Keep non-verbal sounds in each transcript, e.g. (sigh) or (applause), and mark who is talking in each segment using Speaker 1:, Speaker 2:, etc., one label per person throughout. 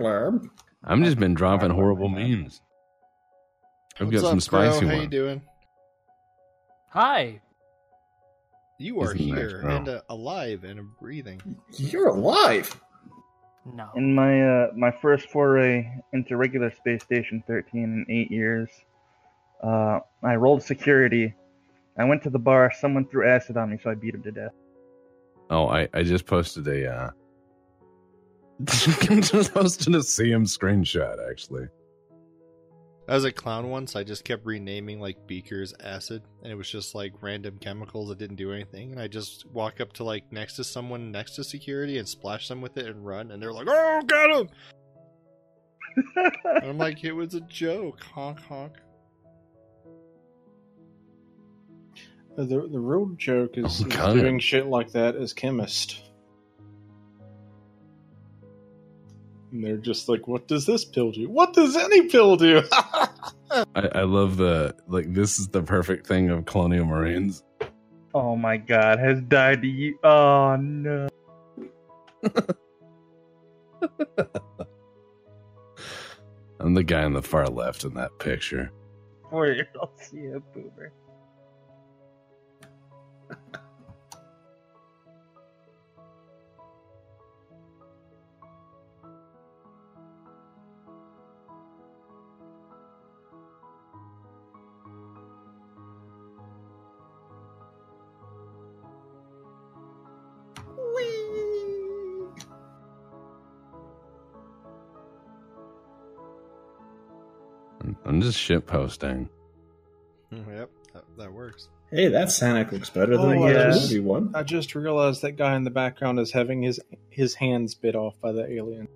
Speaker 1: blurb.
Speaker 2: I'm just been dropping horrible memes. I've got some spicy
Speaker 3: Crow? How you
Speaker 2: ones.
Speaker 3: doing?
Speaker 4: Hi.
Speaker 3: You are
Speaker 2: Isn't that
Speaker 3: here
Speaker 2: Crow?
Speaker 3: and uh, alive and breathing.
Speaker 1: You're alive.
Speaker 4: No.
Speaker 5: In my uh, my first foray into regular space station 13 in eight years, uh, I rolled security. I went to the bar. Someone threw acid on me, so I beat him to death. (laughs)
Speaker 2: Oh, I, I just posted a uh (laughs) just posted a CM screenshot actually.
Speaker 3: I was a clown once. I just kept renaming like beakers acid, and it was just like random chemicals that didn't do anything. And I just walk up to like next to someone next to security and splash them with it and run, and they're like, "Oh, got him!" (laughs) And I'm like, "It was a joke." Honk honk.
Speaker 6: The the real joke is,
Speaker 2: Oh,
Speaker 6: is
Speaker 2: God.
Speaker 6: doing shit like that as chemist. And they're just like, what does this pill do? What does any pill do? (laughs)
Speaker 2: I, I love the like this is the perfect thing of colonial marines.
Speaker 5: oh my god, has died to you. Oh no.
Speaker 2: I'm the guy on the far left in that picture.
Speaker 5: Wait, I'll (laughs) see a boomer.
Speaker 2: I'm- I'm just shit posting.
Speaker 3: Hmm, Yep, that, that works.
Speaker 1: Hey, that Sonic looks better than
Speaker 6: Oh,
Speaker 1: the
Speaker 5: yeah.
Speaker 1: movie one.
Speaker 6: I just realized that guy in the background is having his his hands bit off by the alien.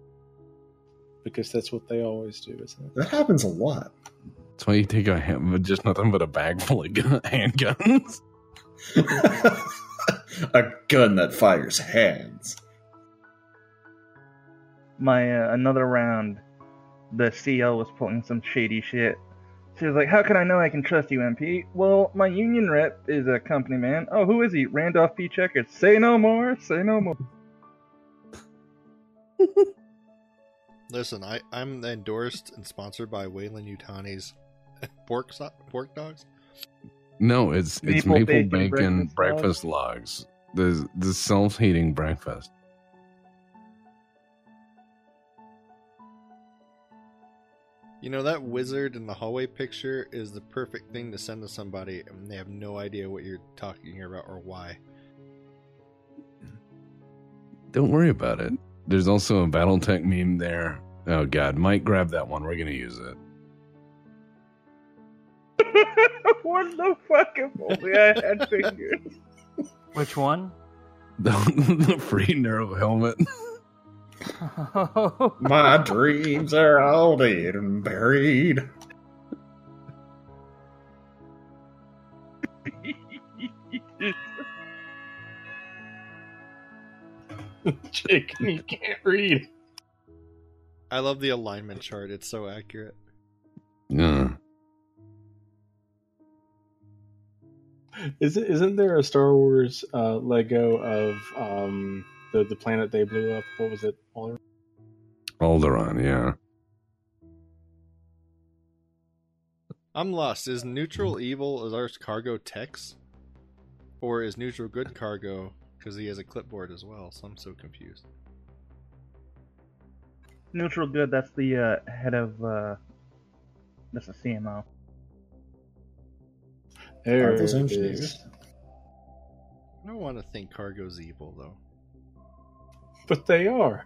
Speaker 6: Because that's what they always do, isn't it?
Speaker 1: That happens a lot. (laughs)
Speaker 2: That's why you take a hand, but just nothing but a bag (laughs) full of gun, handguns.
Speaker 1: a gun that fires hands.
Speaker 5: my uh, another round, the CL was pulling some shady shit. She was like, "How can I know I can trust you, MP? Well, my union rep is a company man. Oh, who is he? Randolph P. Checkers. Say no more. Say no more."
Speaker 3: Listen, I, I'm endorsed and sponsored by Wayland Utani's (laughs) pork so- pork dogs.
Speaker 2: No, it's it's
Speaker 5: Maple
Speaker 2: maple bacon,
Speaker 5: bacon
Speaker 2: breakfast,
Speaker 5: breakfast
Speaker 2: logs. The the self heating breakfast.
Speaker 3: You know that wizard in the hallway picture is the perfect thing to send to somebody, and they have no idea what you're talking about or why.
Speaker 2: Don't worry about it. There's also a BattleTech meme there. Oh God, Mike, grab that one. We're gonna use it. (laughs)
Speaker 5: (laughs) what the fuck? If only I had fingers.
Speaker 4: Which one?
Speaker 2: The, the free neuro helmet. (laughs)
Speaker 4: (laughs)
Speaker 1: My dreams are all dead and buried.
Speaker 6: (laughs) Jake, you can't read.
Speaker 3: I love the alignment chart; it's so accurate.
Speaker 2: Yeah.
Speaker 6: Is it, isn't there a Star Wars uh, Lego of um, the the planet they blew up? What was it? Alder-
Speaker 2: Alderaan. Yeah.
Speaker 3: I'm lost. Is neutral evil? Is our cargo Tex, or is neutral good cargo? Because he has a clipboard as well, so I'm so confused.
Speaker 5: Neutral good. That's the uh, head of. Uh, that's the CMO.
Speaker 6: There
Speaker 1: Are those
Speaker 6: it
Speaker 1: engineers?
Speaker 6: is.
Speaker 3: I don't want to think cargo's evil though.
Speaker 6: But they are.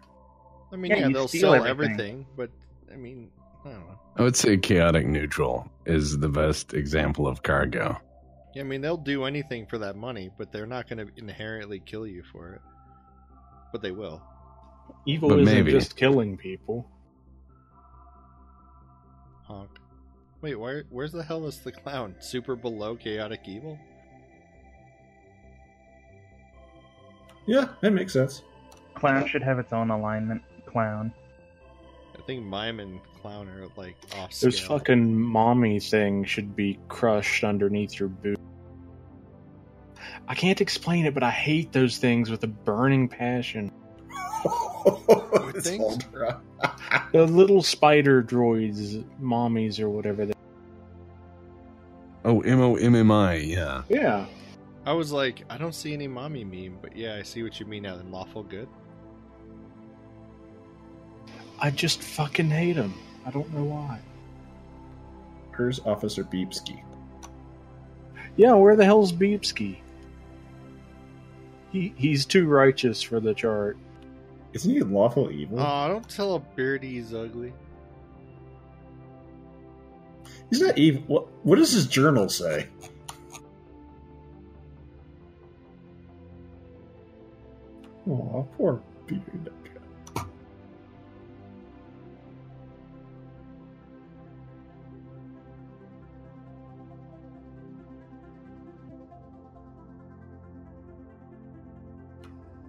Speaker 3: I mean,
Speaker 5: Yeah,
Speaker 3: yeah,
Speaker 5: you
Speaker 3: they'll
Speaker 5: steal
Speaker 3: sell everything.
Speaker 5: everything.
Speaker 3: but I mean, I don't know.
Speaker 2: I would say chaotic neutral is the best example of cargo.
Speaker 3: Yeah, I mean, they'll do anything for that money, but they're not going to inherently kill you for it. But they will.
Speaker 6: Evil
Speaker 2: But
Speaker 6: isn't
Speaker 2: maybe.
Speaker 6: just killing people.
Speaker 3: Honk. Wait, where, where's the hell is the clown? Super below chaotic evil?
Speaker 1: Yeah, that makes sense.
Speaker 5: Clown should have its own alignment. Clown.
Speaker 3: I think mime and clown are like off scale.
Speaker 6: Those fucking mommy thing should be crushed underneath your boot. I can't explain it, but I hate those things with a burning passion.
Speaker 1: (laughs) It's
Speaker 3: think-
Speaker 1: Ultra.
Speaker 6: The little spider droids, mommies or whatever. They,
Speaker 2: Oh, M O M M I. Yeah.
Speaker 6: yeah,
Speaker 3: I was like, I don't see any mommy meme, but yeah, I see what you mean now. Then lawful good.
Speaker 6: I just fucking hate them. I don't know why.
Speaker 1: Where's Officer Beepsky?
Speaker 6: Yeah, where the hell's Beepsky? He he's too righteous for the chart.
Speaker 1: Isn't he lawful evil?
Speaker 3: Oh, don't tell a beardy he's ugly.
Speaker 1: He's not evil. What, what does his journal say? Oh, poor beard.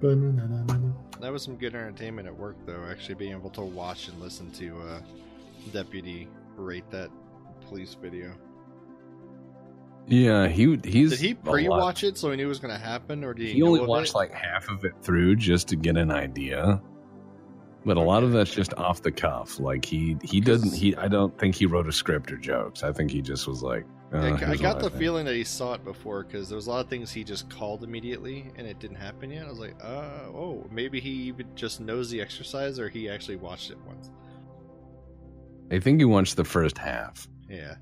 Speaker 1: Ba-na-na-na-na-na.
Speaker 3: That was some good entertainment at work, though. Actually, being able to watch and listen to uh, deputy rate that police video.
Speaker 2: Yeah. He he's.
Speaker 3: Did he
Speaker 2: a lot-
Speaker 3: pre-watch it so he knew it was going to happen, or did he?
Speaker 2: He only
Speaker 3: know of
Speaker 2: watched
Speaker 3: it?
Speaker 2: like half of it through just to get an idea. But a lot of that's just off the cuff. Like he he doesn't he I don't think he wrote a script or jokes. I think he just was like uh,
Speaker 3: Yeah, I
Speaker 2: here's
Speaker 3: got
Speaker 2: what
Speaker 3: the
Speaker 2: think.
Speaker 3: feeling that he saw it before because there was a lot of things he just called immediately and it didn't happen yet. I was like, uh, oh, maybe he even just knows the exercise or he actually watched it once.
Speaker 2: I think he watched the first half.
Speaker 3: Yeah.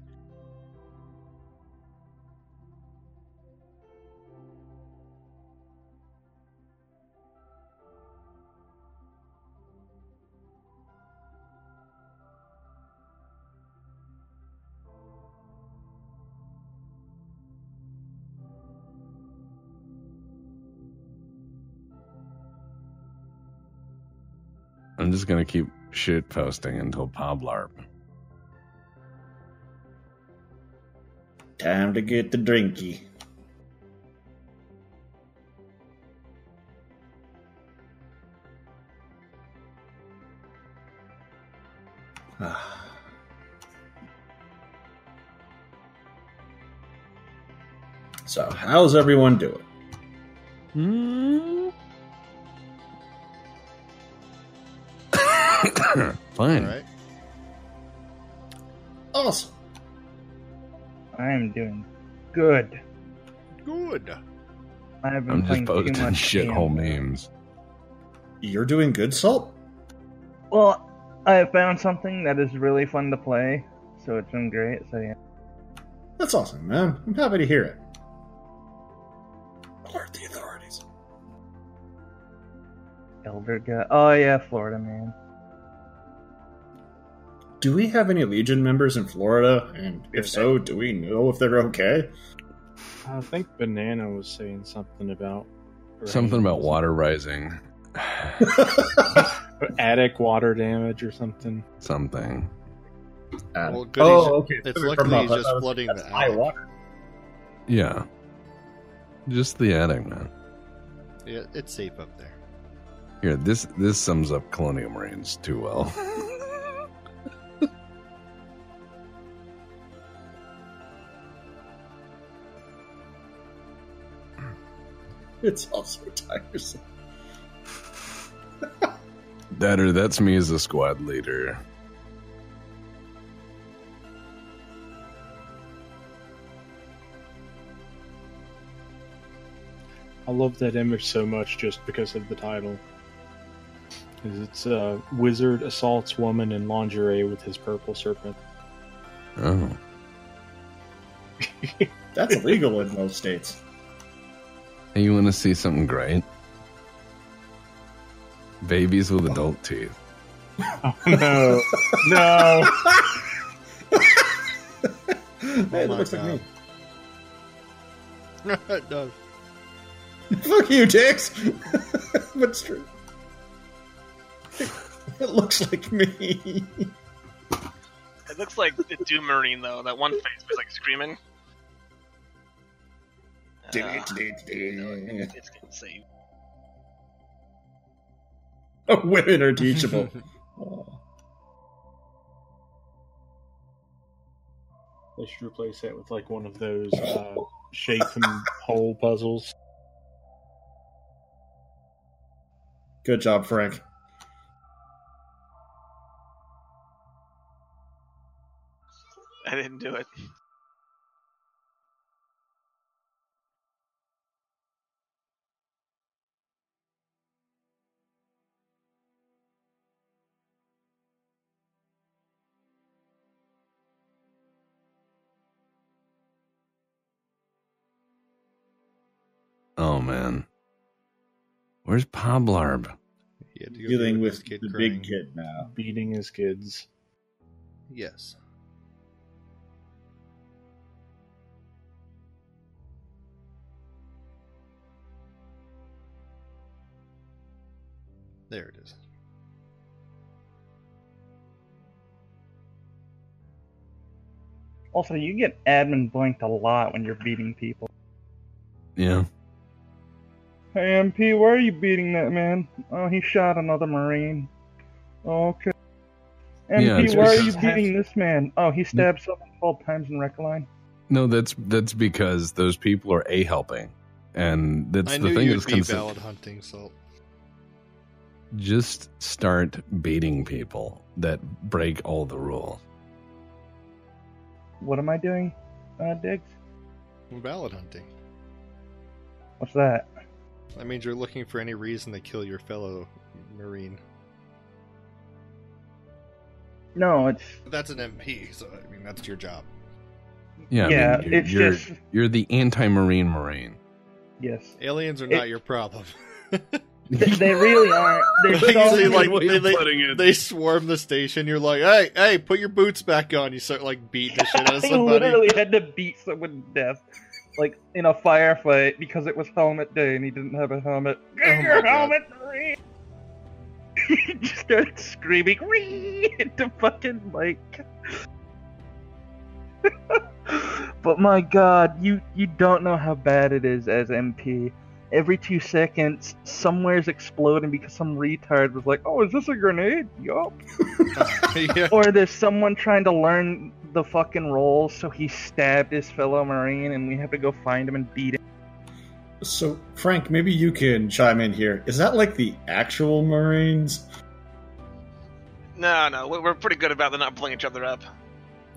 Speaker 2: I'm just gonna keep shit posting until Poblarp.
Speaker 1: Time to get the drinky. (sighs) so, how's everyone doing?
Speaker 3: All
Speaker 2: (coughs)
Speaker 1: Hmm.
Speaker 2: Fine.
Speaker 3: right.
Speaker 1: Awesome.
Speaker 5: I'm doing good.
Speaker 3: Good.
Speaker 5: I have been
Speaker 2: I'm just
Speaker 5: playing
Speaker 2: posting
Speaker 5: too
Speaker 2: (laughs)
Speaker 5: much
Speaker 2: shithole memes.
Speaker 5: games.
Speaker 1: You're doing good, Salt?
Speaker 5: Well, I have found something that is really fun to play, so it's been great. So yeah,
Speaker 1: That's awesome, man. I'm happy to hear it. Alert the authorities.
Speaker 5: Elder God. Oh yeah, Florida man.
Speaker 1: Do we have any Legion members in Florida? And if so, do we know if they're okay? (laughs)
Speaker 6: I think Banana was saying something about
Speaker 2: Something about water rising.
Speaker 6: attic water damage or something.
Speaker 2: Something.
Speaker 3: Well, good he's
Speaker 1: oh,
Speaker 3: ju-
Speaker 1: okay.
Speaker 3: it's
Speaker 1: Coming
Speaker 3: luckily
Speaker 1: from up,
Speaker 3: he's
Speaker 1: I
Speaker 3: just
Speaker 1: thought it was-
Speaker 3: flooding
Speaker 1: that's
Speaker 3: the
Speaker 1: high
Speaker 3: attic.
Speaker 1: water. (laughs)
Speaker 2: Yeah. Just the attic, man.
Speaker 3: Yeah, it's safe up there.
Speaker 2: Here, this this sums up Colonial Marines too well. (laughs)
Speaker 1: It's also tiresome.
Speaker 2: that or that's me as a squad leader.
Speaker 6: I love that image so much just because of the title. 'Cause it's uh, wizard assaults woman in lingerie with his purple serpent. (laughs)
Speaker 2: Oh.
Speaker 1: That's illegal in most
Speaker 3: (laughs)
Speaker 1: states.
Speaker 2: Hey, you want to see something great? Babies with adult teeth.
Speaker 6: Oh, no, no.
Speaker 1: hey, that
Speaker 3: Oh my
Speaker 1: looks like me.
Speaker 3: (laughs) it does.
Speaker 1: Fuck you, dicks. (laughs) but it's true. It looks like me.
Speaker 7: It looks like the Doom Marine though. That one face was like screaming. Uh, it's getting saved.
Speaker 1: Oh, Women are
Speaker 3: (laughs)
Speaker 1: teachable. Oh.
Speaker 6: (laughs) They should replace that with like one of those uh, shape and hole puzzles.
Speaker 1: Good job, Frank.
Speaker 7: I didn't do it.
Speaker 2: Oh man, where's Poblarb?
Speaker 3: He had to go
Speaker 1: Dealing with
Speaker 3: this kid
Speaker 1: the
Speaker 3: crying.
Speaker 1: big kid now.
Speaker 6: beating his kids.
Speaker 3: Yes. There it is.
Speaker 5: Also, you get admin blanked a lot when you're beating people.
Speaker 2: Yeah.
Speaker 5: Hey, MP, why are you beating that man? Oh, he shot another Marine. Okay.
Speaker 2: Yeah,
Speaker 5: MP,
Speaker 2: it's
Speaker 5: why are you
Speaker 2: because-
Speaker 5: beating this man? Oh, he stabbed someone 12 times in Recline.
Speaker 2: No, that's that's because those people are a helping, and that's
Speaker 3: I
Speaker 2: the
Speaker 3: knew
Speaker 2: thing
Speaker 3: you'd
Speaker 2: that's
Speaker 3: be
Speaker 2: consi-
Speaker 3: valid hunting salt.
Speaker 2: just start beating people that break all the rules.
Speaker 5: What am I doing, uh, Diggs?
Speaker 3: Valid hunting.
Speaker 5: What's that?
Speaker 3: That means you're looking for any reason to kill your fellow marine.
Speaker 5: No, it's.
Speaker 3: That's an MP, so I mean that's your job.
Speaker 2: Yeah, I
Speaker 5: yeah,
Speaker 2: mean, you're,
Speaker 5: it's
Speaker 2: you're,
Speaker 5: just.
Speaker 2: you're the anti-marine marine.
Speaker 5: Yes.
Speaker 3: Aliens are
Speaker 5: It-
Speaker 3: not your problem.
Speaker 5: (laughs) They, they really aren't.
Speaker 3: (laughs)
Speaker 5: They're
Speaker 3: Like,
Speaker 5: so
Speaker 3: see,
Speaker 5: good.
Speaker 3: like, (laughs) they- they-
Speaker 2: putting it.
Speaker 3: they swarm the station. You're like, hey, hey, put your boots back on. You start like beating the shit out of
Speaker 5: (laughs) I
Speaker 3: somebody.
Speaker 5: literally had to beat someone to death, like in a firefight, because it was helmet day and he didn't have a helmet. Get
Speaker 3: my
Speaker 5: your
Speaker 3: God.
Speaker 5: helmet! Ree! (laughs) he just started screaming "Ree!" (laughs) into fucking Mike. (laughs) but my God, you you don't know how bad it is as MP. Every two seconds, somewhere's exploding because some retard was like, "Oh, is this a grenade?" Yup
Speaker 3: (laughs) yeah.
Speaker 5: or there's someone trying to learn the fucking roles, so he stabbed his fellow marine, and we have to go find him and beat him.
Speaker 1: So, Frank, maybe you can chime in here. Is that like the actual Marines?
Speaker 7: No, no, we're we're pretty good about the not blowing each other up.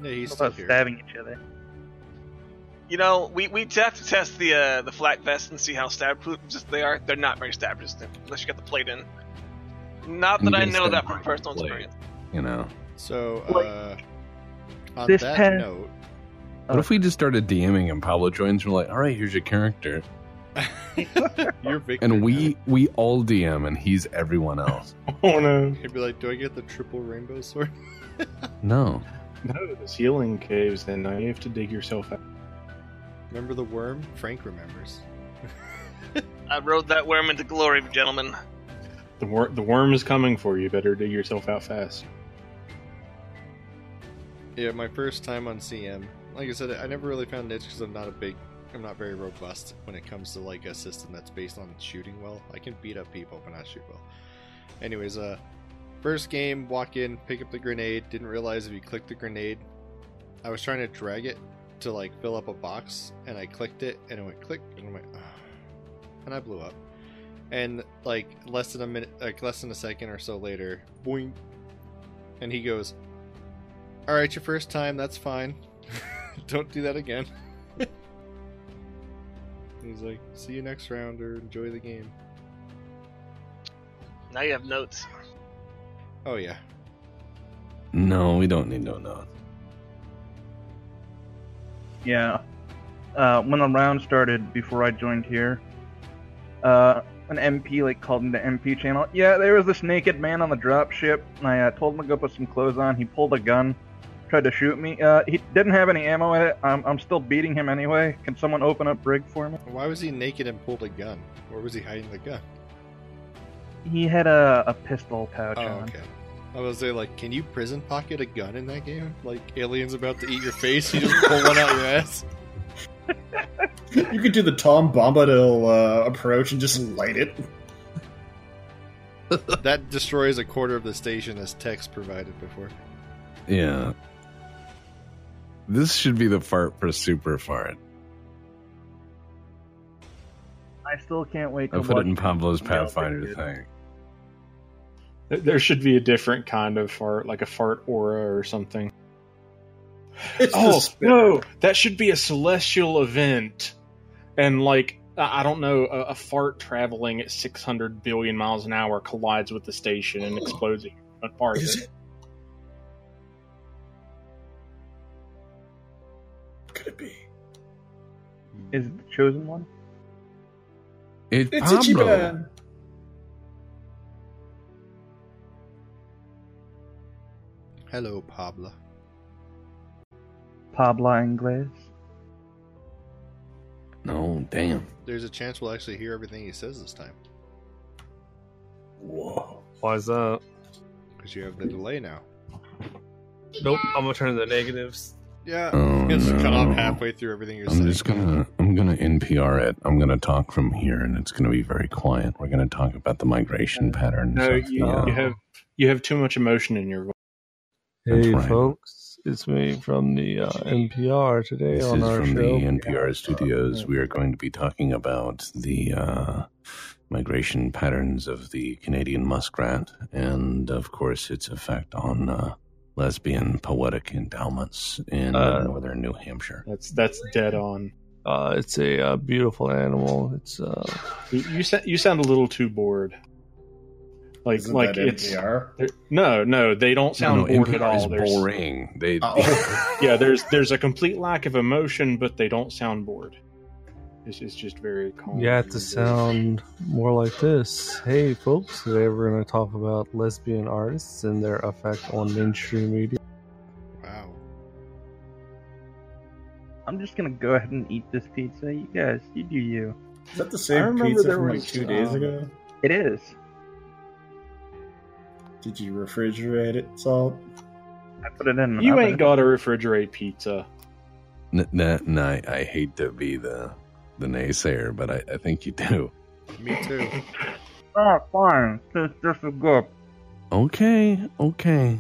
Speaker 3: yeah, he's still
Speaker 5: About
Speaker 3: here.
Speaker 5: stabbing each other.
Speaker 7: You know, we we have to test the uh, the flat vest and see how stab proof they are. They're not very stab resistant unless you got the plate in. Not
Speaker 2: You
Speaker 7: that I
Speaker 2: get
Speaker 7: know that
Speaker 2: stabbed
Speaker 7: from
Speaker 2: by a
Speaker 7: personal
Speaker 2: plate.
Speaker 7: experience.
Speaker 2: You know,
Speaker 3: So, uh, on
Speaker 5: This
Speaker 3: that
Speaker 5: pen-
Speaker 3: note,
Speaker 2: (laughs) what if we just started DMing and Pablo joins? We're like, all right, here's your character,
Speaker 3: you're Victor.
Speaker 2: and
Speaker 3: now.
Speaker 2: we we all DM, and he's everyone else.
Speaker 6: (laughs) Oh no!
Speaker 3: He'd be like, do I get the triple rainbow sword? (laughs)
Speaker 2: No,
Speaker 6: No, the ceiling caves, and now you have to dig yourself out.
Speaker 3: Remember the worm? Frank remembers.
Speaker 7: I rode that worm into glory, gentlemen.
Speaker 6: The, wor- the worm is coming for you. Better dig yourself out fast.
Speaker 3: Yeah, my first time on CM. Like I said, I never really found niche because I'm not a big, I'm not very robust when it comes to like a system that's based on shooting well. I can beat up people, but not shoot well. Anyways, uh, first game, walk in, pick up the grenade. Didn't realize if you click the grenade, I was trying to drag it to like fill up a box, and I clicked it, and it went click, and I went, ah, and I blew up. And like less than a minute, like less than a second or so later, boing, and he goes, all right, your first time, that's fine. (laughs) Don't do that again. (laughs) He's like, see you next round or enjoy the game.
Speaker 7: Now you have notes.
Speaker 3: Oh, yeah.
Speaker 2: no, we don't need no no.
Speaker 5: Yeah. Uh, when the round started, before I joined here, uh, an MP like called in the MP channel. Yeah, there was this naked man on the drop ship. And I uh, told him to go put some clothes on. He pulled a gun, tried to shoot me. Uh, he didn't have any ammo in it. I'm, I'm still beating him anyway. Can someone open up brig for me?
Speaker 3: Why was he naked and pulled a gun? Where was he hiding the gun?
Speaker 5: He had a, a pistol pouch
Speaker 3: Oh,
Speaker 5: on.
Speaker 3: okay. I was there, like, can you prison pocket a gun in that game? Like, aliens about to eat your face, you just pull one out your ass?
Speaker 1: You could do the Tom Bombadil uh, approach and just light it. (laughs)
Speaker 3: That destroys a quarter of the station as text provided before.
Speaker 2: Yeah, this should be the fart for super fart.
Speaker 5: I still can't wait to
Speaker 2: I put
Speaker 5: watch
Speaker 2: it in Pablo's
Speaker 5: Yeah, pretty
Speaker 2: Pathfinder
Speaker 5: good.
Speaker 2: thing.
Speaker 6: There- There should be a different kind of fart, like a fart aura or something.
Speaker 1: It's the
Speaker 6: oh
Speaker 1: spin.
Speaker 6: no, that should be a celestial event, and like I I don't know, a, a fart traveling at six hundred billion miles an hour collides with the station and explodes a front part of
Speaker 1: Is
Speaker 6: it.
Speaker 1: it? Could it be?
Speaker 5: Is it the chosen one?
Speaker 2: It's,
Speaker 1: It's
Speaker 2: Pablo.
Speaker 1: Ichiban.
Speaker 3: Hello, Pablo.
Speaker 5: Pablo Inglés.
Speaker 2: No, damn.
Speaker 3: There's a chance we'll actually hear everything he says this time
Speaker 1: Whoa.
Speaker 8: Why is that?
Speaker 3: because you have the delay now.
Speaker 8: Nope. I'm gonna turn to the negatives.
Speaker 3: Yeah,
Speaker 2: Oh,
Speaker 3: it's cut
Speaker 2: no.
Speaker 3: off halfway through everything you're
Speaker 2: Um, I'm
Speaker 3: saying.
Speaker 2: just gonna I'm gonna NPR it. I'm gonna talk from here, and it's gonna be very quiet. We're gonna talk about the migration patterns.
Speaker 6: No,
Speaker 2: of
Speaker 6: you,
Speaker 2: the, uh,
Speaker 6: you have you have too much emotion in your voice.
Speaker 2: That's
Speaker 8: Hey,
Speaker 2: right.
Speaker 8: folks, it's me from the uh, NPR today
Speaker 2: This is
Speaker 8: on our
Speaker 2: from the
Speaker 8: show.
Speaker 2: NPR studios. We are going to be talking about the uh, migration patterns of the Canadian muskrat and, of course, its effect on uh, lesbian poetic endowments in
Speaker 8: Uh,
Speaker 2: northern New Hampshire.
Speaker 6: That's that's dead on.
Speaker 8: Uh, it's a uh, beautiful animal. It's uh,
Speaker 6: You you, sa- you sound a little too bored. Like
Speaker 1: Isn't
Speaker 6: like
Speaker 1: that
Speaker 6: it's
Speaker 1: NPR?
Speaker 6: they're- no no they don't sound
Speaker 2: No, no,
Speaker 6: bored
Speaker 2: NPR
Speaker 6: at all.
Speaker 2: is
Speaker 6: There's-
Speaker 2: boring. They, (laughs)
Speaker 1: Oh.
Speaker 6: yeah, there's there's a complete lack of emotion, but they don't sound bored. It's, it's just very calm.
Speaker 8: you have to sound more like this. Hey, folks, today we're gonna talk about lesbian artists and their effect on mainstream media.
Speaker 3: Wow.
Speaker 5: I'm just gonna go ahead and eat this pizza. You guys, you do you.
Speaker 1: Is that the
Speaker 6: I
Speaker 1: same
Speaker 6: remember
Speaker 1: pizza
Speaker 6: there
Speaker 1: from like
Speaker 6: was,
Speaker 1: two days
Speaker 6: um,
Speaker 1: ago?
Speaker 5: It is.
Speaker 1: Did you refrigerate it, Salt?
Speaker 5: I put it in. an
Speaker 6: You
Speaker 5: oven.
Speaker 6: ain't got to refrigerate pizza.
Speaker 2: N- n- n- I, I hate to be the, the naysayer, but I, I think you do. (laughs)
Speaker 3: Me too.
Speaker 5: Oh, fine. This, this is good.
Speaker 2: Okay, okay.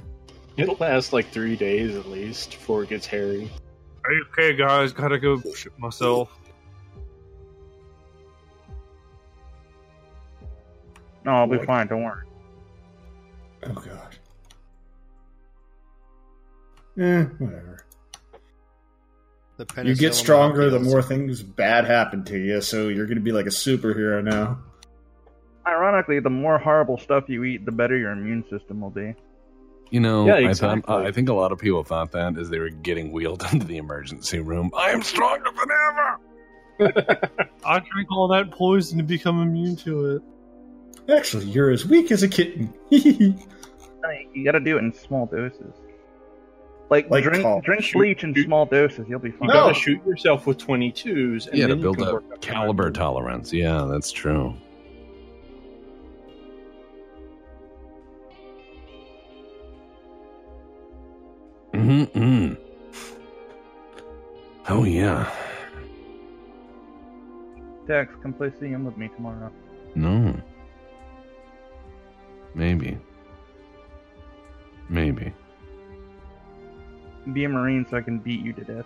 Speaker 6: It'll last like three days at least before it gets hairy. (laughs)
Speaker 8: Okay, guys, gotta go shit myself.
Speaker 5: No, I'll be
Speaker 1: What?
Speaker 5: fine. Don't worry.
Speaker 1: Oh god. Eh, whatever.
Speaker 3: The
Speaker 1: you
Speaker 3: penicillin
Speaker 1: get stronger the
Speaker 3: molecules.
Speaker 1: more things bad happen to you, so you're gonna be like a superhero now.
Speaker 5: Ironically, the more horrible stuff you eat, the better your immune system will be.
Speaker 2: You know,
Speaker 6: Yeah,
Speaker 2: I, thought, uh,
Speaker 6: exactly.
Speaker 2: I think a lot of people thought that as they were getting wheeled (laughs) into the emergency room. I am stronger than ever.
Speaker 8: I drink all that poison to become immune to it.
Speaker 1: Actually, you're as weak as a kitten. (laughs)
Speaker 5: Like, You gotta do it in small doses. Like,
Speaker 1: Like
Speaker 5: drink
Speaker 1: cough.
Speaker 5: drink
Speaker 6: oh, Shoot-
Speaker 5: bleach in
Speaker 6: shoot-
Speaker 5: small doses. You'll be
Speaker 6: You
Speaker 5: fine.
Speaker 1: No.
Speaker 6: gotta shoot yourself with twenty twos.
Speaker 2: yeah, to build up caliber tolerance. Yeah, that's true. Mm-hmm. Oh yeah.
Speaker 5: Dex, come play CM with me tomorrow.
Speaker 2: No. Maybe. Maybe.
Speaker 5: Be a marine so I can beat you to death.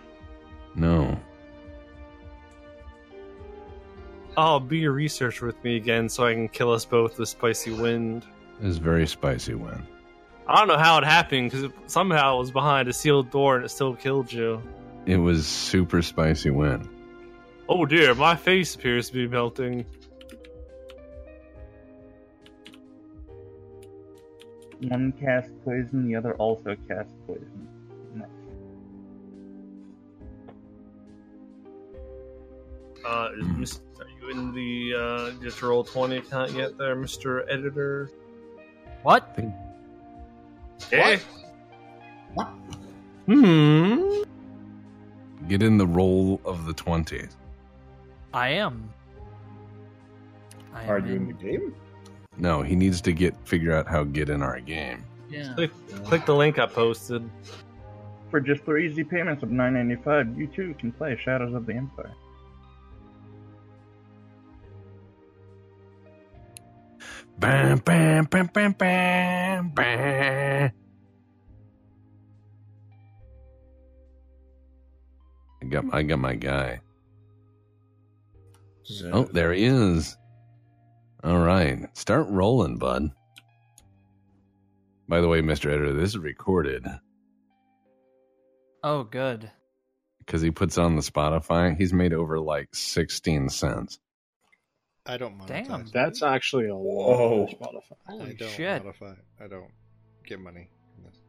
Speaker 2: No.
Speaker 8: I'll be a researcher with me again so I can kill us both with spicy wind.
Speaker 2: This is very spicy wind.
Speaker 8: I don't know how it happened because somehow it was behind a sealed door and it still killed you.
Speaker 2: It was super spicy wind.
Speaker 8: Oh dear, my face appears to be melting.
Speaker 5: One casts poison, the other also casts poison. Nice.
Speaker 8: Uh, is
Speaker 2: Hmm.
Speaker 8: Mis- are you in the uh, just roll twenty account yet, there, Mister Editor?
Speaker 4: What?
Speaker 8: Eh? Hmm.
Speaker 2: Get in the roll of the 20s.
Speaker 4: I am. I am
Speaker 1: Are you in
Speaker 4: in-
Speaker 1: the game?
Speaker 2: No, he needs to get figure out how to get in our game.
Speaker 4: Yeah.
Speaker 8: Click, click the link I posted.
Speaker 5: For just three easy payments of 9.95, you too can play Shadows of the Empire.
Speaker 2: Bam, bam, bam, bam, bam, bam. I got, I got my guy.
Speaker 1: So-
Speaker 2: Oh, there he is. All right, start rolling, bud. By the way, Mister Editor, this is recorded.
Speaker 4: Oh, good.
Speaker 2: because he puts on the Spotify. He's made over like 16 cents.
Speaker 3: I don't monetize.
Speaker 4: Damn.
Speaker 6: That's actually a
Speaker 1: Whoa.
Speaker 6: lot. for Spotify.
Speaker 3: I
Speaker 4: Holy
Speaker 3: don't
Speaker 4: shit.
Speaker 3: modify. I don't get money. from this.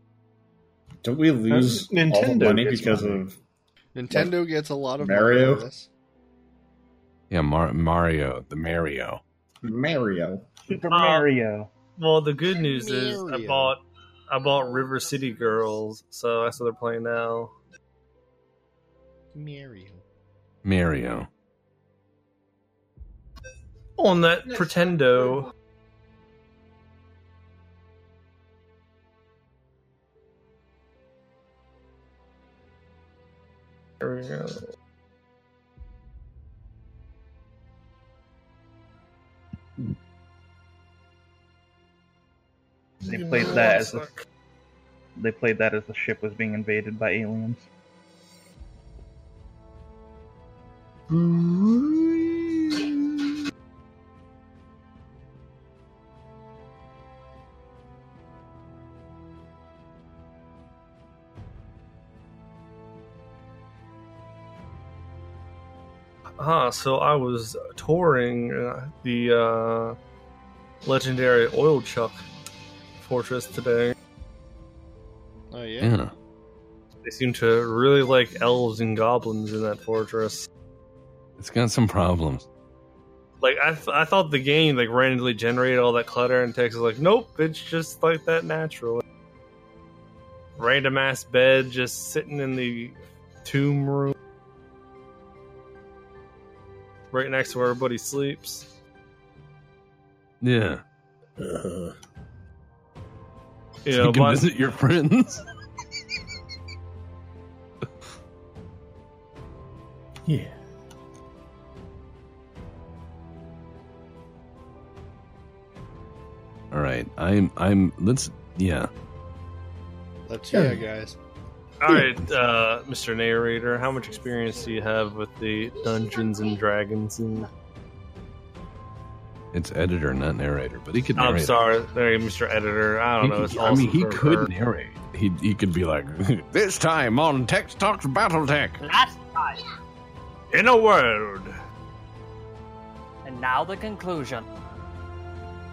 Speaker 1: Don't we lose
Speaker 6: Uh,
Speaker 1: all the
Speaker 6: Nintendo
Speaker 1: money
Speaker 6: gets
Speaker 1: because
Speaker 6: money.
Speaker 1: of
Speaker 3: Nintendo gets a lot of
Speaker 1: Mario?
Speaker 3: Money on this.
Speaker 2: Yeah, Mar- Mario, the Mario.
Speaker 1: Mario?
Speaker 5: Super
Speaker 8: Uh,
Speaker 5: Mario.
Speaker 8: Well, the good news is I
Speaker 3: Mario.
Speaker 8: bought I bought River City Girls, so that's what they're playing now.
Speaker 3: Mario.
Speaker 2: Mario.
Speaker 8: On that Pretendo. There we go.
Speaker 5: They played that as the, they played that as the ship was being invaded by aliens.
Speaker 8: Ah, so I was touring uh, the uh, legendary oil chuck fortress today.
Speaker 3: Oh yeah.
Speaker 2: Yeah.
Speaker 8: They seem to really like elves and goblins in that fortress.
Speaker 2: It's got some problems.
Speaker 8: Like I, th- I thought the game like randomly generated all that clutter, and Tex is like, nope, it's just like that naturally. Random ass bed just sitting in the tomb room, right next to where everybody sleeps.
Speaker 2: Yeah.
Speaker 1: Uh,
Speaker 8: You
Speaker 2: (laughs) you
Speaker 8: know,
Speaker 2: can
Speaker 8: Uh-huh. my-
Speaker 2: visit your friends.
Speaker 1: yeah.
Speaker 2: All right. I'm, I'm, let's, yeah.
Speaker 3: That's yeah, guys.
Speaker 8: All right, uh, Mr. Narrator, how much experience do you have with the Dungeons and Dragons? And...
Speaker 2: It's editor, not narrator, but he could narrate.
Speaker 8: I'm
Speaker 2: it.
Speaker 8: sorry, there you go, Mr. Editor. I don't
Speaker 2: He-
Speaker 8: know. It's
Speaker 2: he- I mean,
Speaker 8: awesome
Speaker 2: he
Speaker 8: for
Speaker 2: could
Speaker 8: her.
Speaker 2: narrate. He, he could be like, (laughs) this time on Tex Talks Battletech.
Speaker 4: Last time,
Speaker 8: In a world.
Speaker 4: and now the conclusion.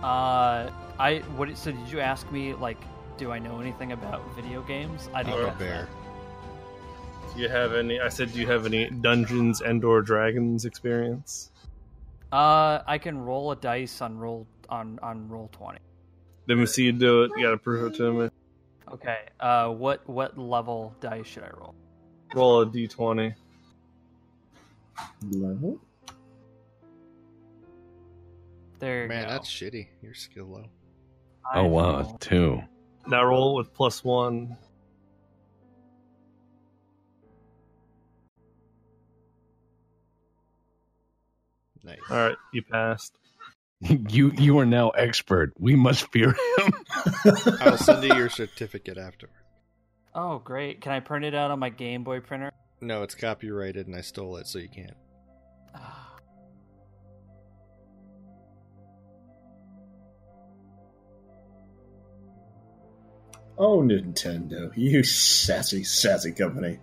Speaker 4: Uh, I what? So did you ask me like, do I know anything about video games? I
Speaker 3: I'm
Speaker 4: didn't.
Speaker 3: a
Speaker 4: ask
Speaker 3: bear.
Speaker 8: Do you have any? I said, do you have any Dungeons and/or Dragons experience?
Speaker 4: that. Uh, I can roll a dice on roll on on roll twenty.
Speaker 8: Then we see you do it. You gotta prove it to me.
Speaker 4: Okay. Uh, what what level dice should I roll?
Speaker 8: Roll a d20.
Speaker 1: Level?
Speaker 4: There you
Speaker 3: Man,
Speaker 4: go.
Speaker 3: that's shitty. Your skill low.
Speaker 4: I
Speaker 2: Oh, wow.
Speaker 4: roll-
Speaker 2: Two. (laughs)
Speaker 8: Now roll with plus one.
Speaker 3: Nice.
Speaker 8: All right, you passed.
Speaker 2: You, you are now expert. We must fear him.
Speaker 3: I'll send you your certificate afterward.
Speaker 4: Oh, great! Can I print it out on my Game Boy printer?
Speaker 3: No, it's copyrighted, and I stole it, so you can't.
Speaker 1: Oh, Nintendo, you sassy, sassy company.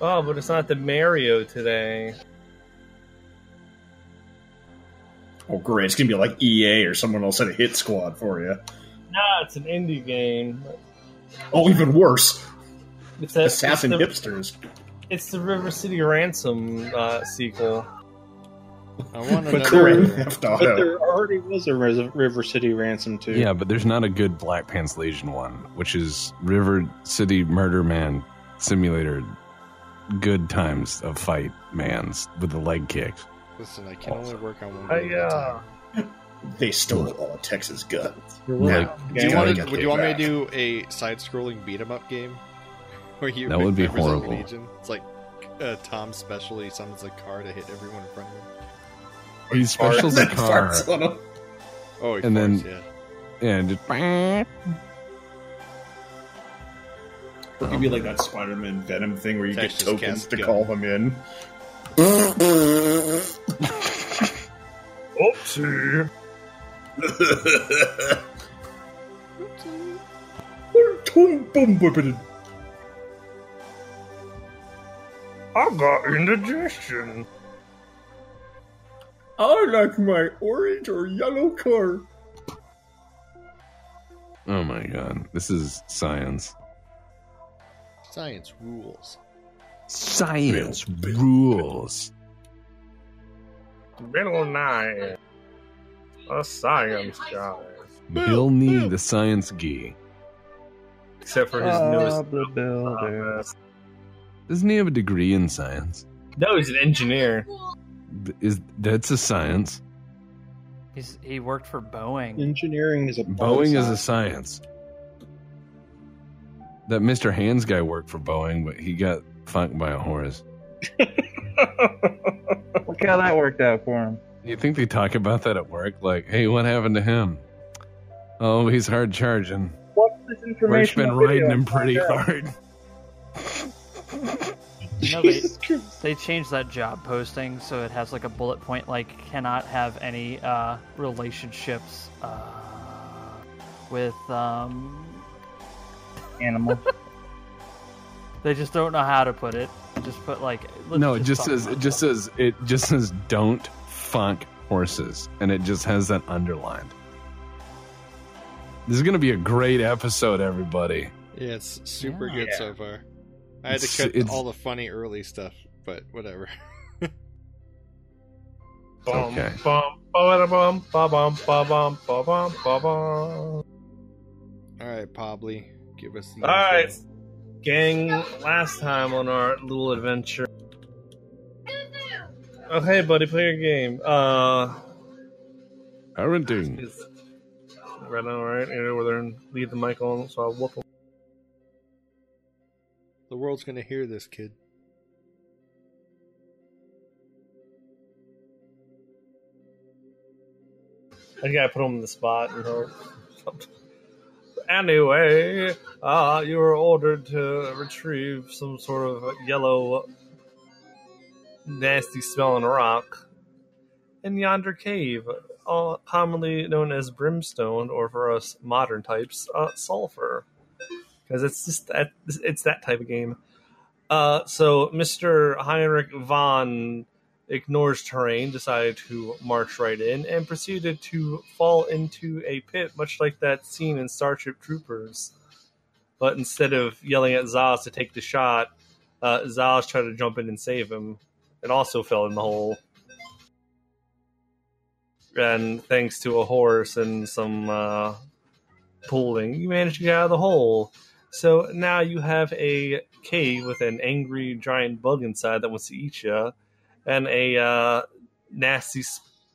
Speaker 8: Oh, but it's not the Mario today.
Speaker 1: Oh, great. It's going to be like EA or someone else had a hit squad for you.
Speaker 8: Nah, it's an indie game.
Speaker 1: Oh, even worse.
Speaker 8: It's that,
Speaker 1: Assassin
Speaker 8: it's the,
Speaker 1: hipsters.
Speaker 8: it's the River City Ransom uh, sequel.
Speaker 3: I want
Speaker 1: But Grand
Speaker 3: another.
Speaker 1: Theft
Speaker 6: But
Speaker 1: Auto.
Speaker 6: there already was a Res- River City Ransom too.
Speaker 2: Yeah, but there's not a good Black Pants Legion one, which is River City Murder Man Simulator. Good times of fight, mans with the leg kicks.
Speaker 3: Listen, I can only work on one.
Speaker 8: Uh,
Speaker 3: game at a time.
Speaker 8: yeah.
Speaker 1: They stole all of Texas guns.
Speaker 2: Like,
Speaker 3: Do you
Speaker 2: Yeah,
Speaker 3: want
Speaker 2: you
Speaker 3: to?
Speaker 2: gotta
Speaker 3: Would
Speaker 1: get
Speaker 3: you want me to
Speaker 1: back.
Speaker 3: do a side-scrolling beat 'em up game? (laughs) Where you
Speaker 2: That would be
Speaker 3: represent
Speaker 2: horrible.
Speaker 3: a Legion? It's like uh, Tom specially summons a car to hit everyone in front of him.
Speaker 2: he specials (laughs) the car
Speaker 1: (laughs) Farts on 'em.
Speaker 3: Oh, he
Speaker 2: And
Speaker 3: farts,
Speaker 2: then-
Speaker 3: yeah.
Speaker 2: and just,
Speaker 1: It could be like that Spider Man Venom thing where you
Speaker 3: Texas
Speaker 1: get tokens
Speaker 3: cast
Speaker 1: to
Speaker 3: gun.
Speaker 1: call them in.
Speaker 8: Oopsie.
Speaker 1: We're Boom, boom, boom, boom.
Speaker 8: I got indigestion.
Speaker 1: I like my orange or yellow car.
Speaker 2: Oh my god, this is science.
Speaker 3: Science rules.
Speaker 2: Science rules.
Speaker 8: Bill Nye, a science guy.
Speaker 2: Bill Nee, the science gee.
Speaker 8: Except for his nose.
Speaker 5: Bob the
Speaker 8: Um,
Speaker 5: Builder.
Speaker 2: Doesn't he have a degree in science?
Speaker 8: No, he's an engineer.
Speaker 2: Th- Is that's a science?
Speaker 4: He's he worked for Boeing.
Speaker 6: Engineering is a
Speaker 2: Boeing is a science. That Mr. Hands guy worked for Boeing, but he got funked by a horse.
Speaker 5: Look how that worked out for him.
Speaker 2: You think they talk about that at work? Like, hey, what happened to him? Oh, he's hard charging.
Speaker 5: What's this
Speaker 2: Work's
Speaker 5: information?
Speaker 2: been riding him pretty hard.
Speaker 4: No, they, they changed that job posting so it has like a bullet point like cannot have any uh, relationships uh, with um.
Speaker 5: Animal.
Speaker 4: They just don't know how to put it. Just put like let's
Speaker 2: No, it just
Speaker 4: talk
Speaker 2: says
Speaker 4: about
Speaker 2: it just
Speaker 4: stuff.
Speaker 2: says it just says don't funk horses, and it just has that underlined. This is gonna be a great episode, everybody.
Speaker 3: Yeah, it's super
Speaker 4: Yeah.
Speaker 3: good so far. I had
Speaker 2: It's-
Speaker 3: to cut
Speaker 2: it's-
Speaker 3: all the funny early stuff, but whatever.
Speaker 8: Bum,
Speaker 2: Okay.
Speaker 8: bum, ba-da-bum, ba-bum, ba-bum, ba-bum, ba-bum.
Speaker 3: All right, Pobly, give us the.
Speaker 8: All right, gang. Last time on our little adventure. Oh, hey, buddy, play your game. Uh,
Speaker 2: Parenting.
Speaker 8: is right now, right? Here, where they're in- leave the mic on, so I'll whoop 'em.
Speaker 3: The world's gonna hear this, kid.
Speaker 8: I gotta put him in the spot, you know. anyway, uh, you were ordered to retrieve some sort of yellow, nasty smelling rock in yonder cave, uh, commonly known as brimstone, or for us modern types, uh, sulfur. Because it's just that, it's that type of game. Uh, so Mr. Heinrich von ignores terrain, decided to march right in, and proceeded to fall into a pit, much like that scene in Starship Troopers. But instead of yelling at Zaz to take the shot, uh, Zaz tried to jump in and save him, and also fell in the hole. And thanks to a horse and some uh, pulling, you managed to get out of the hole. So now you have a cave with an angry giant bug inside that wants to eat you and a uh, nasty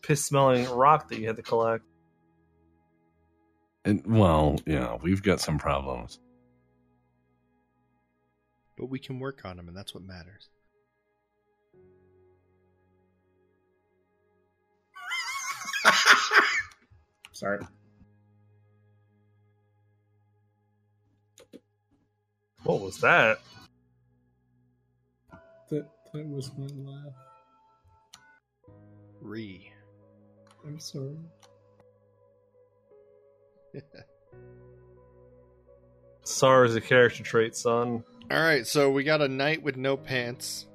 Speaker 8: piss smelling rock that you had to collect.
Speaker 2: And, well, yeah, we've got some problems.
Speaker 3: But we can work on him, and that's what matters.
Speaker 1: Sorry.
Speaker 8: What was that?
Speaker 1: That, that was my laugh.
Speaker 3: Re.
Speaker 1: I'm sorry.
Speaker 8: Sorrow is a character trait, son. (laughs)
Speaker 3: All right, so we got a knight with no pants.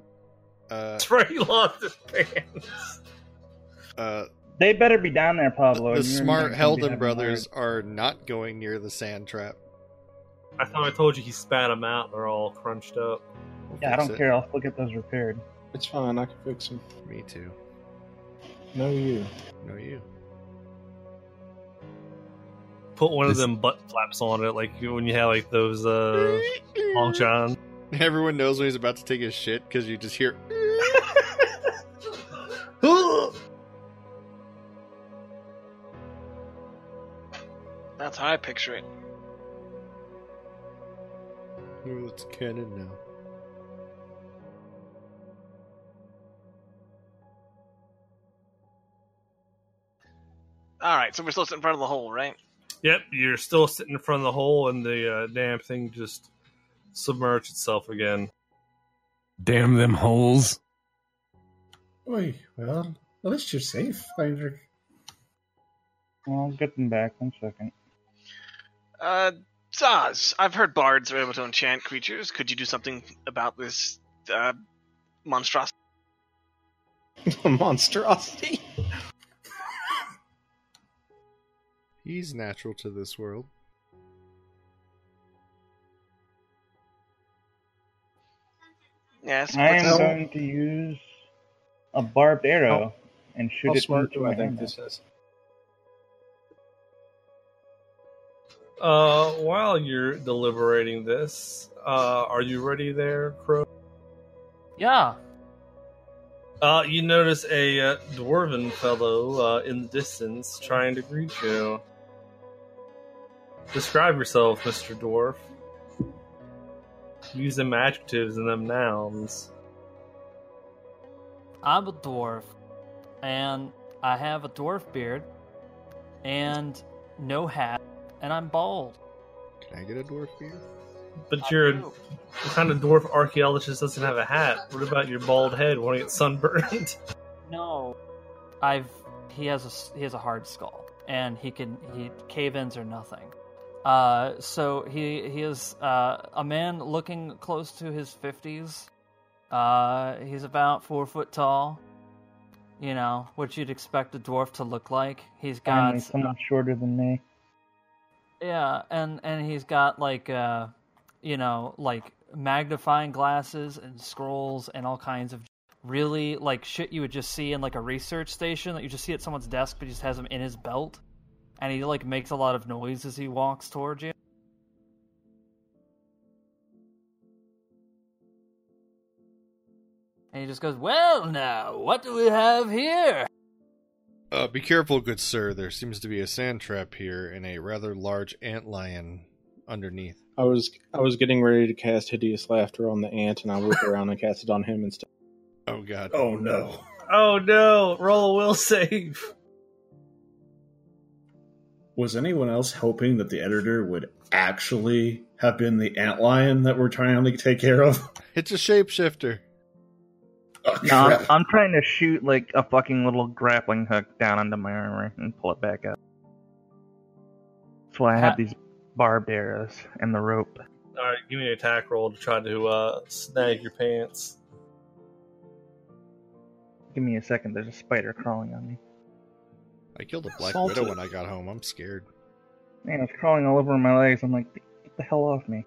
Speaker 3: Uh,
Speaker 8: That's right, he lost his pants.
Speaker 3: uh,
Speaker 5: They better be down there, Pablo.
Speaker 3: the
Speaker 5: and you're
Speaker 3: smart
Speaker 5: not gonna be
Speaker 3: Helden
Speaker 5: having
Speaker 3: brothers are not going near the sand trap.
Speaker 8: I thought I told you he spat them out. They're all crunched up.
Speaker 5: hard- Yeah, I don't care. I'll still get those repaired.
Speaker 6: It's fine. I can fix him.
Speaker 3: Me too.
Speaker 6: No, you.
Speaker 3: No, you. (laughs)
Speaker 8: Put one
Speaker 2: This-
Speaker 8: of them butt flaps on it, like you- when you had like those uh, Long John.
Speaker 3: Everyone knows when he's about to take his shit because you just hear.
Speaker 7: That's how I picture it.
Speaker 3: Ooh, it's canon now.
Speaker 7: All right, so we're still sitting in front of the hole, right?
Speaker 8: Yep, you're still sitting in front of the hole, and the uh, damn thing just submerged itself again.
Speaker 2: Damn them holes. (laughs)
Speaker 1: Oi, well, at least you're safe, Heinrich.
Speaker 5: Well, I'll get them back. One second.
Speaker 7: Uh, Zaz, I've heard bards are able to enchant creatures. Could you do something about this uh, monstrosity?
Speaker 6: monstrosity.
Speaker 3: He's natural to this world.
Speaker 7: Yes.
Speaker 5: I
Speaker 7: what's
Speaker 5: am
Speaker 7: up?
Speaker 5: going to use a barbed arrow and shoot
Speaker 6: How
Speaker 5: it
Speaker 6: smart
Speaker 5: into
Speaker 6: do
Speaker 5: my
Speaker 6: I think
Speaker 5: hand.
Speaker 6: this is?
Speaker 8: Uh, while you're deliberating this, uh, are you ready there, Crow?
Speaker 4: Yeah.
Speaker 8: Uh, you notice a uh, dwarven fellow uh, in the distance trying to greet you. Describe yourself, Mister Dwarf. Use them adjectives and them nouns.
Speaker 4: I'm a dwarf, and I have a dwarf beard, and no hat, and I'm bald.
Speaker 3: Can I get a dwarf beer?
Speaker 8: But you're a what kind of dwarf archaeologist doesn't have a hat. What about your bald head? Want to get sunburned? (laughs)
Speaker 4: No, I've he has a s- he has a hard skull, and he can he cave-ins are nothing. Uh, so he he is uh, a man looking close to his fifties. Uh, he's about four foot tall. You know what you'd expect a dwarf to look like. He's
Speaker 5: Finally,
Speaker 4: got
Speaker 5: someone shorter than me.
Speaker 4: Yeah, and and he's got like uh you know, like magnifying glasses and scrolls and all kinds of really like shit you would just see in like a research station that you just see at someone's desk but he just has them in his belt and he like makes a lot of noise as he walks towards you. And he just goes, "Well, now, what do we have here?"
Speaker 3: Uh, be careful, good sir. There seems to be a sand trap here and a rather large ant lion underneath.
Speaker 6: I was I was getting ready to cast hideous laughter on the ant, and I whipped around and cast it on him instead.
Speaker 3: Oh god.
Speaker 1: Oh no.
Speaker 8: oh no! Roll a will save.
Speaker 1: Was anyone else hoping that the editor would actually have been the antlion that we're trying to take care of? (laughs)
Speaker 3: It's a shapeshifter.
Speaker 1: Oh,
Speaker 5: No, I'm,
Speaker 1: crap.
Speaker 5: I'm trying to shoot like a fucking little grappling hook down onto my armor and pull it back up. That's why I
Speaker 4: Ha-
Speaker 5: have these barbed arrows and the rope.
Speaker 8: All right, give me an attack roll to try to uh, snag your pants.
Speaker 5: Give me a second. There's a spider crawling on me.
Speaker 3: I killed a black
Speaker 6: Salt
Speaker 3: widow
Speaker 6: it.
Speaker 3: when I got home. I'm scared.
Speaker 5: Man, it's crawling all over my legs. I'm like, get the hell off me.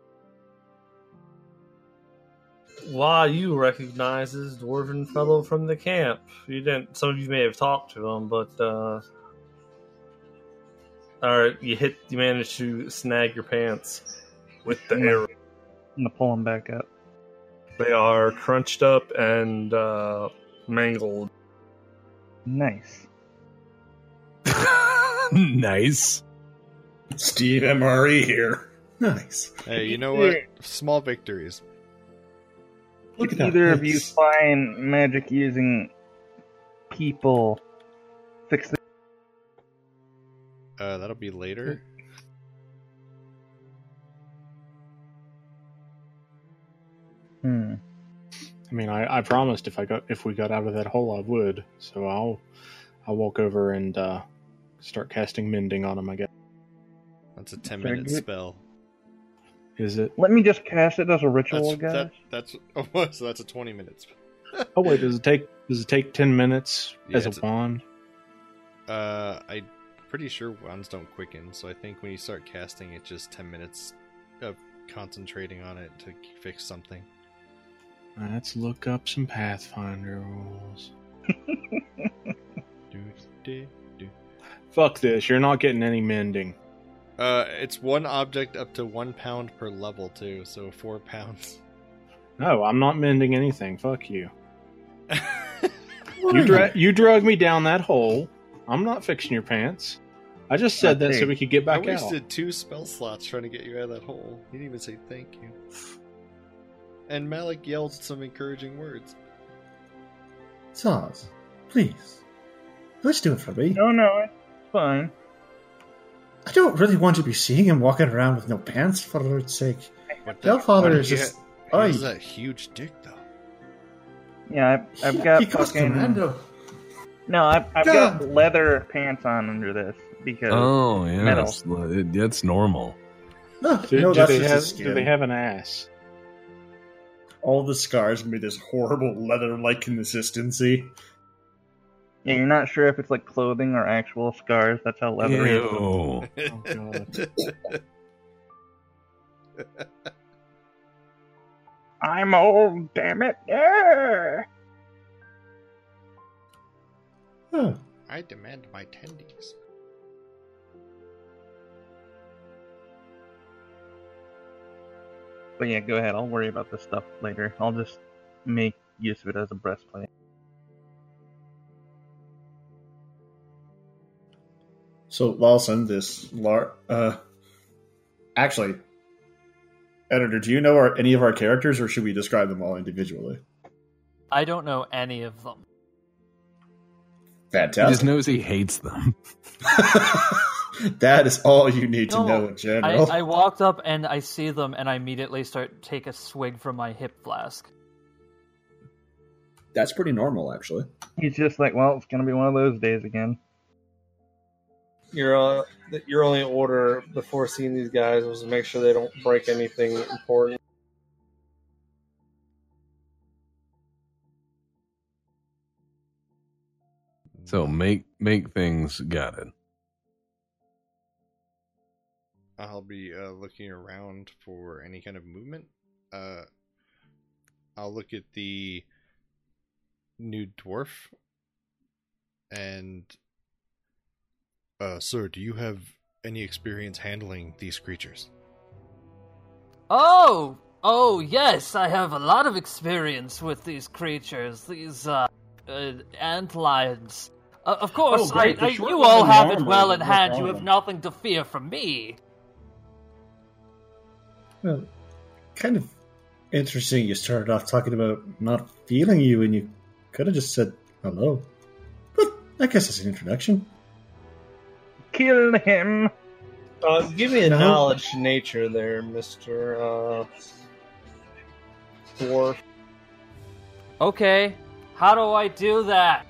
Speaker 8: Why you recognize this dwarven fellow from the camp? You didn't. Some of you may have talked to him, but uh, all right, you hit. You managed to snag your pants with the
Speaker 9: Mm.
Speaker 8: arrow.
Speaker 5: I'm gonna pull him back up.
Speaker 8: They are crunched up and uh, mangled.
Speaker 5: Nice.
Speaker 2: nice.
Speaker 1: Steve MRE here. Nice.
Speaker 3: Hey, you know what? Small victories.
Speaker 1: Look at that.
Speaker 5: Either of you
Speaker 1: It's-
Speaker 5: find magic using people fix this?
Speaker 3: Uh, that'll be later.
Speaker 5: Hmm.
Speaker 6: I mean, I, I promised if I got if we got out of that hole, I would. So I'll I'll walk over and uh, start casting mending on him. I guess
Speaker 3: That's a ten
Speaker 5: Very
Speaker 3: minute
Speaker 5: good.
Speaker 3: spell.
Speaker 6: is it?
Speaker 5: Let me just cast it as a ritual,
Speaker 3: That's
Speaker 5: guys.
Speaker 3: that, that's (laughs) oh, so that's a twenty minute spell.
Speaker 6: Oh wait, does it take does it take ten minutes
Speaker 3: Yeah,
Speaker 6: as
Speaker 3: it's
Speaker 6: a
Speaker 3: a-
Speaker 6: wand?
Speaker 3: (laughs) Uh, I'm pretty sure wands don't quicken, so I think when you start casting, it's just 10 minutes of concentrating on it to fix something.
Speaker 6: Let's look up some Pathfinder rules. Fuck this! You're not getting any mending.
Speaker 3: Uh, it's one object up to one pound per level, too, so four
Speaker 6: (laughs)
Speaker 3: pounds.
Speaker 6: No, I'm not mending anything. Fuck you. You, dra- (laughs) you drug me down that hole. I'm not fixing your pants. I just said that so we could get
Speaker 3: I
Speaker 6: back out.
Speaker 3: wasted two spell slots trying to get you out of that hole. You didn't even say thank you. And Malik yelled some encouraging words.
Speaker 1: Zaz, please. Let's do it for me.
Speaker 5: No, no, it's fine.
Speaker 1: I don't really want to be seeing him walking around with no pants, for Lord's sake.
Speaker 3: What the-
Speaker 1: Hellfather
Speaker 3: what-
Speaker 1: is
Speaker 3: he
Speaker 1: just.
Speaker 3: ha- He
Speaker 1: Oi.
Speaker 3: has that huge dick, though.
Speaker 5: Yeah, I've, I've
Speaker 1: He-
Speaker 5: got
Speaker 1: he goes
Speaker 5: fucking.
Speaker 1: commando.
Speaker 5: No, I've, I've
Speaker 1: Yeah.
Speaker 5: got leather pants on under this because
Speaker 2: Oh yeah,
Speaker 5: Metal.
Speaker 2: that's, that's normal.
Speaker 1: No,
Speaker 6: Do,
Speaker 1: no,
Speaker 6: do
Speaker 1: that's
Speaker 6: they
Speaker 1: just
Speaker 6: have,
Speaker 1: a
Speaker 6: do
Speaker 1: skin.
Speaker 6: they have an ass?
Speaker 1: All the scars made this horrible leather-like consistency.
Speaker 5: Yeah, you're not sure if it's like clothing or actual scars. That's how leathery it is.
Speaker 2: Ew.
Speaker 6: Oh, God.
Speaker 5: I'm old, damn it. Yeah.
Speaker 1: Huh.
Speaker 3: (laughs) I demand my tendies.
Speaker 5: But yeah, go ahead. I'll worry about this stuff later. I'll just make use of it as a breastplate.
Speaker 1: So Lawson, this lar- uh, actually, editor, do you know our, any of our characters, or should we describe them all individually?
Speaker 4: I don't know any of them.
Speaker 2: He just
Speaker 1: Fantastic.
Speaker 2: knows he hates them. (laughs)
Speaker 1: (laughs) that is all you need
Speaker 4: No,
Speaker 1: to know in
Speaker 4: I,
Speaker 1: general.
Speaker 4: I walked up and I see them, and I immediately start take a swig from my hip flask.
Speaker 1: That's pretty normal, actually.
Speaker 5: He's just like, well, it's gonna be one of those days again.
Speaker 9: Your uh, your only order before seeing these guys was to make sure they don't break anything important.
Speaker 2: So make make things got it.
Speaker 3: I'll be uh, looking around for any kind of movement. Uh, I'll look at the new dwarf and. Uh, sir, do you have any experience handling these creatures?
Speaker 4: Oh, oh yes, I have a lot of experience with these creatures, these uh, uh ant lions. Uh, of course,
Speaker 8: Oh, great,
Speaker 4: I,
Speaker 8: the
Speaker 4: I,
Speaker 8: short
Speaker 4: you
Speaker 8: ones
Speaker 4: all
Speaker 8: and the
Speaker 4: have it
Speaker 8: armored
Speaker 4: well in
Speaker 8: ones, no
Speaker 4: hand. You have
Speaker 8: problem.
Speaker 4: nothing to fear from me.
Speaker 1: Well, kind of interesting. You started off talking about not feeling you, and you could have just said hello. But I guess it's an introduction.
Speaker 5: Kill him.
Speaker 9: Uh, give me a
Speaker 1: No.
Speaker 9: knowledge nature there, Mister uh, Dwarf.
Speaker 4: Okay, how do I do that?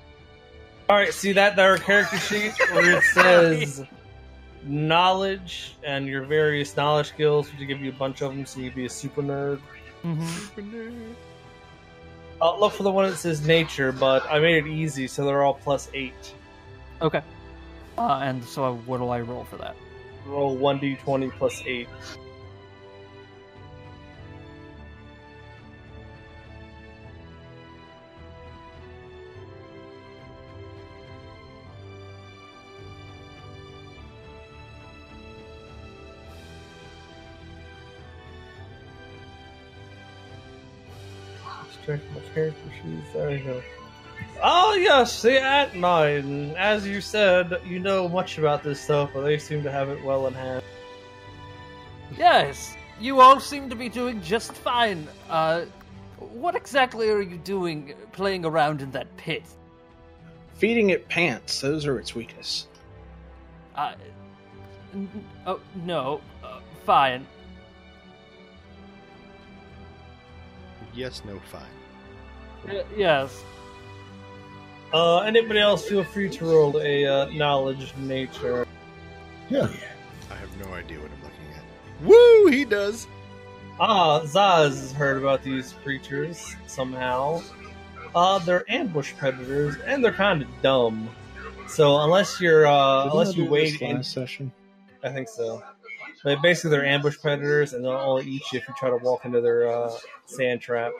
Speaker 8: All right, see that there character sheet (laughs) where it says (laughs) knowledge and your various knowledge skills, which will give you a bunch of them, so you can be a super nerd.
Speaker 1: Mm-hmm.
Speaker 8: Uh, look for the one that says nature, but I made it easy, so they're all plus eight.
Speaker 4: Okay. Uh, and so, what do I roll for that?
Speaker 8: Roll one d twenty plus eight. Let's check my character sheets. There we go. Oh yes, the at mine. As you said, you know much about this stuff, but they seem to have it well in hand.
Speaker 4: Yes, you all seem to be doing just fine. Uh, what exactly are you doing playing around in that pit?
Speaker 6: Feeding it pants. Those are its weakness.
Speaker 4: Uh, n- n- oh, no. Uh, fine.
Speaker 3: Yes, no, fine.
Speaker 4: Y- yes.
Speaker 8: Uh, anybody else? Feel free to roll a uh, knowledge nature.
Speaker 1: Hell
Speaker 3: I have no idea what I'm looking at. Woo! He does!
Speaker 8: Ah, Zaz has heard about these creatures somehow. Uh, they're ambush predators, and they're kind of dumb. So unless you're, uh, unless you wade in,
Speaker 6: session.
Speaker 8: I think so. But basically, they're ambush predators, and they'll only eat you if you try to walk into their uh, sand trap.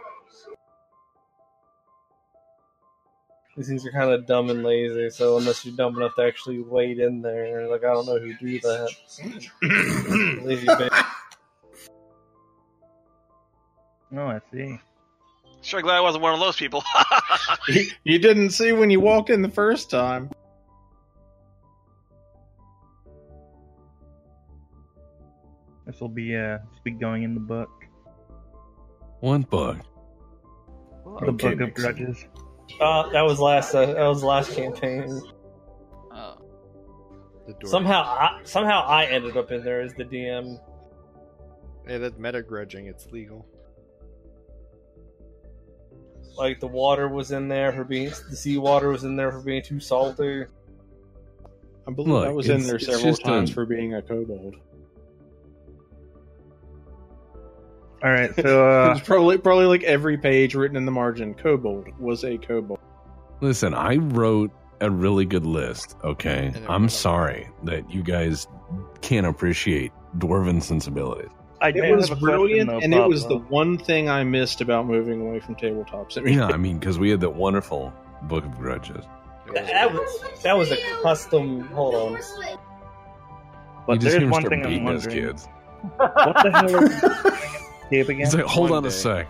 Speaker 8: These things are kind of dumb and lazy, so unless you're dumb enough to actually wade in there, like I don't know who do that. lazy bitch.
Speaker 5: Oh, I see.
Speaker 7: Sure, glad I wasn't one of those people. (laughs)
Speaker 6: You, you didn't see when you walked in the first time.
Speaker 5: This will be uh, this will be going in the book.
Speaker 2: One book.
Speaker 5: The
Speaker 1: Okay,
Speaker 5: book of
Speaker 1: Nixon.
Speaker 5: grudges.
Speaker 8: Uh, that was last. Uh, that was the last campaign.
Speaker 4: Uh,
Speaker 3: The door.
Speaker 8: Somehow, I, somehow I ended up in there as the DM.
Speaker 3: Yeah, that's meta grudging. It's legal.
Speaker 8: Like the water was in there for being the seawater was in there for being too salty.
Speaker 6: I believe
Speaker 2: Look,
Speaker 6: I was in
Speaker 2: it's-
Speaker 6: there
Speaker 2: it's
Speaker 6: several
Speaker 2: just
Speaker 6: times
Speaker 2: a-
Speaker 6: for being a kobold.
Speaker 5: All right, so uh,
Speaker 6: It's probably probably like every page written in the margin. Kobold was a kobold.
Speaker 2: Listen, I wrote a really good list, okay?
Speaker 3: And it
Speaker 2: I'm
Speaker 3: was-
Speaker 2: sorry that you guys can't appreciate dwarven sensibilities.
Speaker 5: I do
Speaker 6: It was
Speaker 5: have a
Speaker 6: brilliant,
Speaker 5: question, though,
Speaker 6: and it was the
Speaker 5: Pablo.
Speaker 6: one thing I missed about moving away from tabletops. I mean,
Speaker 2: Yeah, I mean, because we had that wonderful Book of Grudges.
Speaker 10: That,
Speaker 6: (laughs)
Speaker 10: that was that was a custom. Hold on.
Speaker 2: You
Speaker 5: But
Speaker 2: just need
Speaker 5: there's
Speaker 2: to
Speaker 5: one
Speaker 2: start
Speaker 5: thing I'm
Speaker 2: beating those
Speaker 5: wondering.
Speaker 2: kids.
Speaker 5: What the hell is
Speaker 3: (laughs)
Speaker 5: Gabe again?
Speaker 2: He's like, hold
Speaker 3: one
Speaker 2: on
Speaker 3: day."
Speaker 2: a sec.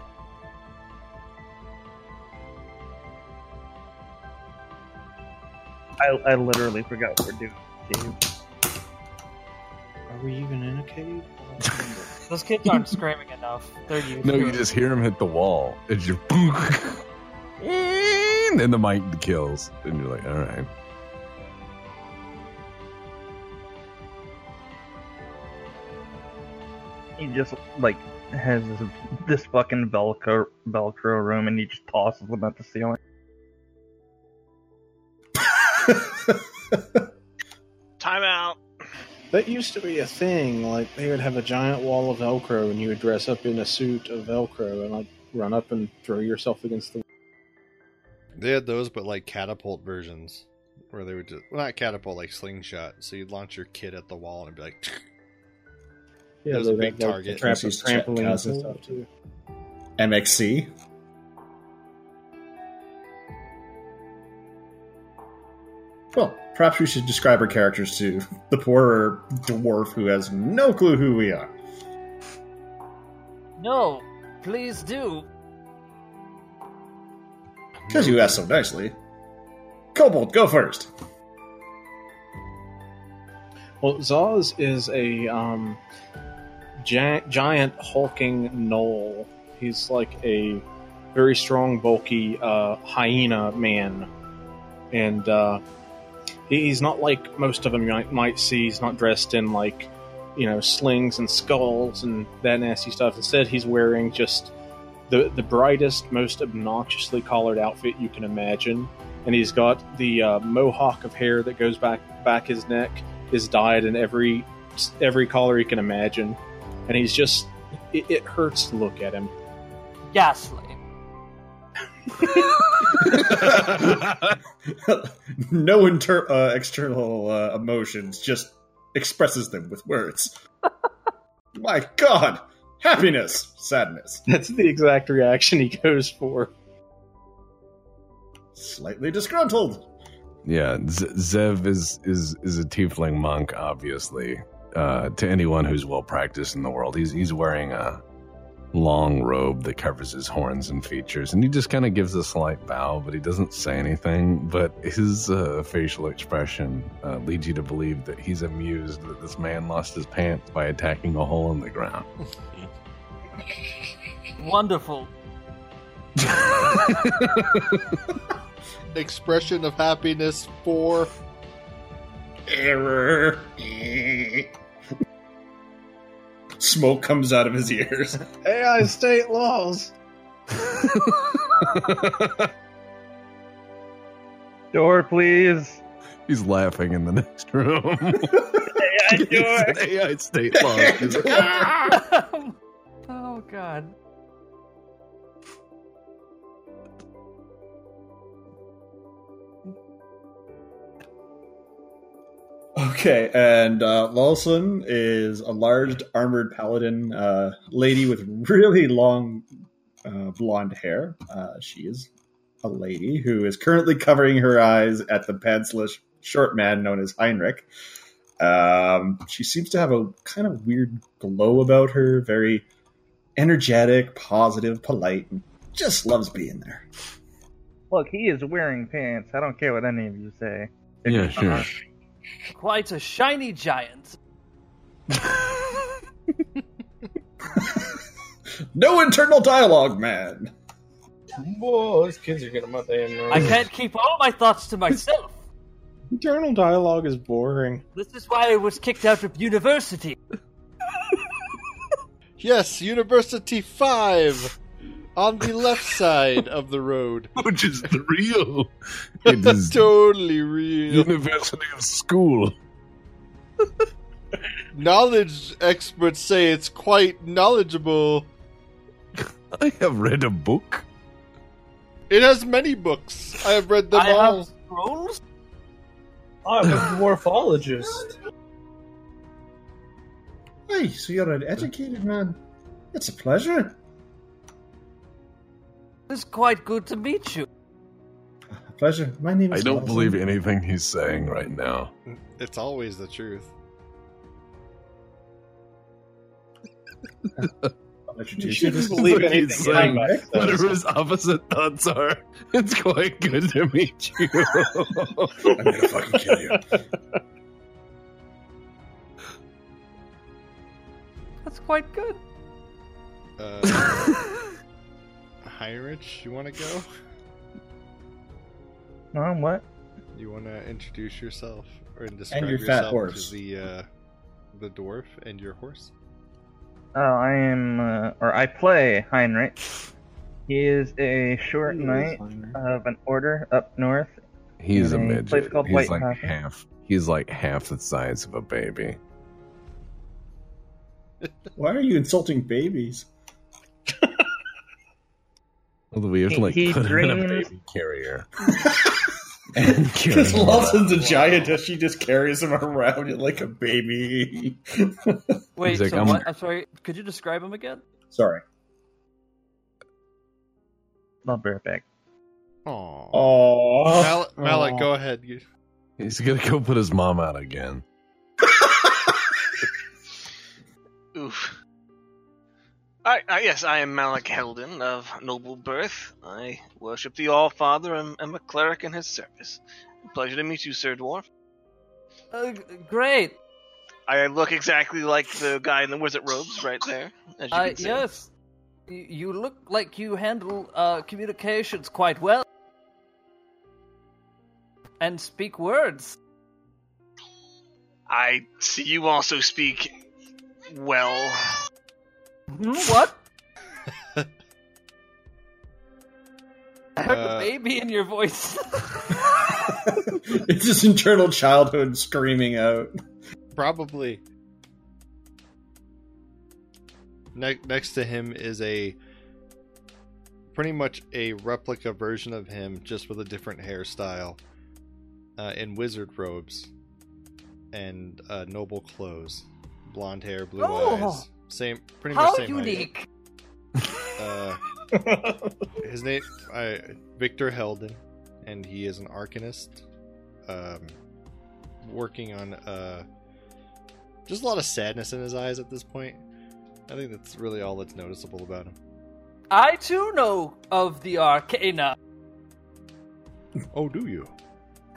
Speaker 5: I, I literally forgot what we're doing. Gabe.
Speaker 6: are we even in a cave?
Speaker 4: Those kids aren't screaming enough. They're used
Speaker 2: No,
Speaker 4: to
Speaker 2: you
Speaker 4: it.
Speaker 2: just hear him hit the wall. It's just boom, (laughs) and the mic kills, and you're like, all right.
Speaker 5: He just like has this, this fucking velcro velcro room, and he just tosses them at the ceiling.
Speaker 7: Time out.
Speaker 6: That used to be a thing. Like they would have a giant wall of Velcro, and you would dress up in a suit of Velcro and like run up and throw yourself against the.
Speaker 3: They had those, but like catapult versions, where they would just well, not catapult, like slingshot. So you'd launch your kid at the wall and it'd be like, That was a
Speaker 6: they-
Speaker 3: big
Speaker 6: they- they
Speaker 3: target.
Speaker 6: trap-
Speaker 1: This is
Speaker 6: trampolines and
Speaker 1: Chad
Speaker 6: stuff too.
Speaker 1: MXC. Well, perhaps we should describe our characters to the poorer dwarf who has no clue who we are.
Speaker 4: No, please do.
Speaker 1: Because you asked so nicely. Kobold, go first.
Speaker 6: Well, Zaz is a um, gi- giant hulking gnoll. He's like a very strong, bulky uh, hyena man, and uh, he- he's not like most of them you might, might see. He's not dressed in like you know slings and skulls and that nasty stuff. Instead, he's wearing just the the brightest, most obnoxiously collared outfit you can imagine, and he's got the uh, mohawk of hair that goes back back his neck is dyed in every every color he can imagine, and he's just it, it hurts to look at him. (laughs)
Speaker 4: Ghastly.
Speaker 1: (laughs) no inter- uh, external uh, emotions, just expresses them with words. (laughs) My god! Happiness! Sadness.
Speaker 6: That's the exact reaction he goes for.
Speaker 1: Slightly disgruntled.
Speaker 2: Yeah, Z- Zev is is is a tiefling monk, obviously. Uh, to anyone who's well practiced in the world, he's he's wearing a long robe that covers his horns and features, and he just kind of gives a slight bow, but he doesn't say anything. But his uh, facial expression uh, leads you to believe that he's amused that this man lost his pants by attacking a hole in the ground. (laughs)
Speaker 4: Wonderful.
Speaker 3: expression of happiness for
Speaker 1: Error. (laughs) Smoke comes out of his ears. (laughs)
Speaker 6: AI state laws.
Speaker 5: Door, please.
Speaker 2: he's laughing in the next (laughs) room. (laughs)
Speaker 5: I do it.
Speaker 2: It's an AI state
Speaker 5: (laughs)
Speaker 2: law. He's like,
Speaker 4: oh god.
Speaker 1: Okay, and uh, Lawson is a large armored paladin uh, lady with really long uh, blonde hair. Uh, she is a lady who is currently covering her eyes at the pantsless short man known as Heinrich. Um, she seems to have a kind of weird glow about her, very energetic, positive, polite, and just loves being there.
Speaker 5: Look, he is wearing pants. I don't care what any of you say.
Speaker 2: yeah, sure.
Speaker 4: Quite a shiny giant.
Speaker 1: No internal dialogue, man.
Speaker 10: (laughs) Whoa, those kids are getting my damn nerves.
Speaker 4: I can't keep all my thoughts to myself.
Speaker 6: Internal dialogue is boring.
Speaker 4: This is why I was kicked out of university.
Speaker 3: yes, University Five on
Speaker 2: (laughs)
Speaker 3: the left side of the road.
Speaker 2: Which is the real. (laughs) It (laughs)
Speaker 3: That's
Speaker 2: is
Speaker 3: (laughs) totally real.
Speaker 2: University of School.
Speaker 3: Knowledge experts say it's quite knowledgeable.
Speaker 2: I have read a book.
Speaker 3: It has many books. I have read them
Speaker 4: I
Speaker 3: all.
Speaker 4: have scrolls.
Speaker 10: I'm a dwarfologist.
Speaker 1: Hey, so you're an educated man. It's a pleasure.
Speaker 4: It's quite good to meet you.
Speaker 1: A pleasure. My name
Speaker 2: I
Speaker 1: is.
Speaker 2: don't
Speaker 1: Lawson.
Speaker 2: believe anything he's saying right now.
Speaker 3: It's always the truth.
Speaker 1: I'll
Speaker 6: You
Speaker 1: introduce you.
Speaker 6: shouldn't
Speaker 1: This is
Speaker 6: believe
Speaker 1: what
Speaker 2: he's
Speaker 6: anything
Speaker 2: saying.
Speaker 6: anybody says.
Speaker 2: Whatever his opposite thoughts are, it's quite good to meet
Speaker 5: (laughs)
Speaker 2: you.
Speaker 1: (laughs) I'm gonna fucking kill
Speaker 6: (laughs)
Speaker 1: you.
Speaker 4: That's quite good.
Speaker 3: (laughs) Uh, Heinrich, you want to go?
Speaker 5: Mom, what?
Speaker 3: You want to introduce yourself or describe
Speaker 1: your fat
Speaker 3: yourself
Speaker 1: horse.
Speaker 3: to the uh, the dwarf and your horse?
Speaker 5: Oh, I am, uh, or I play Heinrich. He is a short knight of an order up north.
Speaker 2: he's a
Speaker 5: In a
Speaker 2: midget.
Speaker 5: place called
Speaker 2: he's
Speaker 5: White
Speaker 2: like
Speaker 5: Castle.
Speaker 2: half. He's like half the size of a baby.
Speaker 1: Why are you insulting
Speaker 2: (laughs)
Speaker 1: babies?
Speaker 2: Although we have to
Speaker 5: He-
Speaker 2: like
Speaker 5: he
Speaker 2: put him in a
Speaker 5: dreams-
Speaker 2: baby carrier. and carry him around.
Speaker 1: a giant, and she just carries him around like a baby.
Speaker 4: Wait,
Speaker 2: like,
Speaker 4: so
Speaker 2: I'm-
Speaker 4: what? I'm sorry. Could you describe him again?
Speaker 1: Sorry.
Speaker 5: I'll be right back.
Speaker 3: Aww.
Speaker 6: (laughs)
Speaker 1: Oh,
Speaker 3: Mal- Malik, go ahead. You-
Speaker 2: He's gonna go put his mom out again.
Speaker 7: Oof. I, I, yes, I am Malik Heldin of noble birth. I worship the All Father and am a cleric in his service. Pleasure to meet you, Sir Dwarf.
Speaker 4: Uh, g- great.
Speaker 7: I look exactly like the guy in the wizard robes right there. As you
Speaker 4: Uh,
Speaker 7: can see.
Speaker 4: yes. Y- You look like you handle uh, communications quite well. And speak words.
Speaker 7: I see you also speak well.
Speaker 4: Hmm, What? I heard
Speaker 3: Uh,
Speaker 4: a baby in your voice.
Speaker 1: it's his internal childhood screaming
Speaker 6: (laughs)
Speaker 1: out.
Speaker 3: Probably. Ne- next to him is a pretty much a replica version of him, just with a different hairstyle, uh, in wizard robes and uh, noble clothes, blonde hair, blue
Speaker 4: Oh!
Speaker 3: eyes, same, pretty much
Speaker 4: How
Speaker 3: same. height.
Speaker 4: unique.
Speaker 3: (laughs) Uh, his name, uh, Victor Helden, and he is an arcanist, um, working on uh, just a lot of sadness in his eyes at this point. I think that's really all that's noticeable about him.
Speaker 4: I too know of the arcana.
Speaker 3: Oh, do you?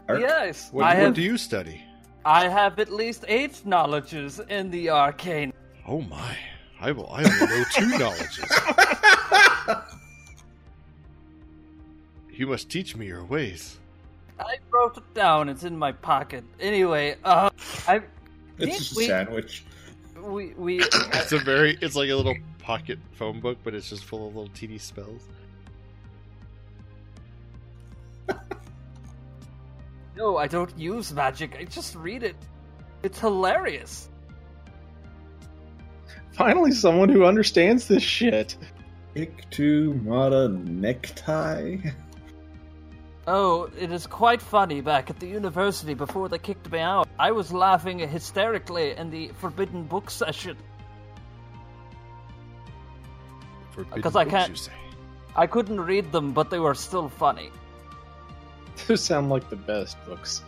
Speaker 1: Arc?
Speaker 4: Yes,
Speaker 3: What,
Speaker 4: I
Speaker 3: what
Speaker 4: have.
Speaker 3: do you study?
Speaker 4: I have at least eight knowledges in the arcane.
Speaker 3: Oh my! I will. I will know (laughs) two knowledges. You must teach me your ways.
Speaker 4: I wrote it down. It's in my pocket. Anyway, uh, I
Speaker 1: It's just a
Speaker 4: we-
Speaker 1: sandwich.
Speaker 4: we we (coughs)
Speaker 3: It's a very. It's like a little pocket phone book, but it's just full of little teeny spells.
Speaker 4: no. I don't use magic. I just read it. It's hilarious.
Speaker 6: Finally, someone who understands this shit. (laughs)
Speaker 1: Ictumata necktie.
Speaker 4: Oh, it is quite funny. Back at the university, before they kicked me out, I was laughing hysterically in the forbidden book session.
Speaker 3: Forbidden
Speaker 4: Uh, 'Cause I
Speaker 3: books,
Speaker 4: can't-
Speaker 3: you say.
Speaker 4: I couldn't read them, but they were still funny.
Speaker 6: Those sound like the best books.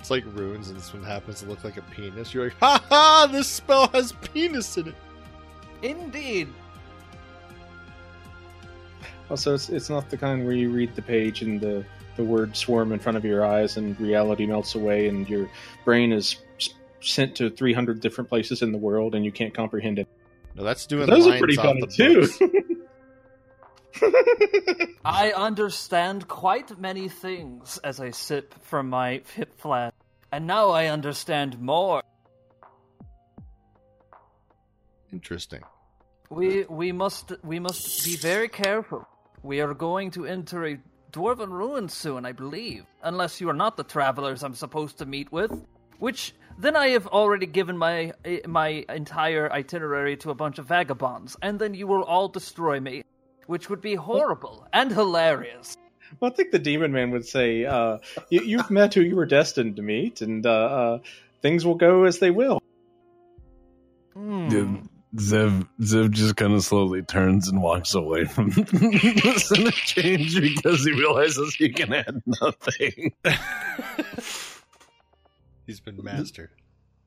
Speaker 3: It's like runes, and this one happens to look like a penis. You're like, ha ha! This spell has penis in it.
Speaker 4: Indeed.
Speaker 6: Also, it's, it's not the kind where you read the page and the, the words swarm in front of your eyes and reality melts away and your brain is s- sent to 300 different places in the world and you can't comprehend it.
Speaker 3: No, that's doing
Speaker 6: Those
Speaker 3: lines
Speaker 6: are pretty
Speaker 3: off
Speaker 6: funny
Speaker 3: the
Speaker 6: too. (laughs)
Speaker 3: books.
Speaker 4: I understand quite many things as I sip from my hip flask, and now I understand more.
Speaker 3: Interesting.
Speaker 4: We we must we must be very careful. We are going to enter a dwarven ruin soon, I believe, unless you are not the travelers I'm supposed to meet with. Which then I have already given my eh, my entire itinerary to a bunch of vagabonds, and then you will all destroy me. which would be horrible and hilarious.
Speaker 6: Well, I think the demon man would say, uh, you, "You've met who you were destined to meet, and uh, uh, things will go as they will."
Speaker 4: Hmm.
Speaker 2: Ziv, Ziv, Ziv just kind of slowly turns and walks away from (laughs) the center change because he realizes he can add nothing.
Speaker 3: He's been
Speaker 4: Mm-hmm.
Speaker 3: mastered.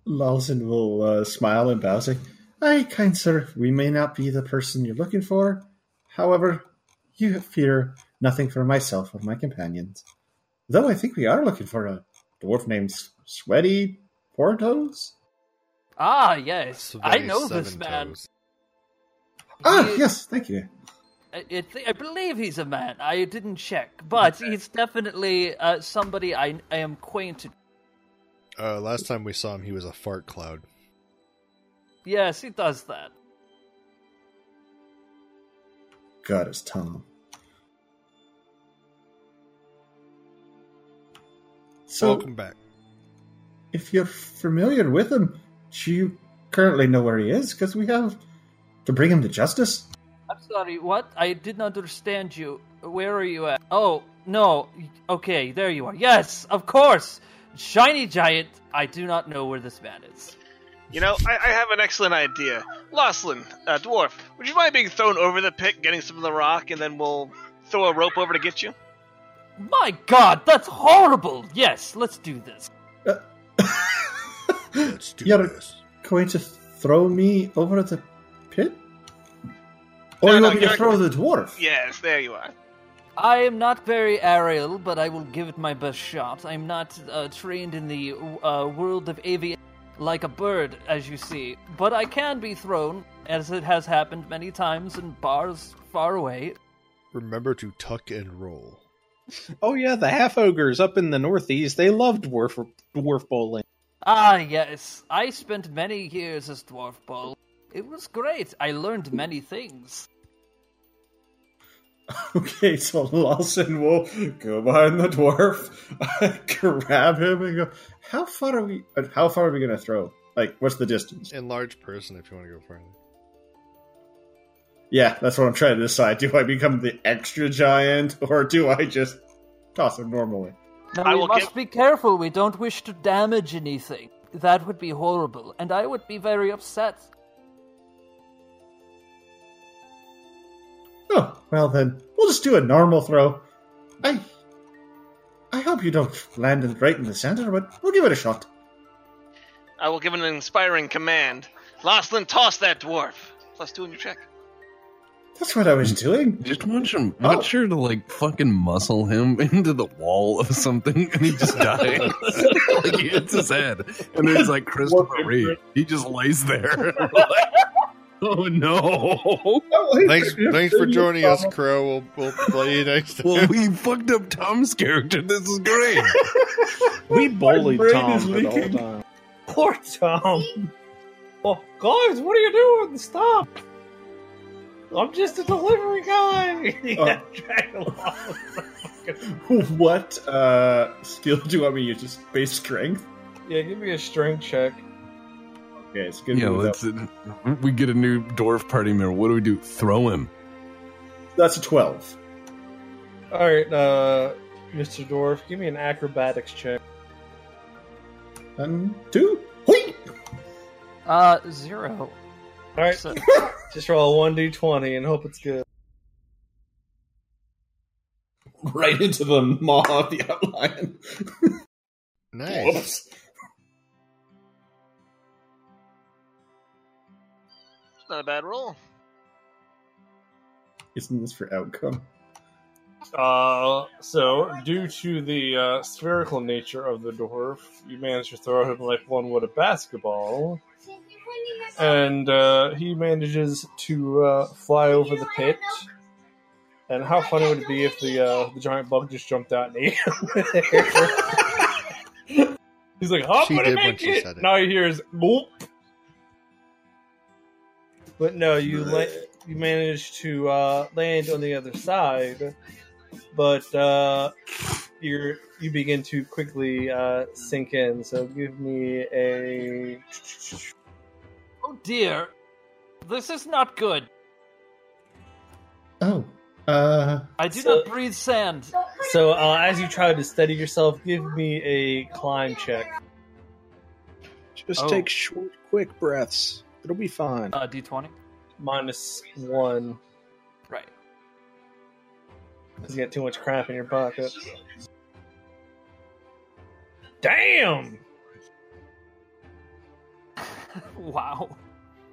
Speaker 1: Lawson will uh, smile and bow, say, "Aye, kind sir, we may not be the person you're looking for. However, you fear nothing for myself or my companions. Though I think we are looking for a dwarf named S- Sweaty Portos.
Speaker 4: Ah, yes, I
Speaker 3: Very
Speaker 4: know this
Speaker 3: seven
Speaker 4: man.
Speaker 3: toes.
Speaker 1: Ah,
Speaker 4: He-
Speaker 1: yes, thank you.
Speaker 4: I, I thi- I believe he's a man. I didn't check, but he's definitely uh, somebody I, I am acquainted.
Speaker 3: Uh, last time we saw him, he was a fart cloud.
Speaker 4: Yes, he does that.
Speaker 1: God, it's Tom. So,
Speaker 3: Welcome back.
Speaker 1: if you're familiar with him, do you currently know where he is? Because we have to bring him to justice.
Speaker 4: I'm sorry, what? I didn't understand you. Where are you at? Oh, no. Okay, there you are. Yes, of course. Shiny Giant. I do not know where this man is.
Speaker 7: You know, I, I have an excellent idea. Loslin, uh, dwarf, would you mind being thrown over the pit, getting some of the rock, and then we'll throw a rope over to get you?
Speaker 4: My god, that's horrible. Yes, let's do this.
Speaker 3: Let's do
Speaker 1: You're-
Speaker 3: this.
Speaker 1: (laughs) Going to throw me over the pit? Or
Speaker 7: No,
Speaker 1: you
Speaker 7: no,
Speaker 1: want me to
Speaker 7: you're-
Speaker 1: throw the dwarf?
Speaker 7: Yes, there you are.
Speaker 4: I am not very aerial, but I will give it my best shot. I'm not uh, trained in the uh, world of aviation like a bird, as you see, but I can be thrown, as it has happened many times in bars far away.
Speaker 3: Remember to tuck and roll.
Speaker 6: Oh yeah, the half ogres up in the northeast, they love dwarf dwarf bowling.
Speaker 4: Ah, yes. I spent many years as Dwarf Ball. It was great. I learned many things.
Speaker 1: (laughs) Okay, so Lawson will go behind the dwarf, (laughs) grab him, and go. How far are we? uh, How far are we going to throw? Like, what's the distance?
Speaker 3: Enlarge person if you want to go
Speaker 6: (laughs)
Speaker 3: farther.
Speaker 1: Yeah, that's what I'm trying to decide. Do I become the extra giant, (laughs) or do I just toss him normally?
Speaker 4: Now,
Speaker 7: I
Speaker 4: we
Speaker 7: will
Speaker 4: must
Speaker 7: give-
Speaker 4: be careful. We don't wish to damage anything. That would be horrible, and I would be very upset.
Speaker 1: Oh, well then, we'll just do a normal throw. I, I hope you don't land in right in the center, but we'll give it a shot.
Speaker 7: I will give an inspiring command. Loslin, toss that dwarf. Plus two in your check.
Speaker 1: That's what I was doing.
Speaker 2: Just watch him. Watch her to like fucking muscle him (laughs) into the wall of something, and he just dies. (laughs) like he hits his head, and it's like Christopher Reeve. He just lays there. (laughs) like, oh no!
Speaker 3: Thanks, thanks for joining us,
Speaker 6: Uh-huh.
Speaker 3: Crow. We'll,
Speaker 6: (laughs)
Speaker 3: we'll play you next
Speaker 2: (laughs)
Speaker 3: time.
Speaker 2: Well, we fucked up Tom's character. This is great.
Speaker 6: We bullied
Speaker 1: brain
Speaker 6: Tom
Speaker 1: is
Speaker 6: for the whole
Speaker 1: leaking.
Speaker 6: time.
Speaker 10: (laughs) Poor Tom. Oh, guys, what are you doing? Stop! I'm just a delivery guy. (laughs) yeah, drag along.
Speaker 1: (laughs) What uh, skill do you want me to use? Just base strength.
Speaker 10: yeah, give me a strength check.
Speaker 1: Okay, it's good.
Speaker 2: (laughs) yeah, let's. we get a new dwarf party member. What do we do? Throw him.
Speaker 1: That's a twelve.
Speaker 10: All right, uh, Mr. Dwarf, give me an acrobatics check.
Speaker 1: And two. Hoi!
Speaker 4: Uh, zero.
Speaker 10: All right,
Speaker 4: So-
Speaker 10: just roll one d twenty and hope it's good.
Speaker 1: Right into the maw of the outline.
Speaker 3: nice.
Speaker 7: It's not a bad roll.
Speaker 1: Isn't this for outcome?
Speaker 8: Uh, so due to the uh, spherical nature of the dwarf, you manage to throw him like one would a basketball, and uh, he manages to uh, fly over the pit. And how funny would it be if the uh, the giant bug just jumped out and ate him? (laughs) He's like, "I'm
Speaker 3: She
Speaker 8: gonna
Speaker 3: did when
Speaker 8: make
Speaker 3: she
Speaker 8: it!"
Speaker 3: said it.
Speaker 8: Now he hears, "Nope."
Speaker 10: But no, you la- you managed to uh, land on the other side, but uh, you you begin to quickly uh, sink in. So give me a
Speaker 4: Oh dear. This is not good.
Speaker 1: Oh. Uh.
Speaker 4: I do
Speaker 10: So-
Speaker 4: not breathe sand.
Speaker 10: So uh, as you try to steady yourself, give me a climb check.
Speaker 6: Just
Speaker 4: Oh.
Speaker 6: take short, quick breaths. It'll be fine.
Speaker 4: Uh, D20.
Speaker 10: minus one.
Speaker 4: Right.
Speaker 10: Because you got too much crap in your pocket. Damn!
Speaker 4: Wow.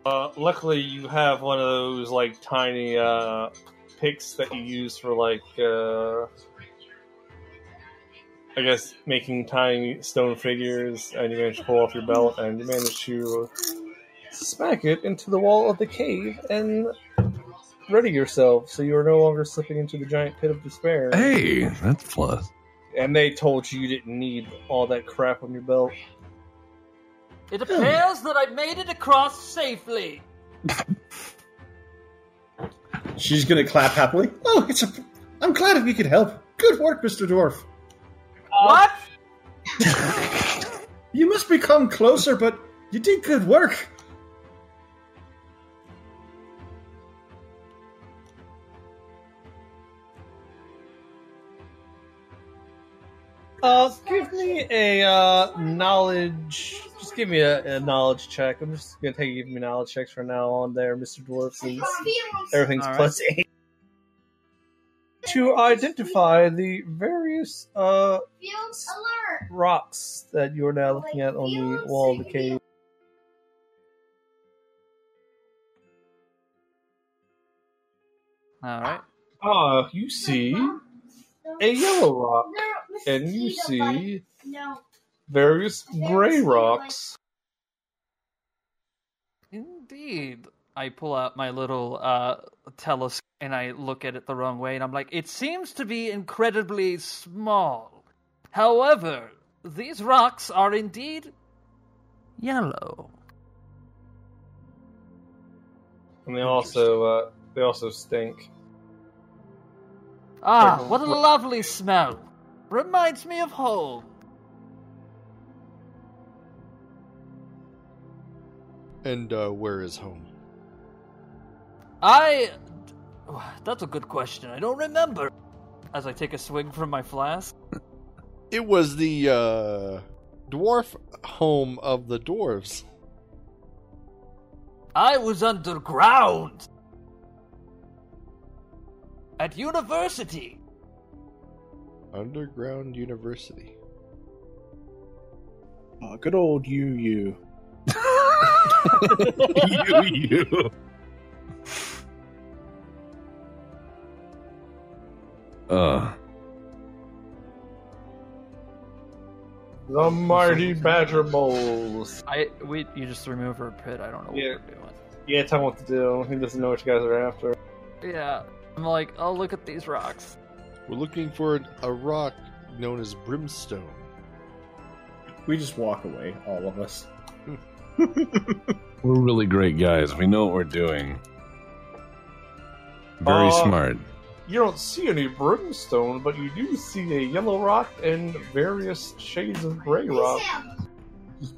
Speaker 8: Uh, luckily, you have one of those like tiny uh, picks that you use for like, uh, I guess, making tiny stone figures, and you manage to pull off your belt, and you manage to smack it into the wall of the cave and ready yourself, so you are no longer slipping into the giant pit of despair.
Speaker 2: Hey, that's plus.
Speaker 10: And they told you you didn't need all that crap on your belt.
Speaker 1: Oh.
Speaker 4: It appears that I made it across safely.
Speaker 1: She's gonna clap happily. Oh, it's a. I'm glad we could help. Good work, Mister Dwarf.
Speaker 4: what?
Speaker 1: You must become closer, but you did good work.
Speaker 10: Uh, give me a uh, knowledge. Just give me a, a knowledge check. I'm just gonna take you give me knowledge checks from now on, there, Mr. Dwarf. Since everything's
Speaker 4: All right.
Speaker 10: plus eight. To identify the various uh,
Speaker 11: Fields alert.
Speaker 10: rocks that you're now looking at on the wall of the cave.
Speaker 4: All right.
Speaker 8: Ah, you see
Speaker 11: No,
Speaker 8: a yellow rock,
Speaker 11: no,
Speaker 8: and you
Speaker 11: mosquito bite.
Speaker 8: see
Speaker 11: No.
Speaker 8: various gray rocks.
Speaker 4: Indeed. I pull out my little uh, telescope and I look at it the wrong way, and I'm like, it seems to be incredibly small. However, these rocks are indeed yellow.
Speaker 8: and they also uh, they also stink.
Speaker 4: Ah,
Speaker 8: Like,
Speaker 4: what a
Speaker 8: what-
Speaker 4: lovely smell! Reminds me of home.
Speaker 3: And uh, where is home?
Speaker 4: I. That's a good question. I don't remember. As I take a swig from my flask.
Speaker 3: It was the uh, dwarf home of the dwarves.
Speaker 4: I was underground! At university!
Speaker 3: Underground University.
Speaker 6: Uh, good old you, you.
Speaker 2: (laughs) you, you. Uh,
Speaker 8: The mighty badger moles.
Speaker 4: I. Wait, you just remove her pit. I don't know
Speaker 8: what Yeah.
Speaker 4: we're
Speaker 8: Yeah, tell him what to do. He doesn't know what you guys are after.
Speaker 4: doing. Yeah. I'm like, oh, look at these rocks.
Speaker 3: We're looking for a rock known as brimstone.
Speaker 1: We just walk away, all of us.
Speaker 2: we're really great guys. We know what we're doing. Very
Speaker 8: Uh,
Speaker 2: smart.
Speaker 8: You don't see any brimstone, but you do see a yellow rock and various shades of gray rock.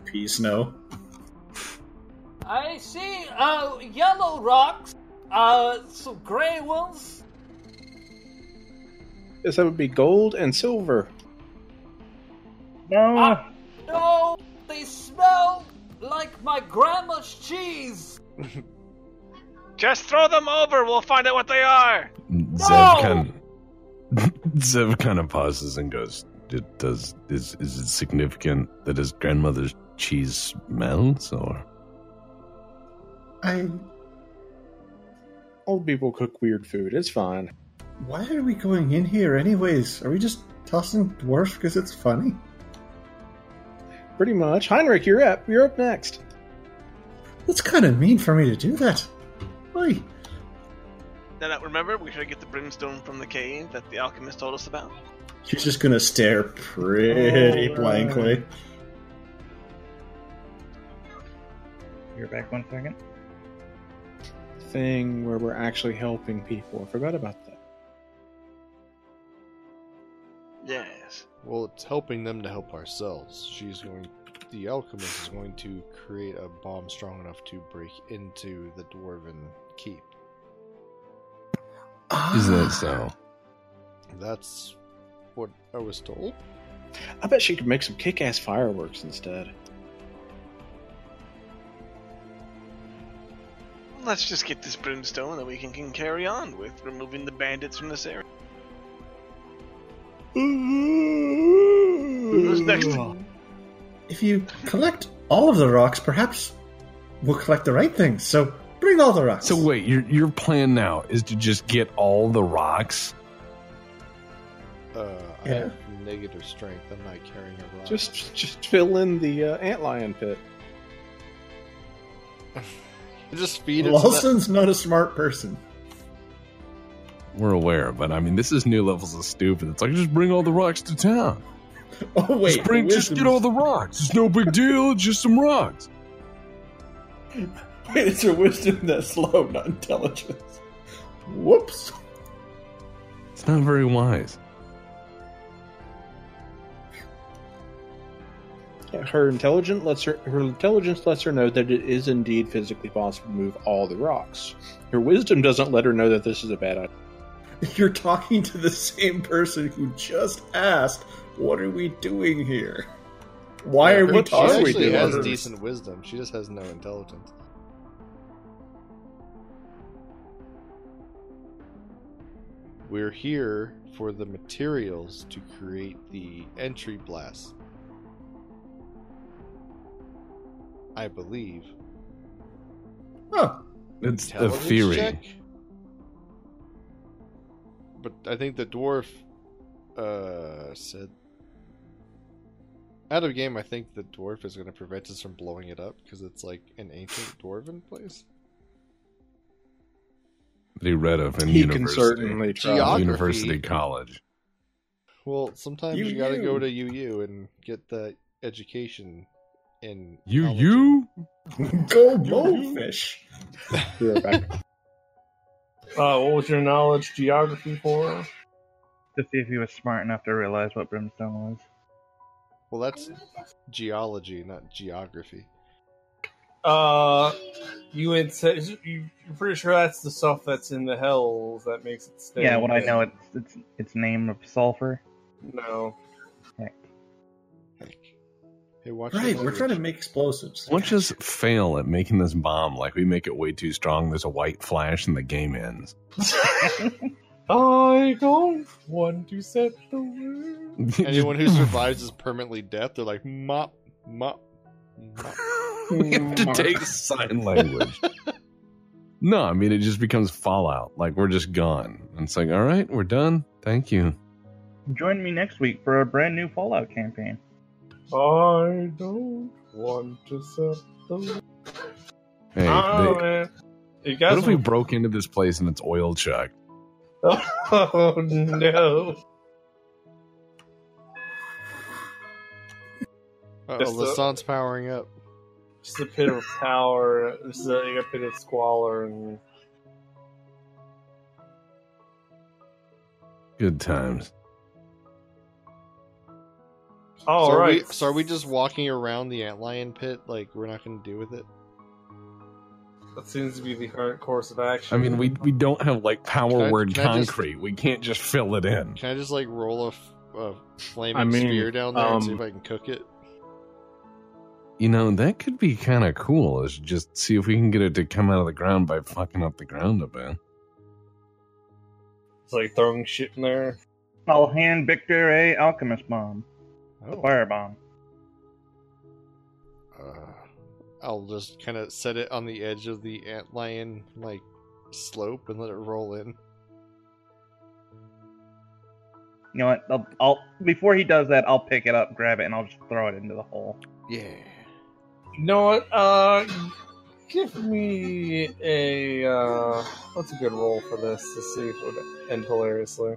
Speaker 1: Peace, no.
Speaker 4: I see, uh, yellow rocks, uh, some gray ones.
Speaker 6: Yes, that would be gold and silver.
Speaker 5: No,
Speaker 4: Ah. No, they smell like my grandma's cheese!
Speaker 7: Just throw them over. We'll find out what they are.
Speaker 2: Zev kind (laughs) Zev kind of pauses and goes, "It does is is it significant that his grandmother's cheese smells or
Speaker 1: I.
Speaker 6: Old people cook weird food. It's fine.
Speaker 1: Why are we going in here, anyways? Are we just tossing dwarfs because it's funny?
Speaker 6: Pretty much. Heinrich, you're up. You're up next.
Speaker 1: That's kind of mean for me to do that. Why?
Speaker 7: Now, that remember, we should get the brimstone from the cave that the alchemist told us about.
Speaker 1: She's just gonna stare pretty blankly.
Speaker 5: you're back one second.
Speaker 6: Thing where we're actually helping people. I forgot about that.
Speaker 7: Yes.
Speaker 3: Well, it's helping them to help ourselves. She's going. The alchemist is going to create a bomb strong enough to break into the dwarven keep.
Speaker 2: Is that so?
Speaker 3: That's what I was told.
Speaker 6: I bet she could make some kick ass fireworks instead.
Speaker 7: Let's just get this brimstone that we can, can carry on with removing the bandits from this area. Who's next?
Speaker 1: If you collect all of the rocks, perhaps we'll collect the right things. So bring all the rocks.
Speaker 2: So wait, your your plan now is to just get all the rocks?
Speaker 3: Uh, I
Speaker 1: Yeah.
Speaker 3: have negative strength. I'm not carrying a rock.
Speaker 6: Just just fill in the uh, antlion pit.
Speaker 3: (laughs) just feed it. to that-
Speaker 1: Lawson's not a smart person. (laughs)
Speaker 2: We're aware, but I mean, this is new levels of stupid. It's like just bring all the rocks to town.
Speaker 1: Oh wait,
Speaker 2: just bring, just
Speaker 1: wisdom's-
Speaker 2: get all the rocks. It's no big deal. It's just some rocks.
Speaker 1: Wait, it's a wisdom that's slow, not intelligence. Whoops.
Speaker 2: It's not very wise.
Speaker 6: Her intelligence lets her her intelligence lets her know that it is indeed physically possible to move all the rocks. Her wisdom doesn't let her know that this is a bad idea.
Speaker 1: You're talking to the same person who just asked, "What are we doing here? Why
Speaker 3: Yeah,
Speaker 1: are
Speaker 3: her-
Speaker 1: we
Speaker 6: what
Speaker 3: she
Speaker 1: talking?"
Speaker 6: are we
Speaker 3: actually
Speaker 6: doing?
Speaker 3: has
Speaker 1: to this? (laughs)
Speaker 3: decent wisdom. She just has no intelligence. We're here for the materials to create the entry blast. I believe.
Speaker 1: Oh,
Speaker 2: It's a
Speaker 3: Intelligence
Speaker 2: theory.
Speaker 3: check? But I think the dwarf uh, said. Out of game, I think the dwarf is going to prevent us from blowing it up because it's like an ancient dwarven place.
Speaker 2: They read of in
Speaker 6: He can
Speaker 2: university,
Speaker 6: certainly try.
Speaker 3: Geog-
Speaker 2: university college.
Speaker 3: Well, sometimes you got to go to UU and get the education in.
Speaker 2: You,
Speaker 3: knowledge.
Speaker 2: you.
Speaker 1: go molefish.
Speaker 6: Be right back.
Speaker 8: Uh, what was your knowledge geography for?
Speaker 5: To see if he was smart enough to realize what brimstone was.
Speaker 3: Well, that's geology, not geography.
Speaker 8: Uh, you would say you- you're pretty sure that's the stuff that's in the hells that makes it stay.
Speaker 5: yeah, what I know, it's it's its name of sulfur.
Speaker 8: No.
Speaker 3: Heck. Hey, watch your
Speaker 1: Right, we're trying to
Speaker 3: language.
Speaker 1: make explosives.
Speaker 2: Let's just fail at making this bomb. Like we make it way too strong. There's a white flash and the game ends. (laughs)
Speaker 8: I don't want to set the world.
Speaker 2: (laughs)
Speaker 3: Anyone who survives is permanently deaf. They're like mop, mop, mop.
Speaker 2: we have to take sign
Speaker 3: (laughs)
Speaker 2: language. no, I mean it just becomes fallout. Like we're just gone. And it's like, all right, we're done. Thank you.
Speaker 5: Join me next week for a brand new Fallout campaign.
Speaker 8: I don't want to set the world.
Speaker 2: Hey,
Speaker 8: Oh,
Speaker 2: they-
Speaker 8: man. You
Speaker 2: what
Speaker 8: guys
Speaker 2: if we broke into this place and it's oil chucked?
Speaker 8: (laughs) Oh no.
Speaker 3: Oh,
Speaker 8: Just the-
Speaker 3: the sun's powering up.
Speaker 8: Just a pit of power. This is a, like a pit of squalor and
Speaker 2: Good times.
Speaker 8: Oh,
Speaker 3: so
Speaker 8: right.
Speaker 3: Are we, so are we just walking around the antlion pit like we're not going to deal with it?
Speaker 8: That seems to be the current course of action.
Speaker 2: I mean, we we don't have like power
Speaker 3: Can I-
Speaker 2: word
Speaker 3: can I just-
Speaker 2: concrete. we can't just fill it in.
Speaker 3: Can I just like roll a, f- a flaming
Speaker 6: I mean,
Speaker 3: spear down there and see
Speaker 6: um,
Speaker 3: if I can cook it?
Speaker 2: You know, that could be kind of cool. Is just see if we can get it to come out of the ground by fucking up the ground a bit.
Speaker 8: It's like throwing shit in there.
Speaker 5: I'll hand Victor a alchemist bomb,
Speaker 3: Oh.
Speaker 5: fire bomb.
Speaker 3: Uh, I'll just kind of set it on the edge of the antlion like slope and let it roll in.
Speaker 5: You know what? I'll, I'll before he does that, I'll pick it up, grab it, and I'll just throw it into the hole.
Speaker 3: Yeah.
Speaker 8: You know what? Uh, give me a. Uh, what's a good roll for this to see if it would end hilariously?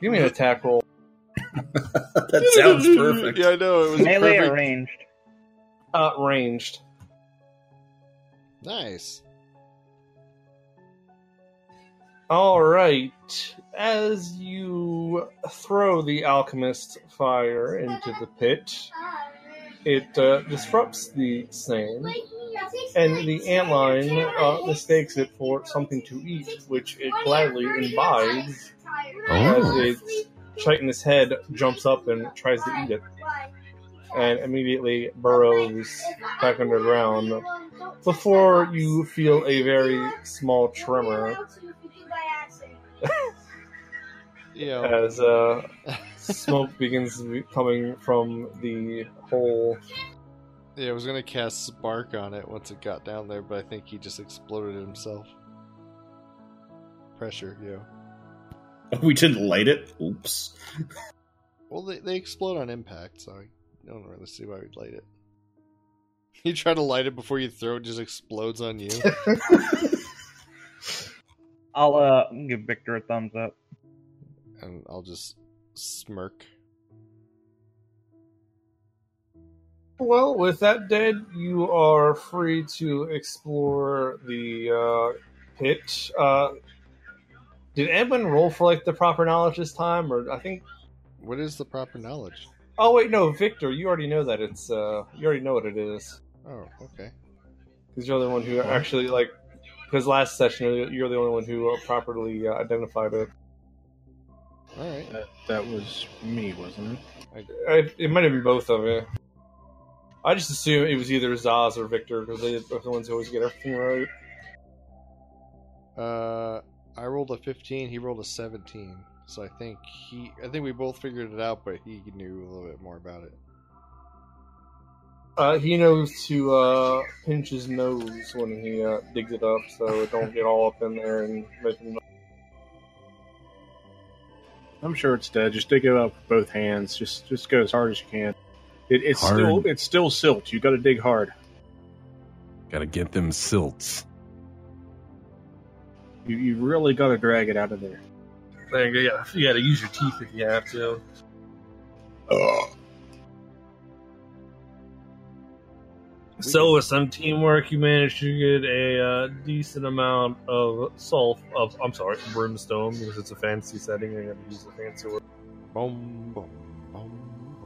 Speaker 8: Give me an attack roll.
Speaker 1: that sounds (laughs) perfect.
Speaker 3: (laughs) yeah, I know it was a
Speaker 5: Melee
Speaker 3: perfect.
Speaker 5: arranged.
Speaker 8: Uh, ranged.
Speaker 3: Nice.
Speaker 8: All right. As you throw the alchemist fire into the pit, it uh, disrupts the sand
Speaker 10: and the antlion uh, mistakes it for something to eat, which it gladly imbibes as
Speaker 2: Oh.
Speaker 10: a chitinous head jumps up and tries to eat it, and immediately burrows back underground before you feel a very small tremor
Speaker 3: Yeah.
Speaker 10: as uh, smoke begins coming from the hole.
Speaker 3: Yeah, I was gonna cast spark on it once it got down there, but I think he just exploded it himself. Pressure, yeah.
Speaker 1: We didn't light it. Oops.
Speaker 3: Well, they, they explode on impact, so I don't really see why we'd light it. (laughs) You try to light it before your throat just explodes on you.
Speaker 5: I'll uh give Victor a thumbs up.
Speaker 3: and I'll just smirk.
Speaker 10: Well, with that dead, you are free to explore the uh, pit. Uh, did anyone roll for like the proper knowledge this time, or I think?
Speaker 3: What is the proper knowledge?
Speaker 10: Oh wait, no, Victor, you already know that it's. Uh, you already know what it is
Speaker 3: Oh, okay.
Speaker 10: because you're the only one who actually like. Because last session, you're- you're the only one who uh, properly uh, identified it.
Speaker 3: All right.
Speaker 6: (laughs) That, that was me, wasn't it?
Speaker 10: I, it might have been both of you. I just assume it was either Zaz or Victor because they are the ones who always get everything right.
Speaker 3: Uh, I rolled a 15. He rolled a 17. So I think he, I think we both figured it out, but he knew a little bit more about it.
Speaker 10: Uh, he knows to uh, pinch his nose when he uh, digs it up, so it don't get all up in there and make him.
Speaker 6: I'm sure it's dead. Just dig it up with both hands. Just just go as hard as you can. It, it's
Speaker 2: Hard.
Speaker 6: still it's still silt. You got to dig hard.
Speaker 2: Gotta get them silts.
Speaker 6: You, you really got to drag it out of
Speaker 7: (laughs)
Speaker 6: there.
Speaker 8: Like, you, gotta, you gotta use your teeth if you have to.
Speaker 3: Uh,
Speaker 8: So with some teamwork, you managed to get a uh, decent amount of sulf of I'm sorry, brimstone because it's a fancy setting and you have to use a fancy word.
Speaker 3: Boom, boom, boom,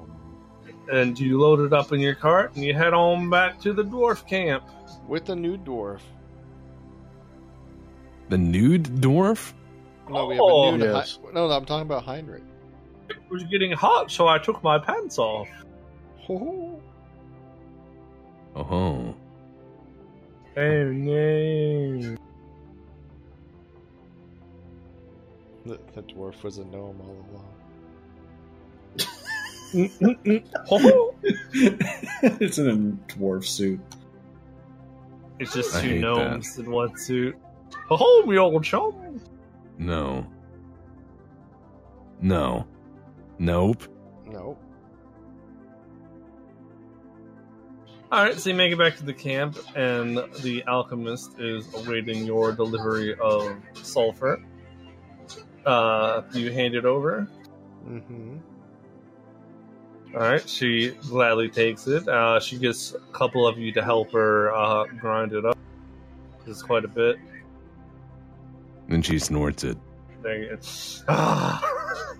Speaker 3: boom.
Speaker 8: And you load it up in your cart and you head on back to the dwarf camp.
Speaker 3: With a new dwarf.
Speaker 2: The nude dwarf?
Speaker 3: No, we have a
Speaker 8: Oh,
Speaker 3: new.
Speaker 6: yes.
Speaker 3: no, no, I'm talking about Heinrich.
Speaker 8: It was getting hot, so I took my pants off.
Speaker 3: Oh,
Speaker 2: Oh,
Speaker 8: Oh no!
Speaker 3: the, the dwarf was a gnome all along.
Speaker 1: (laughs) it's in a dwarf suit.
Speaker 8: (laughs) It's just
Speaker 2: I
Speaker 8: two
Speaker 2: hate
Speaker 8: gnomes in one suit. Oh, me old chum.
Speaker 2: no. No. Nope.
Speaker 3: No.
Speaker 8: All right, so you make it back to the camp, and the alchemist is awaiting your delivery of sulfur. Uh, you hand it over.
Speaker 3: Mm-hmm.
Speaker 8: All right, she gladly takes it. Uh, she gets a couple of you to help her uh, grind it up. It's quite a bit.
Speaker 2: Then she snorts it.
Speaker 8: There you go. Ah.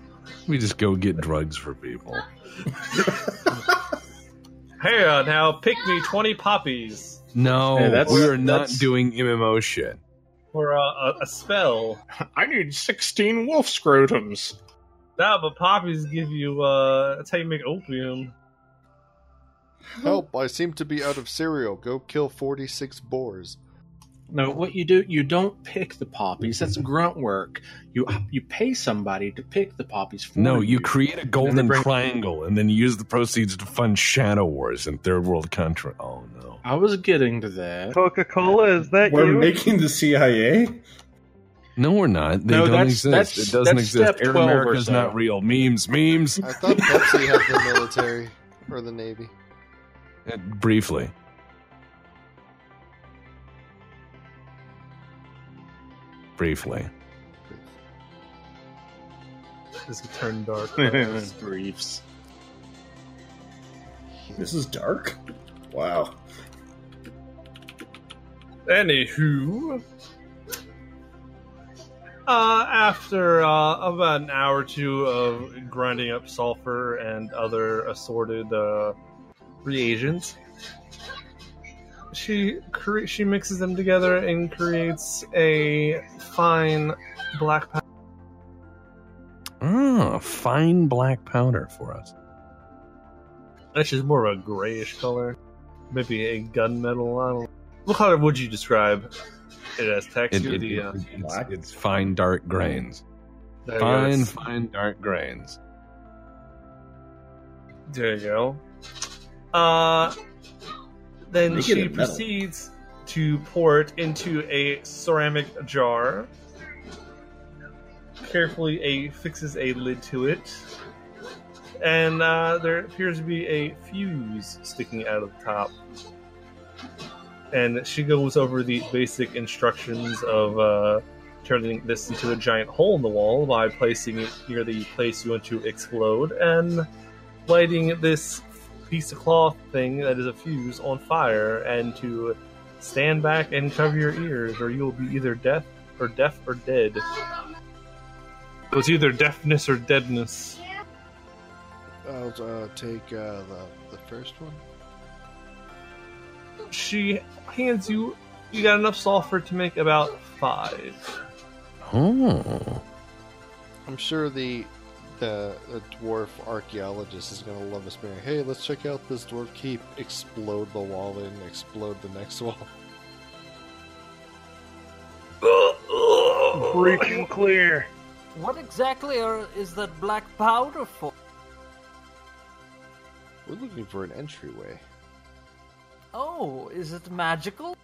Speaker 8: (laughs)
Speaker 2: We just go get drugs for people.
Speaker 8: Here now, pick me twenty poppies
Speaker 2: No,
Speaker 6: Hey, that's-
Speaker 2: we are not
Speaker 6: that's-
Speaker 2: doing MMO shit.
Speaker 8: for uh, a, a spell.
Speaker 6: I need sixteen wolf scrotums.
Speaker 8: Nah, but poppies give you. Uh, that's how you make opium.
Speaker 3: Help! I seem to be out of cereal. Go kill forty-six boars.
Speaker 6: No, what you do, you don't pick the poppies. That's grunt work. You you pay somebody to pick the poppies for
Speaker 2: No,
Speaker 6: you.
Speaker 2: you create a golden
Speaker 6: bring-
Speaker 2: triangle and then use the proceeds to fund shadow wars in third world country. Oh no.
Speaker 6: I was getting to that.
Speaker 5: Coca Cola, is that
Speaker 1: We're
Speaker 5: you?
Speaker 1: making the CIA.
Speaker 2: No, we're not. They
Speaker 6: No,
Speaker 2: don't
Speaker 6: that's-
Speaker 2: exist.
Speaker 6: that's-
Speaker 2: it doesn't
Speaker 6: that's
Speaker 2: exist.
Speaker 6: step
Speaker 2: Air
Speaker 6: 12 or
Speaker 2: America's
Speaker 6: so.
Speaker 2: not real. Memes, memes.
Speaker 3: I thought Pepsi had the military or the navy.
Speaker 2: Uh, briefly. Briefly.
Speaker 8: This could turn dark.
Speaker 6: Briefs.
Speaker 1: This is dark.
Speaker 3: (gasps)
Speaker 1: Wow.
Speaker 8: Anywho, uh, after uh, about an hour or two of grinding up sulfur and other assorted uh, reagents, she cre- she mixes them together and creates a fine black powder.
Speaker 2: Ah, fine black powder for us.
Speaker 8: Actually, it's more of a grayish color, maybe a gunmetal. I don't. What color would you describe it as?
Speaker 2: It-
Speaker 8: Text or
Speaker 2: it-
Speaker 8: the uh,
Speaker 2: it's- it's fine dark grains.
Speaker 8: there you go,
Speaker 2: Fine,
Speaker 8: it's-
Speaker 2: fine dark grains.
Speaker 8: There you go. Uh, then
Speaker 1: Make it a
Speaker 8: she
Speaker 1: metal.
Speaker 8: proceeds to pour it into a ceramic jar. Carefully, a fixes a lid to it, and uh, there appears to be a fuse sticking out of the top. And she goes over the basic instructions of uh, turning this into a giant hole in the wall by placing it near the place you want to explode, and lighting this piece of cloth thing that is a fuse on fire and to stand back and cover your ears or you'll be either deaf or deaf or dead. So it's either deafness or deadness.
Speaker 3: I'll uh, take uh, the the first one.
Speaker 8: She hands you you got enough sulfur to make about five.
Speaker 2: Oh,
Speaker 3: I'm sure the the, the dwarf archaeologist is gonna love us being. like, Hey, let's check out this dwarf keep. Explode the wall in. Explode the next wall. (laughs)
Speaker 5: Breaching clear.
Speaker 4: What exactly are, is that black powder for?
Speaker 3: We're looking for an entryway.
Speaker 4: Oh, is it magical?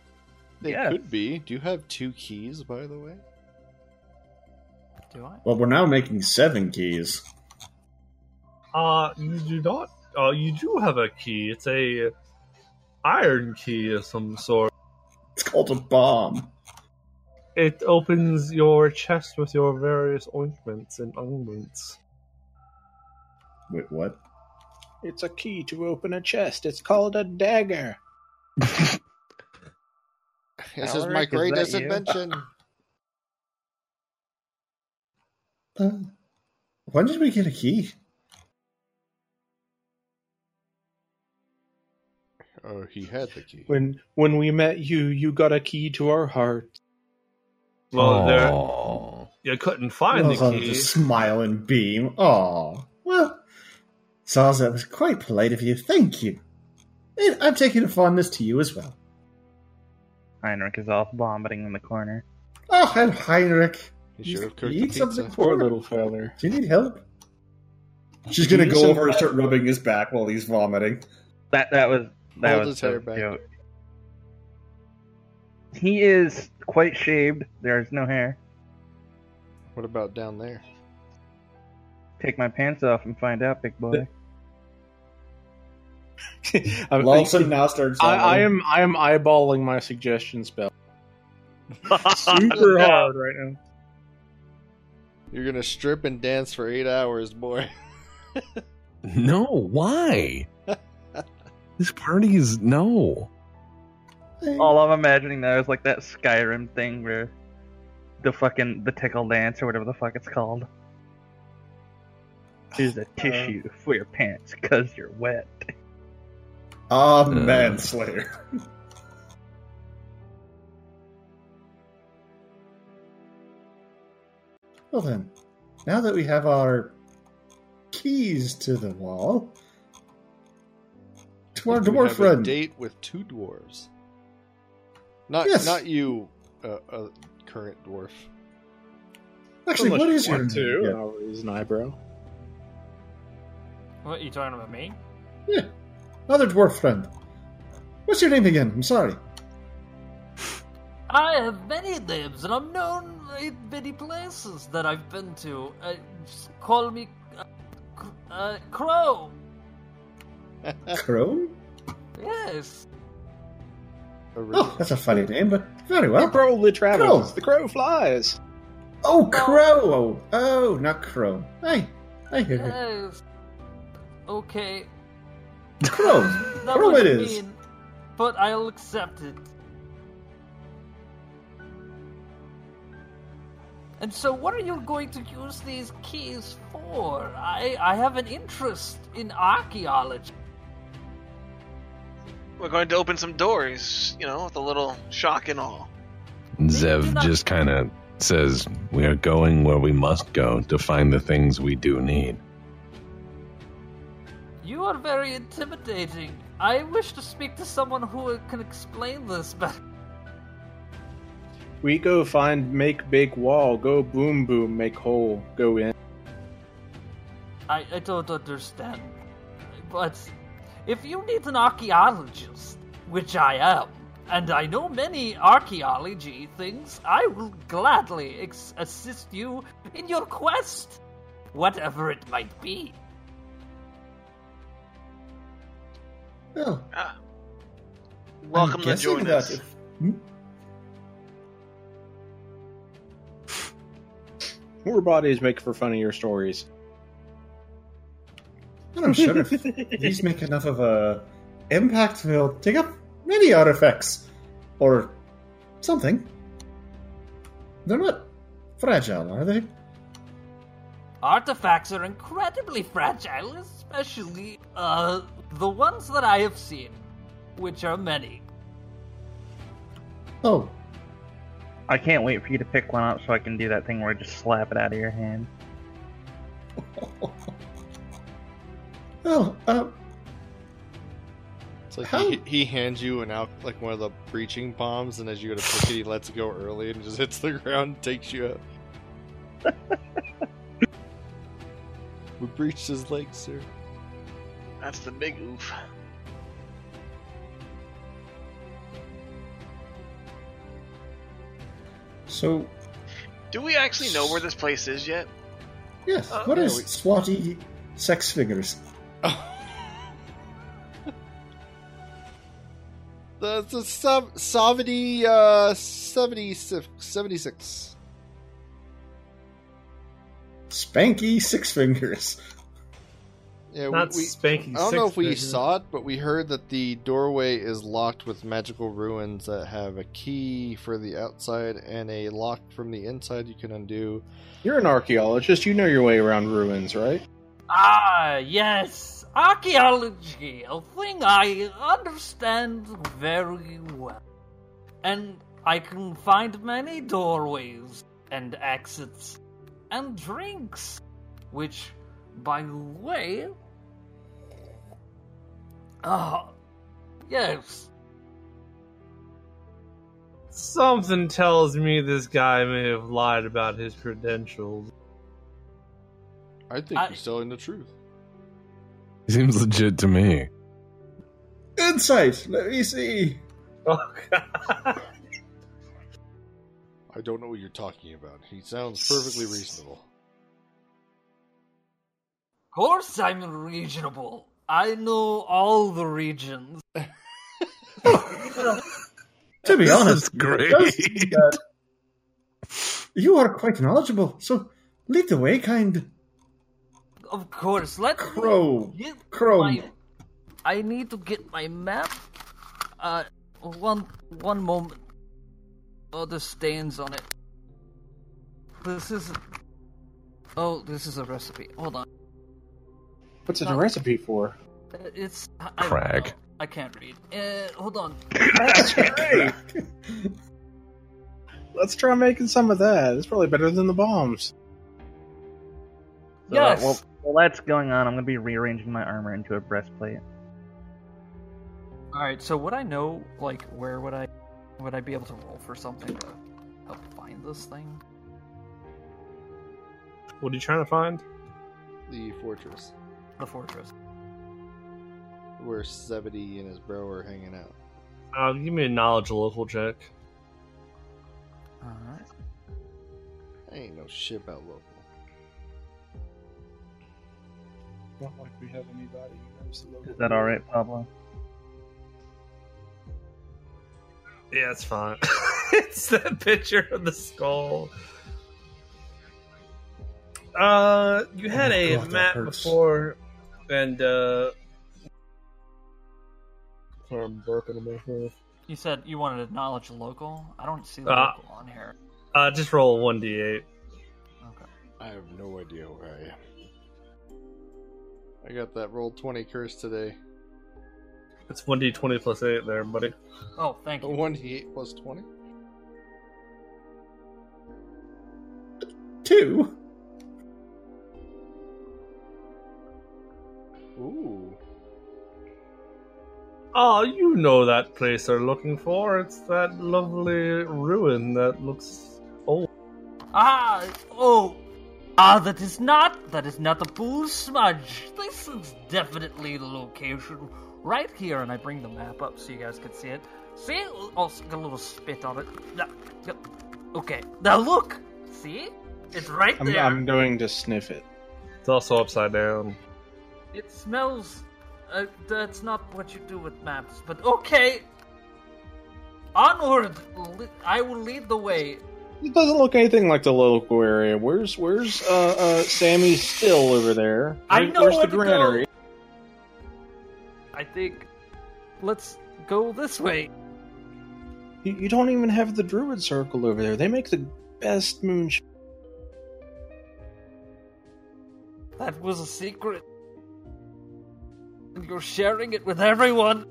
Speaker 3: It
Speaker 5: Yes.
Speaker 3: could be. Do you have two keys, by the way?
Speaker 4: Do I?
Speaker 1: Well, we're now making seven keys.
Speaker 8: Uh you do not uh you do have a key. It's a iron key of some sort.
Speaker 1: It's called a bomb.
Speaker 8: It opens your chest with your various ointments and ointments.
Speaker 1: Wait, what?
Speaker 6: It's a key to open a chest. It's called a dagger.
Speaker 3: This is my
Speaker 5: Alaric, is
Speaker 3: greatest
Speaker 5: that you?
Speaker 3: invention.
Speaker 1: Uh, when did we get a key?
Speaker 3: (laughs) Oh, he had the key.
Speaker 6: When when we met you, you got a key to our heart.
Speaker 8: Well, there
Speaker 2: Oh.
Speaker 8: you couldn't find the
Speaker 1: Lozon
Speaker 8: key.
Speaker 1: Just smile and beam. Aw. Well, Saz, that was quite polite of you. Thank you. And I'm taking a fondness to you as well.
Speaker 5: Heinrich is off vomiting in the corner.
Speaker 1: Oh, and Heinrich.
Speaker 3: He should have cooked the
Speaker 1: Eat something
Speaker 3: pizza.
Speaker 1: for
Speaker 6: Poor
Speaker 1: him.
Speaker 6: little feller.
Speaker 1: Do you need help? She's
Speaker 6: Do you
Speaker 1: gonna
Speaker 6: need
Speaker 1: go
Speaker 6: some-
Speaker 1: over and start rubbing his back while he's vomiting.
Speaker 5: That that was that
Speaker 3: Hold his
Speaker 5: was
Speaker 3: hair
Speaker 5: a
Speaker 3: back.
Speaker 5: joke. He is quite shaved. There's no hair.
Speaker 3: What about down there?
Speaker 5: Take my pants off and find out, big boy.
Speaker 6: I,
Speaker 1: Lawson now starts.
Speaker 6: I, I
Speaker 1: vomiting.
Speaker 6: am I am eyeballing my suggestion spell.
Speaker 8: Super hard right now.
Speaker 3: You're gonna strip and dance for eight
Speaker 1: (laughs)
Speaker 3: hours, boy.
Speaker 2: No,
Speaker 8: (laughs)
Speaker 2: why? this party is no.
Speaker 5: All I'm imagining now is like that Skyrim thing where the fucking the tickle dance or whatever the fuck it's called. Here's a tissue for your pants because you're wet.
Speaker 1: Ah,
Speaker 2: Uh.
Speaker 1: manslayer. (laughs) well then, now that we have our keys to the wall, to our
Speaker 3: (laughs) We
Speaker 1: dwarf
Speaker 3: have a
Speaker 1: friend.
Speaker 3: date with two dwarves. Not
Speaker 1: Yes.
Speaker 3: not you, uh, uh, current dwarf.
Speaker 1: Actually,
Speaker 6: Unless
Speaker 1: what
Speaker 6: you
Speaker 1: is your
Speaker 6: want to,
Speaker 1: name?
Speaker 6: and I'll raise an eyebrow.
Speaker 4: What you talking about me?
Speaker 1: Yeah. Yeah. Other dwarf friend. What's your name again? I'm sorry.
Speaker 4: I have many names, and I'm known in many places that I've been to. Uh, just call me uh, C- uh, Crow.
Speaker 3: Uh,
Speaker 1: Crow?
Speaker 4: Yes.
Speaker 1: Oh, that's a funny name, but very well.
Speaker 6: the crow li- travels.
Speaker 1: Crow.
Speaker 6: The crow flies.
Speaker 1: Oh, Crow! Oh, not Crow. Hey, I hear you.
Speaker 4: Yes. Okay.
Speaker 3: Uh,
Speaker 1: Crow!
Speaker 4: That
Speaker 1: Crow
Speaker 4: was
Speaker 1: it is!
Speaker 4: mean, but I'll accept it. And so, what are you going to use these keys for? I I have an interest in archaeology.
Speaker 7: We're going to open some doors, you know, with a little shock and awe.
Speaker 2: Zev just kind of says, We are going where we must go to find the things we do need. (laughs)
Speaker 4: You are very intimidating. I wish to speak to someone who can explain this better.
Speaker 6: We go find make big wall, go boom boom, make hole, go in.
Speaker 4: I, I don't understand. But if you need an archaeologist, which I am, and I know many archaeology things, I will gladly ex- assist you in your quest, whatever it might be.
Speaker 1: Well,
Speaker 7: Ah.
Speaker 1: I'm
Speaker 7: Welcome to
Speaker 1: guessing
Speaker 7: join
Speaker 1: that
Speaker 7: us.
Speaker 1: if- Hmm?
Speaker 6: More bodies make for funnier stories.
Speaker 1: And I'm sure
Speaker 7: (laughs)
Speaker 1: if these make enough of a impact, they'll take up many artifacts or something. They're not fragile, are they?
Speaker 4: Artifacts are incredibly fragile, especially uh, the ones that I have seen, which are many.
Speaker 1: Oh, (laughs)
Speaker 5: I can't wait for you to pick one up so I can do that thing where I just slap it out of your hand.
Speaker 1: well, uh,
Speaker 3: It's like
Speaker 1: How-
Speaker 3: he, he hands you an out like one of the breaching bombs, and as you go to pick it, he lets it go early and just (laughs) hits the ground, and takes you out.
Speaker 1: (laughs)
Speaker 3: we breached his leg, sir.
Speaker 7: That's the big oof.
Speaker 1: so
Speaker 7: Do we actually know where this place is yet?
Speaker 1: yes.
Speaker 7: Uh,
Speaker 1: what
Speaker 7: yeah,
Speaker 1: is
Speaker 7: we-
Speaker 1: swatty sex fingers?
Speaker 3: The the sub seventy uh seventy six seventy six.
Speaker 1: Spanky six
Speaker 7: (laughs)
Speaker 1: fingers.
Speaker 3: Yeah, we,
Speaker 8: Not
Speaker 3: we
Speaker 8: spanking.
Speaker 3: I don't know if we
Speaker 8: six-figure.
Speaker 3: saw it, but we heard that the doorway is locked with magical ruins that have a key for the outside and a lock from the inside you can undo.
Speaker 6: You're an archaeologist, you know your way around ruins, right?
Speaker 4: Ah, yes, archaeology, a thing I understand very well. And I can find many doorways and exits and drinks, which, by the way. Ah, yes.
Speaker 8: Something tells me this guy may have lied about his credentials. (laughs)
Speaker 3: I think
Speaker 4: I-
Speaker 3: he's telling the truth.
Speaker 2: Seems legit to me.
Speaker 1: Insight. Let me see.
Speaker 8: Oh god.
Speaker 3: I don't know what you're talking about. He sounds perfectly reasonable.
Speaker 4: Of course, I'm reasonable. I know all the regions.
Speaker 1: To be honest,
Speaker 2: is
Speaker 1: it
Speaker 2: great.
Speaker 1: does seem that you are quite knowledgeable. So lead the way, kind
Speaker 4: Of course, let me
Speaker 1: crow.
Speaker 4: get
Speaker 1: Crow.
Speaker 4: my- I need to get my map. Uh, one one moment. Oh, there's stains on it. This isn't. Oh, this is a recipe. Hold on.
Speaker 6: What's it
Speaker 4: Uh,
Speaker 6: a recipe for?
Speaker 4: Uh, It's I- I don't
Speaker 2: Crack.
Speaker 4: know. I can't read. Uh, hold on.
Speaker 5: (laughs)
Speaker 6: That's great. Let's try making some of that. It's probably better than the bombs.
Speaker 5: So,
Speaker 4: yes.
Speaker 5: Well, while that's going on, I'm going to be rearranging my armor into a breastplate.
Speaker 4: All right. So would I know like where would I would I be able to roll for something to help find this thing?
Speaker 8: What are you trying to find?
Speaker 3: The fortress
Speaker 4: The fortress.
Speaker 3: where 70 and his bro are hanging out.
Speaker 8: Uh, give me a knowledge local check.
Speaker 4: All right.
Speaker 3: I ain't no shit about local.
Speaker 6: Not like we have anybody who knows the local.
Speaker 5: Is that all right, Pablo?
Speaker 8: Yeah, it's fine. (laughs) it's that picture of the skull. Uh, you had
Speaker 1: Oh,
Speaker 8: a
Speaker 1: God, that
Speaker 8: map
Speaker 1: hurts.
Speaker 8: before, and uh, sorry, I'm burping in my throat.
Speaker 4: You said you wanted to acknowledge local. I don't see the
Speaker 8: Uh,
Speaker 4: local on here.
Speaker 8: Uh, just roll one d8.
Speaker 4: Okay.
Speaker 3: I have no idea where I am. (laughs) I got that roll 20 curse today.
Speaker 8: It's 1d20 plus 8 there, buddy.
Speaker 4: Oh, thank you.
Speaker 3: 1d8 plus 20?
Speaker 1: Two.
Speaker 3: Ooh.
Speaker 8: Oh, you know that place they're looking for. It's that lovely ruin that looks.
Speaker 4: Ah, oh, ah, that is not, that is not the pool smudge. This is definitely the location right here. And I bring the map up so you guys can see it. See, I'll get a little spit on it. Yeah, yeah. Okay, now look, see, it's right
Speaker 6: I'm,
Speaker 4: there.
Speaker 6: I'm going to sniff it.
Speaker 8: It's also upside down.
Speaker 4: It smells. Uh, that's not what you do with maps, but okay. Onward, li- I will lead the way.
Speaker 6: It doesn't look anything like the local area. Where's where's uh, uh Sammy still over there?
Speaker 4: I
Speaker 6: Where-
Speaker 4: know
Speaker 6: where's
Speaker 4: where
Speaker 6: the
Speaker 4: to go.
Speaker 6: granary?
Speaker 4: I think. Let's go this way.
Speaker 6: You, you don't even have the druid circle over there. They make the best moonshine.
Speaker 4: That was a secret. And you're sharing it with everyone.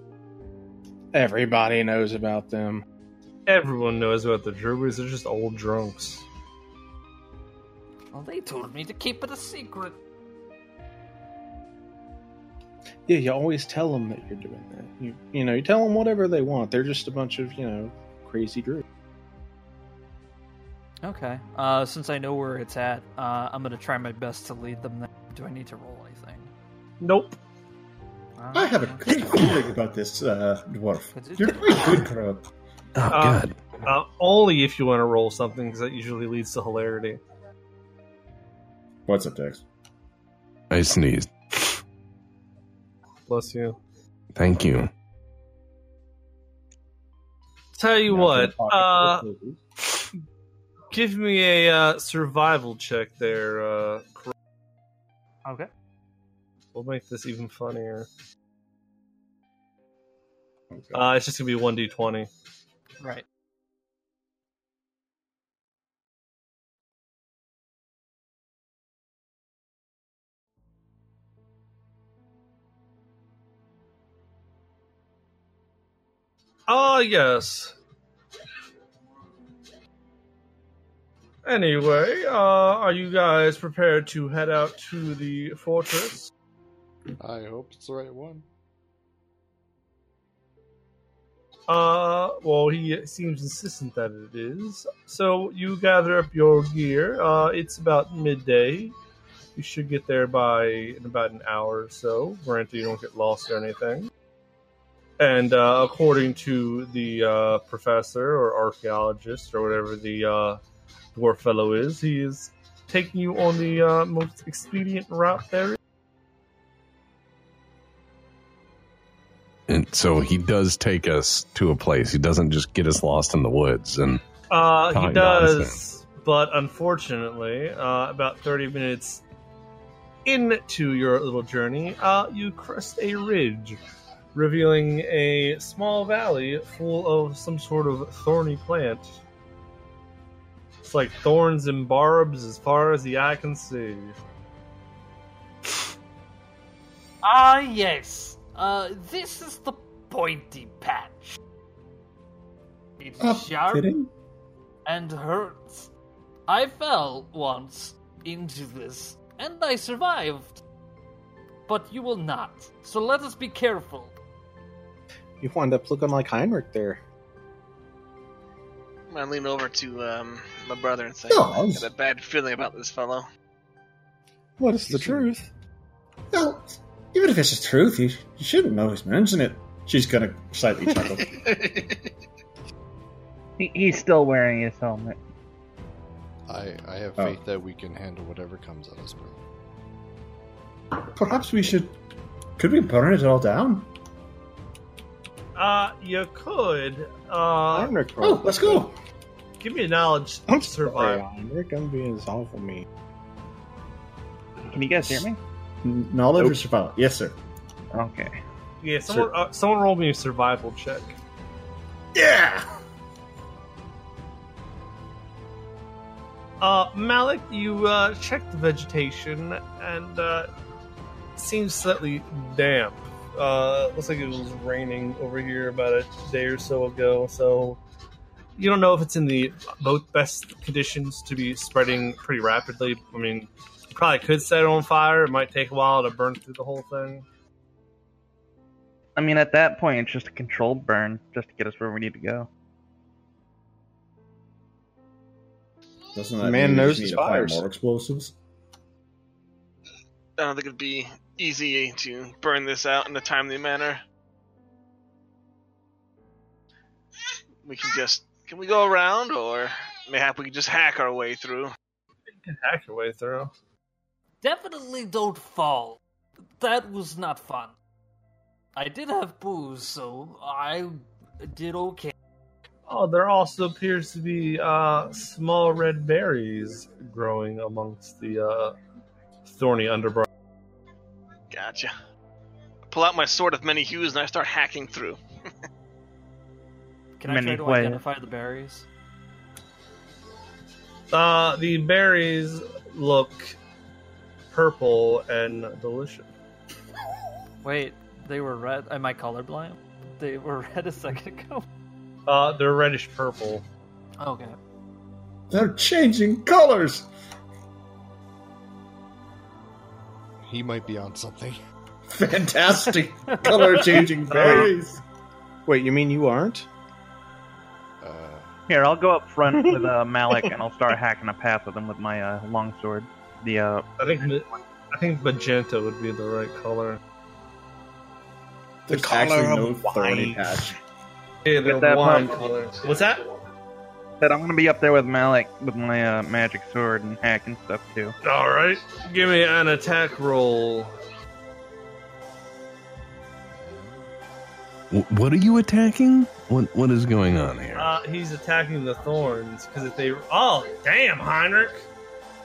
Speaker 6: Everybody knows about them.
Speaker 8: Everyone knows about the Druids, they're just old drunks.
Speaker 4: Well, they told me to keep it a secret.
Speaker 6: Yeah, you always tell them that you're doing that. You you know you tell them whatever they want. They're just a bunch of you know crazy druids.
Speaker 4: Okay. Uh, since I know where it's at, uh, I'm gonna try my best to lead them. There. Do I need to roll anything?
Speaker 8: Nope.
Speaker 4: Uh,
Speaker 1: I have a great feeling about this uh, dwarf. You're quite good, Crow.
Speaker 2: Oh,
Speaker 8: Uh,
Speaker 2: God.
Speaker 8: Uh, only if you want to roll something, because that usually leads to hilarity.
Speaker 1: What's up, Dex?
Speaker 2: I sneezed.
Speaker 8: Bless you.
Speaker 2: Thank you.
Speaker 8: Tell you what, uh,
Speaker 1: Pocket-
Speaker 8: give me a uh, survival check there. Uh, Cor-
Speaker 4: Okay.
Speaker 8: we'll make this even funnier.
Speaker 1: Okay.
Speaker 8: Uh, it's just gonna be one d twenty.
Speaker 4: Right.
Speaker 8: Ah, yes. Anyway, uh, are you guys prepared to head out to the fortress?
Speaker 3: I hope it's the right one.
Speaker 8: Uh, well, he seems insistent that it is. So you gather up your gear. Uh, it's about midday. You should get there by in about an hour or so. Granted, you don't get lost or anything. And uh, according to the uh, professor or archaeologist or whatever the uh, dwarf fellow is, he is taking you on the uh, most expedient route there is.
Speaker 2: And so he does take us to a place. He doesn't just get us lost in the woods. And
Speaker 8: Uh, he
Speaker 2: Talking
Speaker 8: does,
Speaker 2: nonsense.
Speaker 8: but unfortunately, uh, about 30 minutes into your little journey, uh, you crest a ridge, revealing a small valley full of some sort of thorny plant. It's like thorns and barbs as far as the eye can see.
Speaker 4: Ah, yes. Uh, this is the pointy patch. It's
Speaker 1: Oh,
Speaker 4: sharp
Speaker 1: kidding?
Speaker 4: and hurts. I fell once into this, and I survived. But you will not. So let us be careful.
Speaker 6: You wind up looking like Heinrich there.
Speaker 7: I'm gonna lean over to um, my brother and say,
Speaker 1: No, I
Speaker 7: I
Speaker 1: was-
Speaker 7: got a bad feeling about this fellow. (laughs)
Speaker 6: What is the truth?
Speaker 1: Well, even if it's the truth, you, you shouldn't always mention it. She's gonna slightly chuckle. (laughs)
Speaker 5: He, he's still wearing his helmet.
Speaker 3: I, I have
Speaker 1: Oh.
Speaker 3: faith that we can handle whatever comes at us, bro.
Speaker 1: Perhaps we should. Could we burn it all down?
Speaker 8: Uh, you could. Uh,
Speaker 6: Heinrich,
Speaker 1: Oh, let's go.
Speaker 8: give me a knowledge
Speaker 6: I'm sorry,
Speaker 8: survival.
Speaker 6: Heinrich. I'm being awful mean.
Speaker 5: Can you guys hear me?
Speaker 1: N- Knowledge or
Speaker 6: Nope.
Speaker 1: survival? Yes, sir.
Speaker 5: Okay.
Speaker 8: Yeah, someone, uh, someone roll me a survival check.
Speaker 1: Yeah.
Speaker 8: Uh, Malik, you uh, check the vegetation and uh, it seems slightly damp uh, looks like it was raining over here about a day or so ago. So you don't know if it's in the both best conditions to be spreading pretty rapidly. I mean, you probably could set it on fire. It might take a while to burn through the whole thing.
Speaker 5: I mean, at that point, it's just a controlled burn, just to get us where we need to go.
Speaker 1: Doesn't that mean
Speaker 6: Man
Speaker 1: we
Speaker 6: knows
Speaker 1: just
Speaker 6: his
Speaker 1: need to apply
Speaker 6: fires.
Speaker 1: more explosives?
Speaker 7: I don't think it'd be easy to burn this out in a timely manner. We can just can we go around, or mayhap we can just hack our way through.
Speaker 8: You can hack your way through.
Speaker 4: Definitely don't fall. That was not fun. I did have booze, so I did okay.
Speaker 8: Oh, there also appears to be uh, small red berries growing amongst the uh, thorny underbrush.
Speaker 7: Gotcha. I pull out my sword of many hues and I start hacking through.
Speaker 4: Can I
Speaker 5: Many
Speaker 4: try to
Speaker 5: ways.
Speaker 4: identify the berries?
Speaker 8: Uh, the berries look purple and delicious.
Speaker 4: Wait, they were red. Am I colorblind? They were (laughs) red a second ago.
Speaker 8: Uh, they're reddish purple.
Speaker 4: Okay.
Speaker 1: They're changing colors.
Speaker 3: He might be on something. (laughs)
Speaker 1: (laughs) Fantastic color changing berries.
Speaker 6: Wait, you mean you aren't?
Speaker 3: Uh,
Speaker 5: Here, I'll go up front with uh, Malik, and I'll start hacking a path with him with my uh, longsword. The uh,
Speaker 8: I think ma- I think magenta would be the right color.
Speaker 1: There's
Speaker 6: color
Speaker 1: actually no
Speaker 6: of
Speaker 1: thorny
Speaker 6: wine.
Speaker 1: patch.
Speaker 8: Yeah,
Speaker 5: Get that
Speaker 8: they're wine
Speaker 5: purple.
Speaker 8: colors. What's that?
Speaker 5: that I'm gonna be up there with Malik with my uh, magic sword and hacking stuff too.
Speaker 8: All right, give me an attack roll.
Speaker 2: Wh- What are you attacking? What What is going on here?
Speaker 8: Uh, he's attacking the thorns because if they oh damn Heinrich,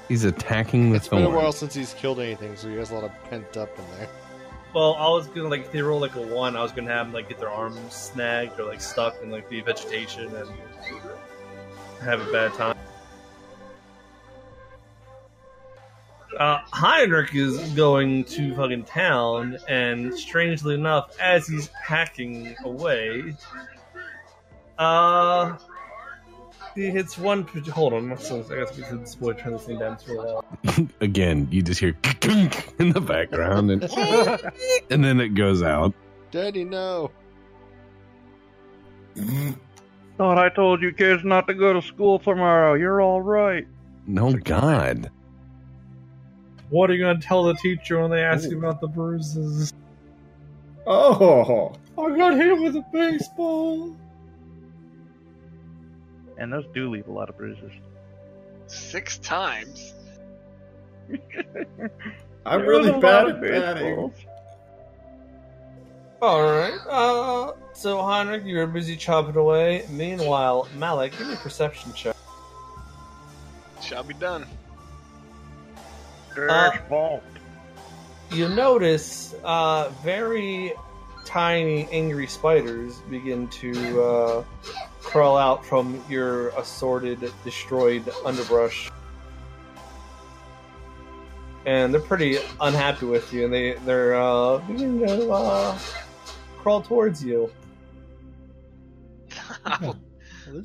Speaker 2: He's attacking the
Speaker 3: it's been a
Speaker 2: thorn.
Speaker 3: while since he's killed anything, so he has a lot of pent up in there.
Speaker 8: Well, I was gonna like if they roll like a one, I was gonna have them like get their arms snagged or like stuck in like the vegetation and have a bad time. Uh, Heinrich is going to fucking town, and strangely enough, as he's hacking away, uh, he hits one. Hold on, I gotta get to this boy turn this thing down. uh, It's really loud.
Speaker 2: (laughs) Again, you just hear (laughs) in the background,
Speaker 3: (laughs)
Speaker 2: and (laughs) and then it goes out.
Speaker 3: Daddy, no.
Speaker 5: Thought I told you kids not to go to school tomorrow. You're all right.
Speaker 2: No God.
Speaker 8: What are you gonna tell the teacher when they ask
Speaker 1: Ooh.
Speaker 8: you about the bruises?
Speaker 1: Oh,
Speaker 8: I got hit with a baseball.
Speaker 5: And those do leave a lot of bruises.
Speaker 7: Six times.
Speaker 1: I'm
Speaker 5: There's
Speaker 1: really
Speaker 5: a
Speaker 1: bad
Speaker 5: lot
Speaker 1: at
Speaker 5: of
Speaker 1: batting.
Speaker 5: baseballs.
Speaker 10: All right. Uh, so Heinrich, you're busy chopping away. Meanwhile, Malik, give me a perception check.
Speaker 7: Shall
Speaker 2: (laughs)
Speaker 7: be done. (laughs)
Speaker 5: Church
Speaker 1: Uh,
Speaker 5: vault.
Speaker 10: You notice uh, very tiny, angry spiders begin to uh, crawl out from your assorted, destroyed underbrush, and they're pretty unhappy with you, and they they're uh, beginning to uh, crawl towards you.
Speaker 7: I will,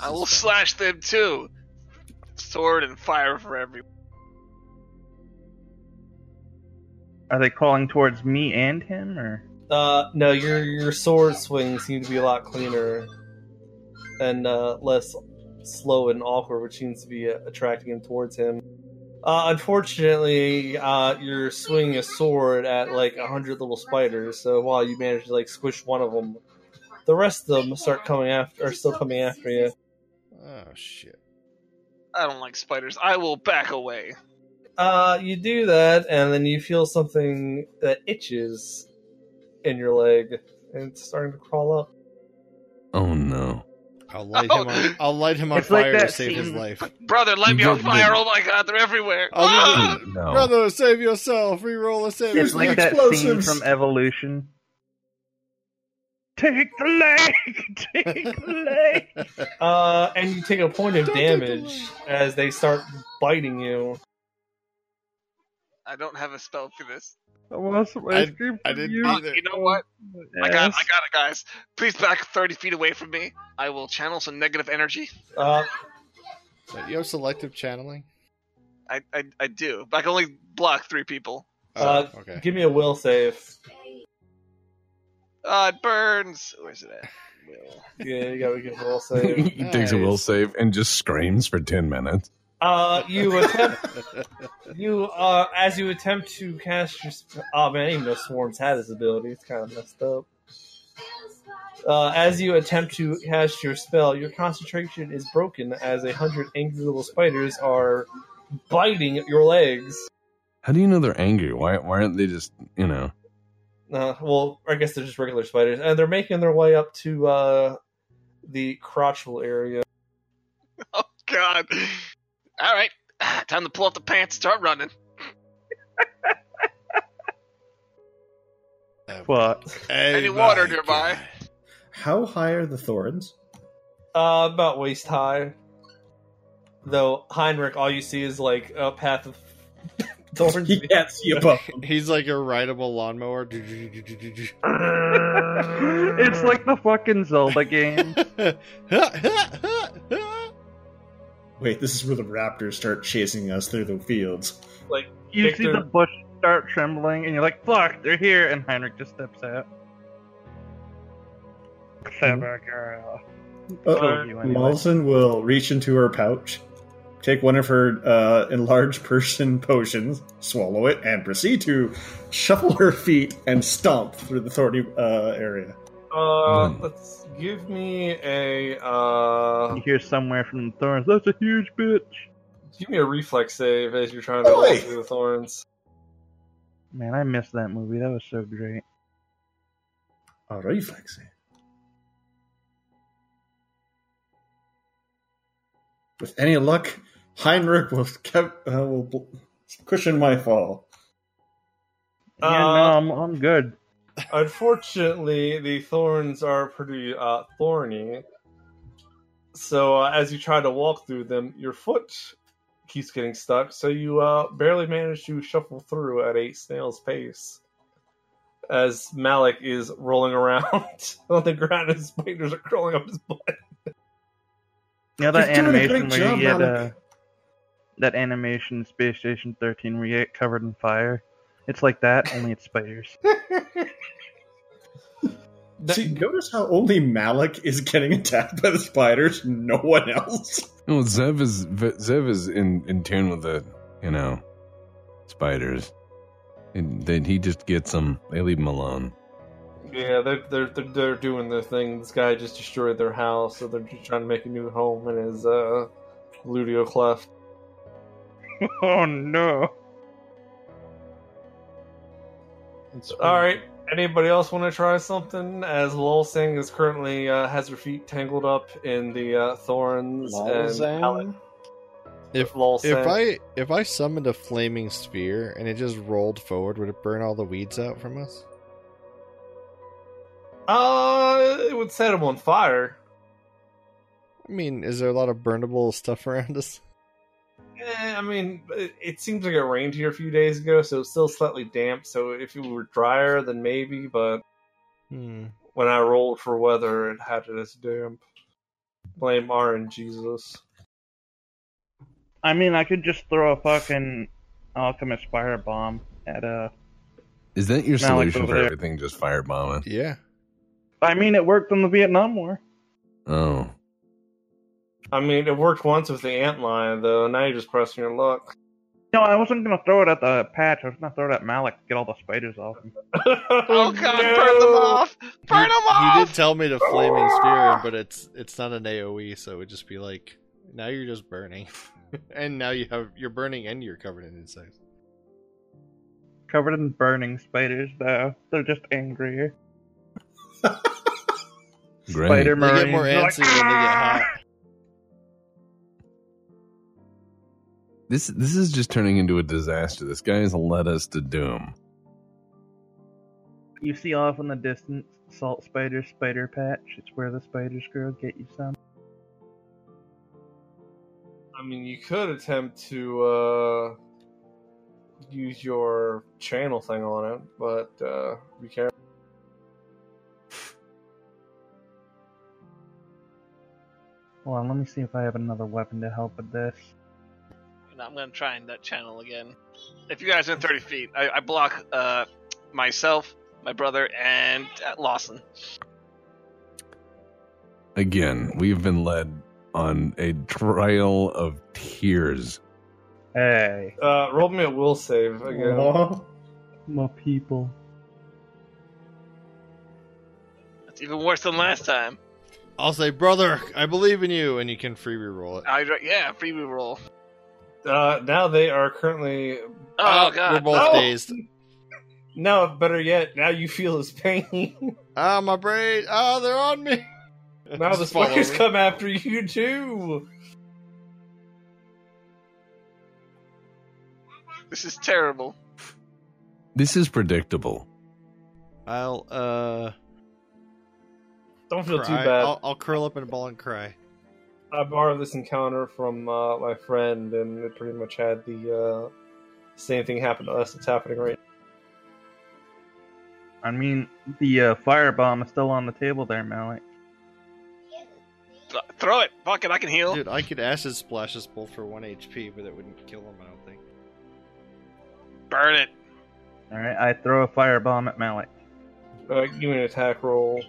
Speaker 7: I will slash them too. Sword and fire for everyone.
Speaker 5: Are they crawling towards me and him, or
Speaker 10: Uh, no, your your sword swings seem to be a lot cleaner and uh, less slow and awkward, which seems to be uh, attracting him towards him. Uh, unfortunately, uh, you're swinging a sword at like a hundred little spiders. So while you manage to like squish one of them, the rest of them start coming after, are still coming after you.
Speaker 3: Oh shit!
Speaker 7: I don't like spiders. I will back away.
Speaker 10: Uh, you do that, and then you feel something that itches in your leg, and it's starting to crawl up.
Speaker 2: Oh
Speaker 3: (coughs)
Speaker 2: no.
Speaker 3: I'll light
Speaker 5: (laughs)
Speaker 3: him. On, I'll light him on
Speaker 5: It's like
Speaker 3: fire
Speaker 5: that
Speaker 3: to save his
Speaker 5: scene-
Speaker 3: life.
Speaker 7: Brother, light me
Speaker 2: You
Speaker 7: on
Speaker 2: got
Speaker 7: fire.
Speaker 2: me.
Speaker 7: Oh my god, they're everywhere.
Speaker 3: I'll
Speaker 7: Ah!
Speaker 3: leave
Speaker 2: Oh,
Speaker 1: Oh.
Speaker 2: No.
Speaker 3: Brother, save yourself. Reroll a save.
Speaker 5: it's like that scene
Speaker 1: explosives.
Speaker 5: from Evolution? Take the leg, (laughs) take the leg.
Speaker 10: Uh, and you take a point of
Speaker 3: Don't take
Speaker 10: damage as they start biting you.
Speaker 7: I don't have a spell for this.
Speaker 5: I want some ice
Speaker 3: I-
Speaker 5: cream.
Speaker 3: I
Speaker 5: from
Speaker 3: didn't
Speaker 5: you.
Speaker 3: either.
Speaker 7: Fuck, you know what? I got it, I got it, guys. Please back 30 feet away from me. I will channel some negative energy.
Speaker 8: Uh,
Speaker 3: You have selective channeling?
Speaker 7: I, I, I do, but I can only block three people.
Speaker 8: Uh,
Speaker 3: Oh, okay.
Speaker 8: Give me a will save.
Speaker 7: Uh, it burns. Where's it at? Will. (laughs)
Speaker 8: Yeah, you gotta give a
Speaker 3: (laughs)
Speaker 8: will save.
Speaker 2: (laughs) he takes a will
Speaker 3: Nice.
Speaker 2: save and just screams for 10 minutes.
Speaker 8: Uh, you attempt,
Speaker 6: (laughs)
Speaker 8: you uh, as you attempt to cast your. Sp- oh man, I didn't even know Swarms had this ability. It's kind of messed up. Uh, as you attempt to cast your spell, your concentration is broken as a hundred angry little spiders are biting at your legs.
Speaker 2: How do you know they're angry? Why, why aren't they just, you know?
Speaker 8: Uh, well, I guess they're just regular spiders, and they're making their way up to uh, the crotchal area.
Speaker 7: Oh, God. All right. (sighs) Time to pull up the pants start running.
Speaker 3: Um,
Speaker 5: But
Speaker 7: Any water nearby?
Speaker 1: How high are the thorns?
Speaker 8: (laughs) Uh, about waist high. Though Heinrich, all you see is like a path of (laughs)
Speaker 5: (laughs)
Speaker 8: thorns.
Speaker 1: He can't see above.
Speaker 3: He's like a rideable lawnmower. (laughs)
Speaker 5: it's like the fucking Zelda game.
Speaker 1: Wait, this is where the raptors start chasing us through the fields.
Speaker 5: (laughs) You see
Speaker 8: Victor-
Speaker 5: the bush start trembling, and you're like, "Fuck, they're here!" And Heinrich just steps out. Clever girl.
Speaker 1: Uh,
Speaker 5: you anyway.
Speaker 1: Malzin will reach into her pouch, take one of her uh, enlarged person potions, swallow it, and proceed to shuffle her feet and stomp through the thorny uh, area.
Speaker 8: Uh,
Speaker 2: Hmm.
Speaker 8: let's give me a uh,
Speaker 5: You hear somewhere from the thorns, "That's a huge bitch."
Speaker 8: give me a reflex save as you're trying to
Speaker 1: Oi!
Speaker 8: walk through the thorns.
Speaker 5: Man, I missed that movie. That was so great.
Speaker 1: A reflex. With any luck, Heinrich will, kept, uh, will bl- cushion my fall.
Speaker 5: yeah, no,
Speaker 8: Uh,
Speaker 5: I'm, I'm good.
Speaker 8: Unfortunately, the thorns are pretty uh, thorny, so uh, as you try to walk through them, your foot keeps getting stuck. So you uh, barely manage to shuffle through at a snail's pace. As Malik is rolling around (laughs) on the ground, and spiders are crawling up his butt.
Speaker 5: You know that
Speaker 1: He's doing a great
Speaker 5: animation where
Speaker 1: job,
Speaker 5: you get uh,
Speaker 1: Alec.
Speaker 5: that animation in Space Station 13 where you get covered in fire. It's like that, only it's spiders.
Speaker 1: (laughs) See, notice how only Malik is getting (laughs) attacked by the spiders, no one else. (laughs)
Speaker 2: No, Zev is, Zev is in, in tune with the, you know, spiders. And then he just gets them. They leave him alone.
Speaker 8: Yeah, they're, they're they're they're doing their thing. This guy just destroyed their house, so they're just trying to make a new home in his uh, ludio cleft.
Speaker 5: oh no.
Speaker 8: All right, anybody else want to try something? As Lulzing is currently uh, has her feet tangled up in the uh, thorns and Alec-
Speaker 3: If
Speaker 8: Lulzing.
Speaker 3: if I if I summoned a flaming sphere and it just rolled forward, would it burn all the weeds out from us?
Speaker 8: uh, it would set him on fire.
Speaker 3: I mean, is there a lot of burnable stuff around us?
Speaker 8: Eh, I mean, it, it seems like it rained here a few days ago, so it's still slightly damp. So if it were drier, then maybe. But
Speaker 3: Hmm.
Speaker 8: when I rolled for weather, it had it as damp. Blame R and Jesus.
Speaker 5: I mean, I could just throw a fucking alchemist fire bomb at uh, a.
Speaker 2: Is that your
Speaker 5: Not like
Speaker 2: solution
Speaker 5: over
Speaker 2: for
Speaker 5: there.
Speaker 2: everything? Just firebombing?
Speaker 3: Yeah.
Speaker 5: I mean, it worked in the Vietnam War.
Speaker 2: Oh.
Speaker 8: I mean, it worked once with the ant lion, though. Now you're just pressing your luck.
Speaker 5: No, I wasn't gonna throw it at the patch. I was gonna throw it at Malik to get all the spiders off him.
Speaker 7: Oh, God, burn them off! (laughs) Burn them
Speaker 3: You
Speaker 7: off!
Speaker 3: did tell me to
Speaker 7: (laughs)
Speaker 3: flaming sphere, but it's it's not an AOE, so it would just be like now you're just burning, (laughs) and now you have you're burning and you're covered in insects.
Speaker 5: Covered in burning spiders, though. They're just angrier.
Speaker 2: Great.
Speaker 5: Spider
Speaker 3: They
Speaker 5: Marines.
Speaker 3: get more
Speaker 5: They're like,
Speaker 3: antsy when they get hot.
Speaker 2: This this is just turning into a disaster. This guy has led us to doom.
Speaker 5: You see off in the distance salt spider spider patch. It's where the spiders grow. Get you some.
Speaker 8: I mean, you could attempt to uh, use your channel thing on it, but uh, be careful.
Speaker 5: Hold on, let me see if I have another weapon to help with this.
Speaker 7: And I'm gonna try that channel again. If you guys are in 30 feet, I, I block uh, myself, my brother, and uh, Lawson.
Speaker 2: Again, we've been led on a trail of tears.
Speaker 5: Hey,
Speaker 8: Uh, roll me a will save again.
Speaker 1: Aw.
Speaker 12: My people.
Speaker 7: That's even worse than last time.
Speaker 3: I'll say, brother, I believe in you, and you can free reroll it.
Speaker 7: I yeah, free roll.
Speaker 8: Uh, now they are currently
Speaker 7: Oh,
Speaker 3: We're
Speaker 7: god,
Speaker 3: both
Speaker 8: no.
Speaker 3: dazed.
Speaker 8: no better yet. Now you feel his pain. (laughs)
Speaker 3: Ah, my brain. Ah, they're on me.
Speaker 8: now
Speaker 3: (laughs)
Speaker 8: the
Speaker 3: Just fall
Speaker 8: spiders
Speaker 3: over.
Speaker 8: come after you too.
Speaker 7: this is terrible.
Speaker 2: This is predictable.
Speaker 3: I'll uh.
Speaker 8: Don't feel too
Speaker 3: cry.
Speaker 8: bad.
Speaker 3: I'll, I'll curl up in a ball and cry.
Speaker 8: I borrowed this encounter from uh, my friend, and it pretty much had the uh, same thing happen to us. It's happening right.
Speaker 5: I mean, the uh, firebomb is still on the table there, Malik.
Speaker 7: Th- throw it, fuck it, I can heal.
Speaker 3: Dude, I could acid splash this bull for one HP, but that wouldn't kill him. I don't think.
Speaker 7: Burn it.
Speaker 5: All right, I throw a firebomb at Malik.
Speaker 8: Uh, give me an attack roll,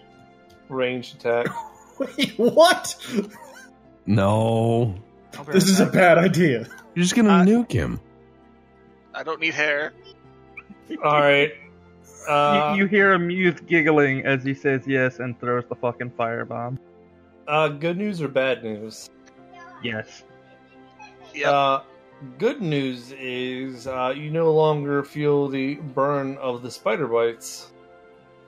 Speaker 8: ranged attack.
Speaker 1: Wait, what?
Speaker 2: No,
Speaker 4: I'll be
Speaker 1: This
Speaker 4: right
Speaker 1: is a
Speaker 4: back.
Speaker 1: bad idea.
Speaker 2: you're just gonna
Speaker 8: Uh,
Speaker 2: nuke him.
Speaker 7: I don't need hair.
Speaker 8: All right. Uh,
Speaker 5: (laughs) you, you hear a youth giggling as he says yes and throws the fucking firebomb.
Speaker 8: uh, good news or bad news?
Speaker 1: (laughs)
Speaker 5: Yes.
Speaker 7: Yep.
Speaker 8: Uh, good news is uh, you no longer feel the burn of the spider bites.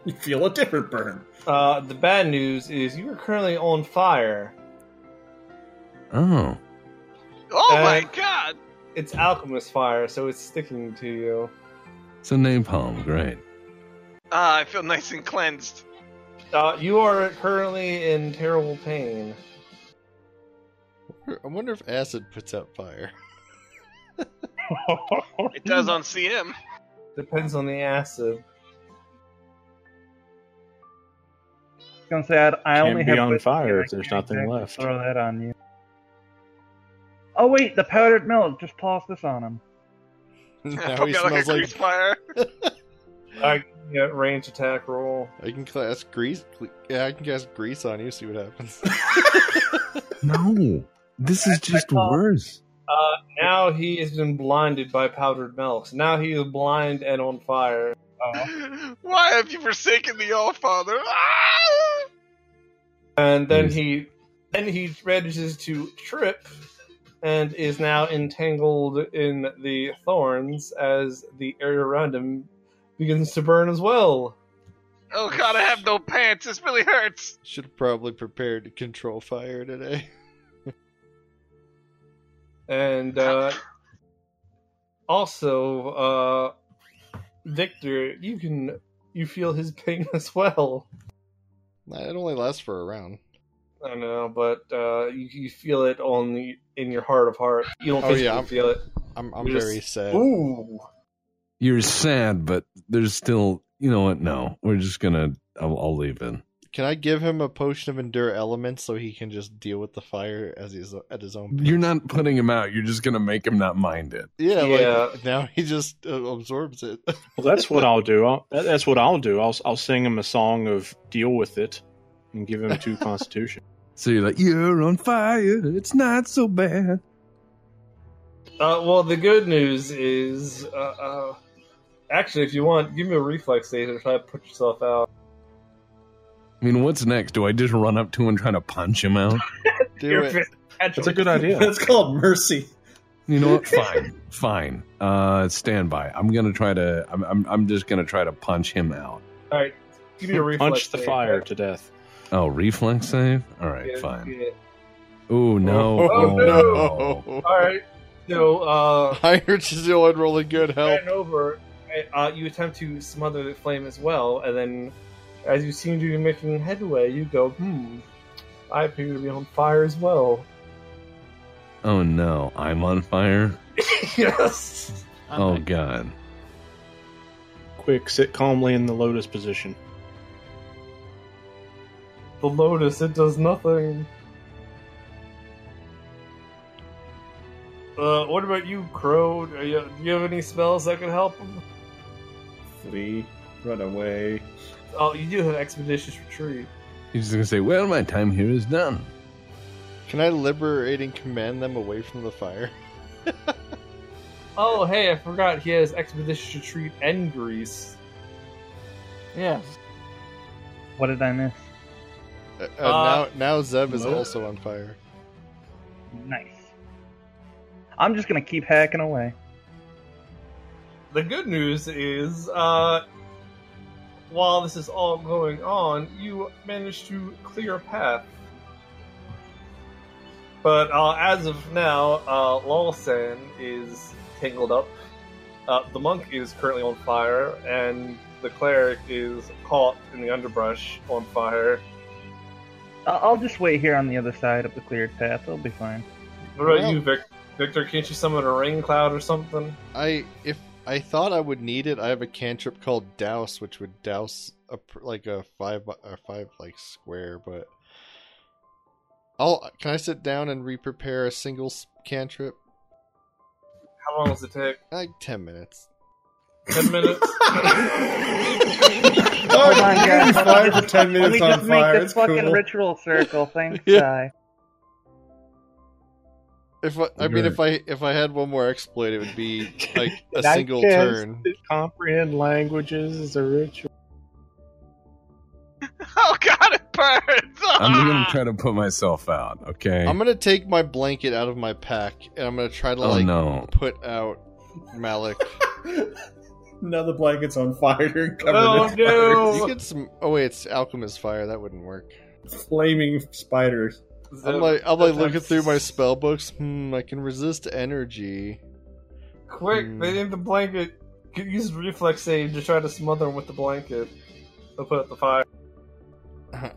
Speaker 1: You feel a different (laughs) burn.
Speaker 8: Uh, the bad news is you are currently on fire.
Speaker 2: Oh,
Speaker 7: oh my
Speaker 8: uh,
Speaker 7: god.
Speaker 8: It's alchemist fire, so it's sticking to you.
Speaker 2: so napalm, great.
Speaker 7: Ah, I feel nice and cleansed.
Speaker 8: Uh, you are currently in terrible pain.
Speaker 3: I wonder if acid puts out
Speaker 8: (laughs)
Speaker 3: fire. (laughs)
Speaker 7: It does
Speaker 3: Hmm.
Speaker 7: on (laughs) CM.
Speaker 8: Depends on the acid.
Speaker 5: I was gonna say I'd- I
Speaker 6: Can't
Speaker 5: only
Speaker 6: be
Speaker 5: have
Speaker 6: on
Speaker 5: whiskey,
Speaker 6: fire
Speaker 5: and I
Speaker 6: if there's
Speaker 5: can't
Speaker 6: nothing
Speaker 5: exactly
Speaker 6: left.
Speaker 5: Throw that on you. Oh wait, the powdered milk. Just toss this on him.
Speaker 8: Oh,
Speaker 3: now he
Speaker 7: Poke out like a
Speaker 3: smells like.
Speaker 7: grease fire.
Speaker 8: I yeah, range attack roll.
Speaker 3: I can cast grease. Yeah, I can cast grease on you. See what happens. (laughs)
Speaker 2: No, this is just worse.
Speaker 8: Uh, now he has been blinded by powdered milks. Now he is blind and on fire.
Speaker 3: Uh-huh.
Speaker 7: Why have you forsaken the All Father? Ah!
Speaker 8: And then
Speaker 2: Yes.
Speaker 8: he then he manages to trip and is now entangled in the thorns as the area around him begins to burn as well.
Speaker 7: Oh god, I have no pants. This really hurts. (laughs)
Speaker 3: Should have probably prepared to control fire today. (laughs)
Speaker 8: And uh, also, uh, Victor, you can you feel his pain (laughs) as well.
Speaker 3: It only lasts for a round.
Speaker 8: I know, but uh, you, you feel it on the in your heart of heart. You don't
Speaker 3: Oh,
Speaker 8: physically
Speaker 3: yeah, I'm-
Speaker 8: feel it.
Speaker 3: I'm I'm
Speaker 8: You're
Speaker 3: very sad.
Speaker 8: Ooh,
Speaker 2: You're sad, but there's still, you know what? No, we're just gonna. I'll, I'll leave it.
Speaker 3: Can I give him a potion of endure elements so he can just deal with the fire as he's at his own? pace?
Speaker 2: You're not putting him out. You're just gonna make him not mind it.
Speaker 3: Yeah,
Speaker 8: Yeah.
Speaker 3: Like, now he just uh, absorbs it. (laughs)
Speaker 6: Well, that's what I'll do. I'll, that- that's what I'll do. I'll I'll sing him a song of "Deal with It" and give him two Constitution.
Speaker 2: So you're like, you're on fire. It's not so bad.
Speaker 8: Uh, well, the good news is, uh, uh, actually, if you want, give me a reflex save to try to put yourself out.
Speaker 2: I mean, what's next? Do I just run up to him trying to punch him out?
Speaker 3: Do it.
Speaker 6: That's a good idea.
Speaker 1: That's called
Speaker 5: (laughs)
Speaker 1: mercy.
Speaker 2: You know (laughs) what? Fine, fine. Uh, stand by. I'm gonna try to. I'm. I'm, I'm just gonna try to punch him out.
Speaker 8: All right, give me a reflex.
Speaker 6: Punch the
Speaker 8: save.
Speaker 6: fire to death.
Speaker 2: Oh, reflex save. All right,
Speaker 8: Yeah,
Speaker 2: fine.
Speaker 8: yeah.
Speaker 2: Ooh no!
Speaker 3: Oh,
Speaker 8: Oh,
Speaker 2: no!
Speaker 3: no!
Speaker 8: All right,
Speaker 3: (laughs)
Speaker 8: so uh,
Speaker 3: Iron Chisel and rolling good help.
Speaker 8: ran over. Uh, you attempt to smother the flame as well, and then, as you seem to be making headway, you go, "Hmm, I appear to be on fire as well."
Speaker 2: Oh no! I'm on fire.
Speaker 8: yes.
Speaker 4: I'm
Speaker 2: oh
Speaker 4: back.
Speaker 2: god!
Speaker 6: quick, sit calmly in the lotus position.
Speaker 8: The lotus, it does nothing. Uh, what about you, Crow? Are you, do you have any spells that could help him?
Speaker 1: Flee, run away.
Speaker 8: Oh, you do have expeditious retreat.
Speaker 2: He's just gonna say, "Well, my time here is done."
Speaker 3: Can I liberate and command them away from the fire?
Speaker 8: Oh, hey, I forgot he has expeditious retreat and grease.
Speaker 4: Yes.
Speaker 5: What did I miss?
Speaker 3: Uh, uh,
Speaker 8: Uh,
Speaker 3: now, now Zeb is
Speaker 8: no.
Speaker 3: also on fire.
Speaker 5: Nice. I'm just gonna keep hacking away.
Speaker 8: The good news is, uh, while this is all going on, you managed to clear a path. But uh, as of now, uh, Lawson is tangled up. Uh, the monk is currently on fire, and the cleric is caught in the underbrush on fire.
Speaker 5: I- I'll just wait here on the other side of the cleared path. It'll be fine.
Speaker 8: What about
Speaker 3: Well-
Speaker 8: you, Vic- Victor? Can't you summon a rain cloud or something?
Speaker 3: I if I thought I would need it, I have a cantrip called Douse, which would douse a pr- like a five by- a five like square. But I'll can I sit down and re-prepare a single s- cantrip?
Speaker 8: How long does it take?
Speaker 3: Like ten minutes.
Speaker 8: Ten minutes.
Speaker 5: Hold on, guys. Hold on.
Speaker 1: Fire for ten
Speaker 5: Let
Speaker 1: minutes
Speaker 5: me
Speaker 1: on
Speaker 5: just
Speaker 1: fire.
Speaker 5: make this
Speaker 1: it's
Speaker 5: fucking
Speaker 1: cool. (laughs)
Speaker 5: ritual circle. Thanks,
Speaker 3: Yeah.
Speaker 5: Ty.
Speaker 3: If I, I mean,
Speaker 2: You're-
Speaker 3: if I if I had one more exploit, it
Speaker 2: (laughs)
Speaker 3: would be like a
Speaker 6: I
Speaker 3: single
Speaker 6: can't
Speaker 3: turn.
Speaker 6: (laughs) Comprehend languages is a ritual.
Speaker 7: Oh god, it burns! Ah!
Speaker 2: I'm gonna try to put myself out. Okay.
Speaker 3: Ah. I'm gonna take my blanket out of my pack and I'm gonna try to
Speaker 2: oh
Speaker 3: like
Speaker 2: no!
Speaker 3: put out Malik.
Speaker 1: Now the blanket's on fire and covered
Speaker 8: Oh,
Speaker 1: in
Speaker 8: no.
Speaker 3: you get some. Oh wait, it's alchemist fire. That wouldn't work.
Speaker 1: spiders. flaming spiders.
Speaker 3: I'm like I'm like looking through my spell books. Hmm, I can resist energy. (laughs)
Speaker 8: Quick,
Speaker 3: Hmm.
Speaker 8: they need the blanket. Get- Use reflex save to try to smother him with the blanket. They'll put out the fire.
Speaker 3: I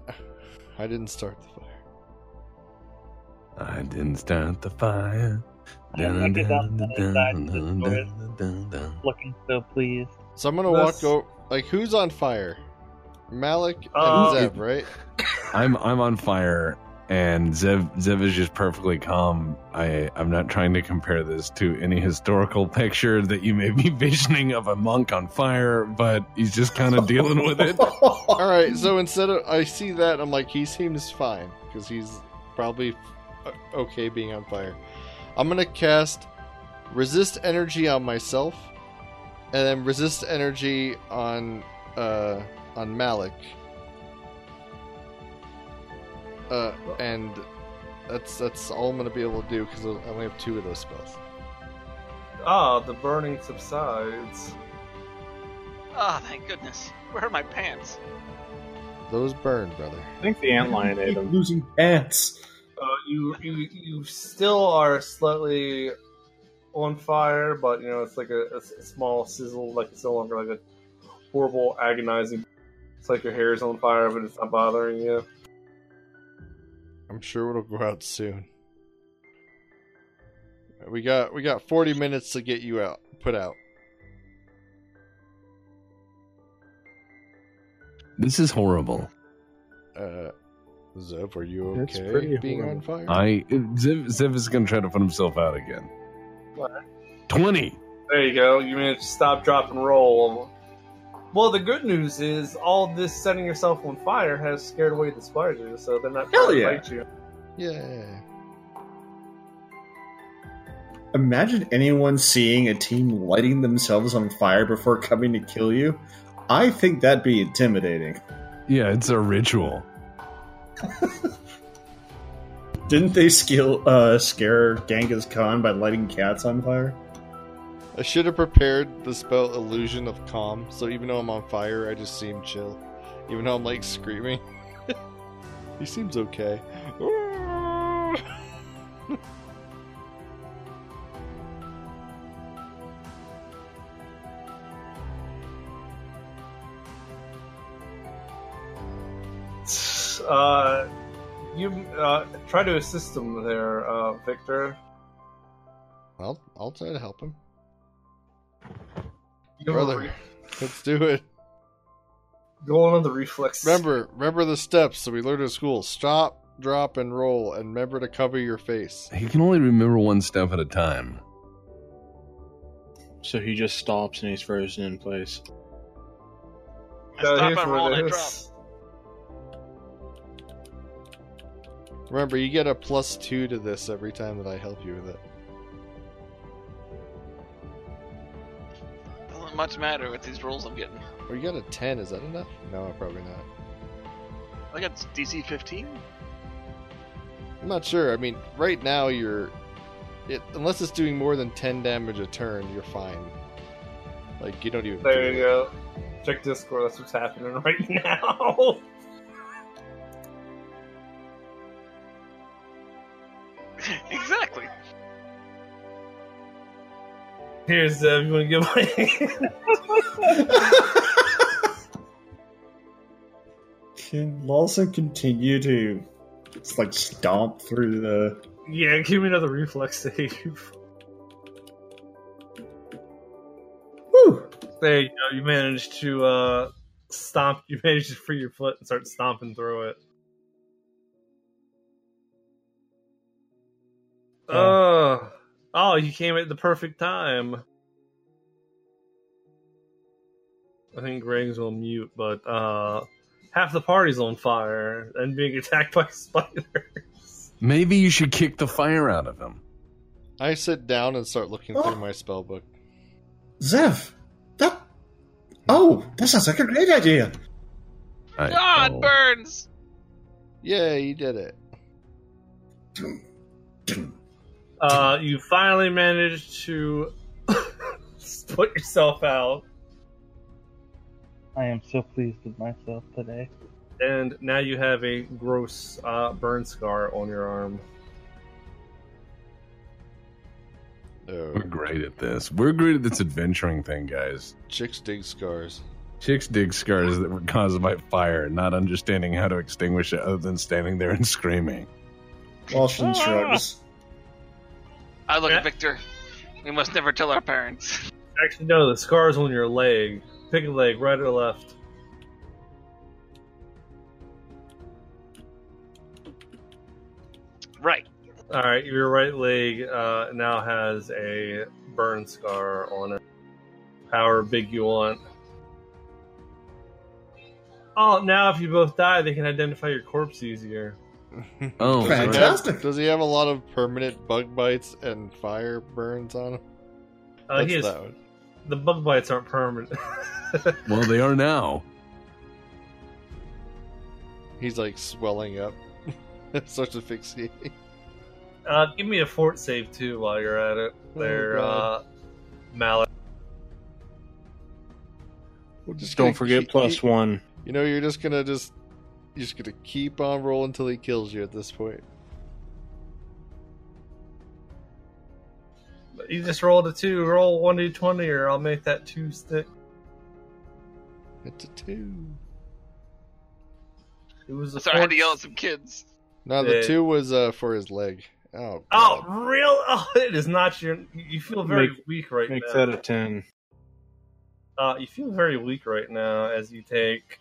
Speaker 3: didn't start the fire.
Speaker 2: I didn't start the fire.
Speaker 5: I looked it up and I decided to destroy it.
Speaker 2: dun, dun.
Speaker 5: Looking so pleased.
Speaker 3: So I'm gonna
Speaker 8: That's-
Speaker 3: walk over. Like who's on fire? Malik and
Speaker 8: Uh,
Speaker 3: Zeb, right?
Speaker 2: I'm I'm on fire, and Zev Zev is just perfectly calm. I I'm not trying to compare this to any historical picture that you may be (laughs) visioning of a monk on fire, but he's just kind of dealing with it.
Speaker 3: All right. So instead of I see that, I'm like he seems fine because he's probably uh, okay being on fire. I'm gonna cast resist energy on myself, and then resist energy on uh on Malik. Uh, and that's that's all I'm gonna be able to do because I only have two of those spells.
Speaker 8: Ah, the burning subsides.
Speaker 7: Oh, thank goodness. Where are my pants?
Speaker 3: Those burn, brother.
Speaker 6: I think the antlion ate
Speaker 1: Keep
Speaker 6: him.
Speaker 1: losing pants.
Speaker 8: Uh, you you you still are slightly on fire, but you know it's like a, a s- small sizzle. Like it's no longer like a horrible agonizing. It's like your hair is on fire, but it's not bothering you.
Speaker 3: I'm sure it'll go out soon. We got we got 40 minutes to get you out, put out.
Speaker 2: This is horrible.
Speaker 3: Uh, Zev, are you
Speaker 6: That's pretty
Speaker 3: okay being on fire?
Speaker 2: I Zev, Zev is gonna try to put himself out again.
Speaker 8: What?
Speaker 2: Twenty.
Speaker 8: There you go. You managed to stop, drop, and roll. Well, the good news is all this setting yourself on fire has scared away the spiders, so they're not
Speaker 1: Hell
Speaker 8: trying
Speaker 1: yeah.
Speaker 8: to bite you.
Speaker 3: yeah.
Speaker 1: Imagine anyone seeing a team lighting themselves on fire before coming to kill you. I think that'd be intimidating.
Speaker 2: Yeah, it's a ritual.
Speaker 1: Didn't they skill, uh, scare Genghis Khan by lighting cats on fire?
Speaker 3: I should have prepared the spell illusion of calm, so even though I'm on fire, I just seem chill. Even though I'm like screaming, (laughs) he seems okay. (laughs)
Speaker 8: Uh, you uh, try to assist them there, uh, Victor.
Speaker 3: I'll I'll try to help him,
Speaker 8: You have a
Speaker 3: brother.
Speaker 8: re-
Speaker 3: Let's do it.
Speaker 10: Going on the reflex.
Speaker 3: Remember, remember the steps that we learned in school. Stop, drop, and roll, and remember to cover your face.
Speaker 2: He can only remember one step at a time.
Speaker 6: So he just stops and he's frozen in place.
Speaker 8: Uh,
Speaker 7: I stop and roll
Speaker 10: what
Speaker 7: and
Speaker 10: it
Speaker 7: drop.
Speaker 10: is.
Speaker 3: Remember, you get a plus two to this every time that I help you with it.
Speaker 7: Doesn't much matter with these rolls I'm getting.
Speaker 3: Or you got a ten. Is that enough? No, probably not.
Speaker 7: I got DC 15.
Speaker 3: I'm not sure. I mean, right now you're, it, unless it's doing more than ten damage a turn, you're fine. Like you don't even.
Speaker 8: There
Speaker 3: feel
Speaker 8: you
Speaker 3: it.
Speaker 8: go. Check Discord. That's what's happening (laughs) right now.
Speaker 7: (laughs) exactly.
Speaker 8: Here, Zev, uh, you want to give my (laughs)
Speaker 1: Can Lawson continue to just like stomp through the
Speaker 8: Yeah, (laughs) give me another reflex save.
Speaker 1: Whew.
Speaker 8: There you go. You managed to uh stomp. (laughs) You managed to free your foot and start stomping through it. Oh, oh! You came at the perfect time. I think Greg's on mute, but uh, half the party's on fire and being attacked (laughs) by spiders.
Speaker 2: Maybe you should kick the fire out of him.
Speaker 3: I sit down and start looking
Speaker 1: Oh.
Speaker 3: through my spell book.
Speaker 1: Zev. That Oh, that sounds like a great idea.
Speaker 2: I-
Speaker 7: God,
Speaker 2: oh.
Speaker 7: burns!
Speaker 3: Yeah, you did it.
Speaker 8: Uh, you finally managed to (laughs) put yourself out,
Speaker 5: I am so pleased with myself today.
Speaker 8: and now you have a gross uh, burn scar on your arm.
Speaker 3: No.
Speaker 2: We're great at this. We're great at this adventuring thing, guys.
Speaker 3: Chicks dig scars.
Speaker 2: Chicks dig scars that were caused by fire, not understanding how to extinguish it other than standing there and screaming.
Speaker 1: Lawson shrugs.
Speaker 7: I look
Speaker 8: Yeah.
Speaker 7: at Victor. We must never tell our parents. (laughs)
Speaker 8: Actually, no, the scar's on your leg. Pick a leg, right or left.
Speaker 7: Right.
Speaker 8: All right, your right leg uh, now has a burn scar on it. However big you want. Oh, now if you both die, they can identify your corpse easier.
Speaker 2: Oh,
Speaker 1: Right.
Speaker 2: right.
Speaker 1: Fantastic.
Speaker 3: Does he have a lot of permanent bug bites and fire burns on him?
Speaker 2: Oh,
Speaker 8: Uh, he
Speaker 3: What's
Speaker 8: has
Speaker 3: that one?
Speaker 8: the bug bites aren't permanent. (laughs)
Speaker 2: well, they are now.
Speaker 3: He's like swelling up. (laughs) Starts asphyxiating.
Speaker 8: uh, give me a fort save too while you're at it.
Speaker 6: Oh,
Speaker 8: There, uh,
Speaker 3: God.
Speaker 8: Mallet.
Speaker 3: We're just
Speaker 6: Don't
Speaker 3: gonna
Speaker 6: forget
Speaker 3: keep-
Speaker 6: plus
Speaker 3: keep-
Speaker 6: one.
Speaker 3: You know, you're just gonna just you're just gonna keep on rolling until he kills you at this point.
Speaker 8: You just rolled a two. Roll one d twenty, or I'll make that two stick.
Speaker 3: It's a two.
Speaker 8: It was a
Speaker 7: Sorry, I had to
Speaker 8: fort-
Speaker 7: yell at some kids.
Speaker 3: No, the
Speaker 8: Uh,
Speaker 3: two was uh for his leg. Oh.
Speaker 8: Oh,
Speaker 3: God.
Speaker 8: real? (laughs) Oh, it is not your. You feel very
Speaker 6: Make-
Speaker 8: weak right
Speaker 6: Make
Speaker 8: now.
Speaker 6: that a ten.
Speaker 8: Uh, you feel very weak right now as you take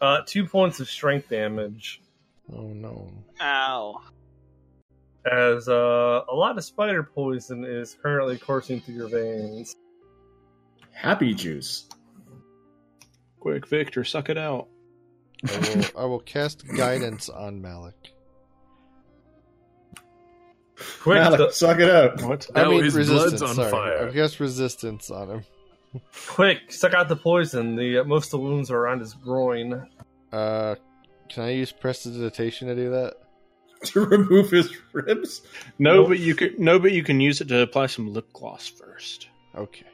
Speaker 8: uh, two points of strength damage.
Speaker 3: Oh no.
Speaker 7: Ow.
Speaker 8: As uh, a lot of spider poison is currently coursing through your veins.
Speaker 1: Happy juice.
Speaker 6: Quick, Victor, suck it out.
Speaker 3: I will, I will cast guidance on Malik.
Speaker 8: Quick,
Speaker 1: Malik,
Speaker 8: the,
Speaker 1: suck it up. (laughs)
Speaker 6: What?
Speaker 2: Now
Speaker 3: I mean
Speaker 2: Oh, his
Speaker 3: resistance.
Speaker 2: blood's on
Speaker 3: sorry.
Speaker 2: fire.
Speaker 3: I cast resistance on him.
Speaker 8: quick, suck out the poison. The uh, most of the wounds are around his groin.
Speaker 3: Uh, can I use prestidigitation to do that?
Speaker 1: to remove his ribs.
Speaker 6: No,
Speaker 8: Nope.
Speaker 6: but you can. No, but you can use it to apply some lip gloss first.
Speaker 3: Okay.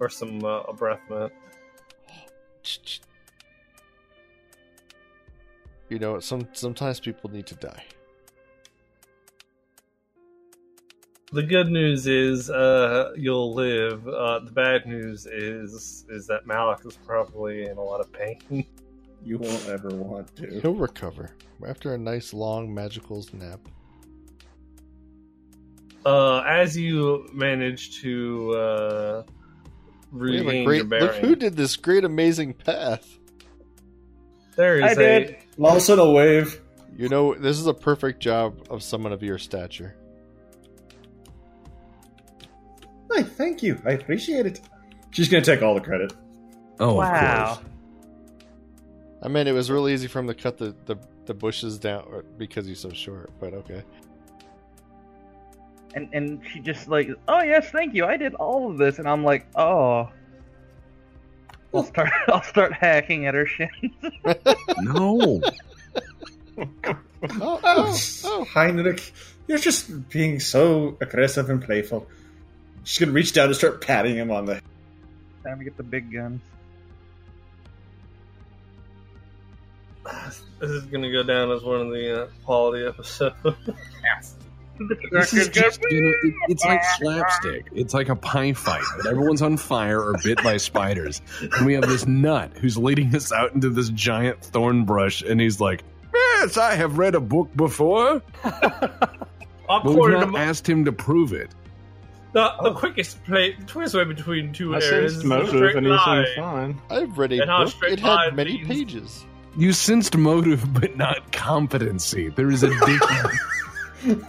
Speaker 8: Or some uh, a breath mint.
Speaker 3: You know, some sometimes people need to die.
Speaker 8: The good news is uh, you'll live. Uh, the bad news is is that Malik is probably in a lot of pain. (laughs)
Speaker 1: You won't ever want to.
Speaker 3: He'll recover after a nice long magicals nap.
Speaker 8: uh, as you manage to uh,
Speaker 3: We have
Speaker 8: regain
Speaker 3: a
Speaker 8: your
Speaker 3: great, look
Speaker 8: bearings,
Speaker 3: who did this great, amazing path.
Speaker 8: there is
Speaker 5: I
Speaker 8: a
Speaker 5: did.
Speaker 1: Lawson will wave.
Speaker 3: You know, this is a perfect job of someone of your stature.
Speaker 1: Hi, thank you. I appreciate it. She's gonna take all the credit.
Speaker 2: Oh,
Speaker 5: Wow.
Speaker 2: of course.
Speaker 3: I mean, it was really easy for him to cut the, the, the bushes down or- because he's so short, but okay.
Speaker 5: And and she just like, oh yes, thank you. I did all of this, and I'm like, oh. I'll start. (laughs) I'll start hacking at her shit. (laughs)
Speaker 2: No.
Speaker 3: Oh,
Speaker 1: Oh,
Speaker 3: oh, oh.
Speaker 1: Heinrich, you're just being so aggressive and playful. She's gonna reach down and start patting him on the.
Speaker 5: Time to get the big guns.
Speaker 8: this is going to go down as one of the uh, quality episodes. (laughs)
Speaker 2: This is just gonna, it- it's like slapstick. It's like a pie fight, but everyone's on fire or bit by spiders. And we have this nut who's leading us out into this giant thorn brush, and he's like, Yes, I have read a book before.
Speaker 8: I've
Speaker 2: But we've
Speaker 8: quoted
Speaker 2: not
Speaker 8: the,
Speaker 2: asked him to prove it.
Speaker 8: the,
Speaker 3: oh.
Speaker 8: the quickest play, twist between two
Speaker 6: I
Speaker 8: areas. is
Speaker 6: sensed
Speaker 8: a
Speaker 6: motive
Speaker 8: straight
Speaker 6: and he
Speaker 8: line.
Speaker 6: seemed fine.
Speaker 3: I've read a
Speaker 8: And how
Speaker 3: book.
Speaker 8: straight
Speaker 3: It had
Speaker 8: line
Speaker 3: many
Speaker 8: means-
Speaker 3: pages.
Speaker 2: You sensed motive, but not competency. There is a difference.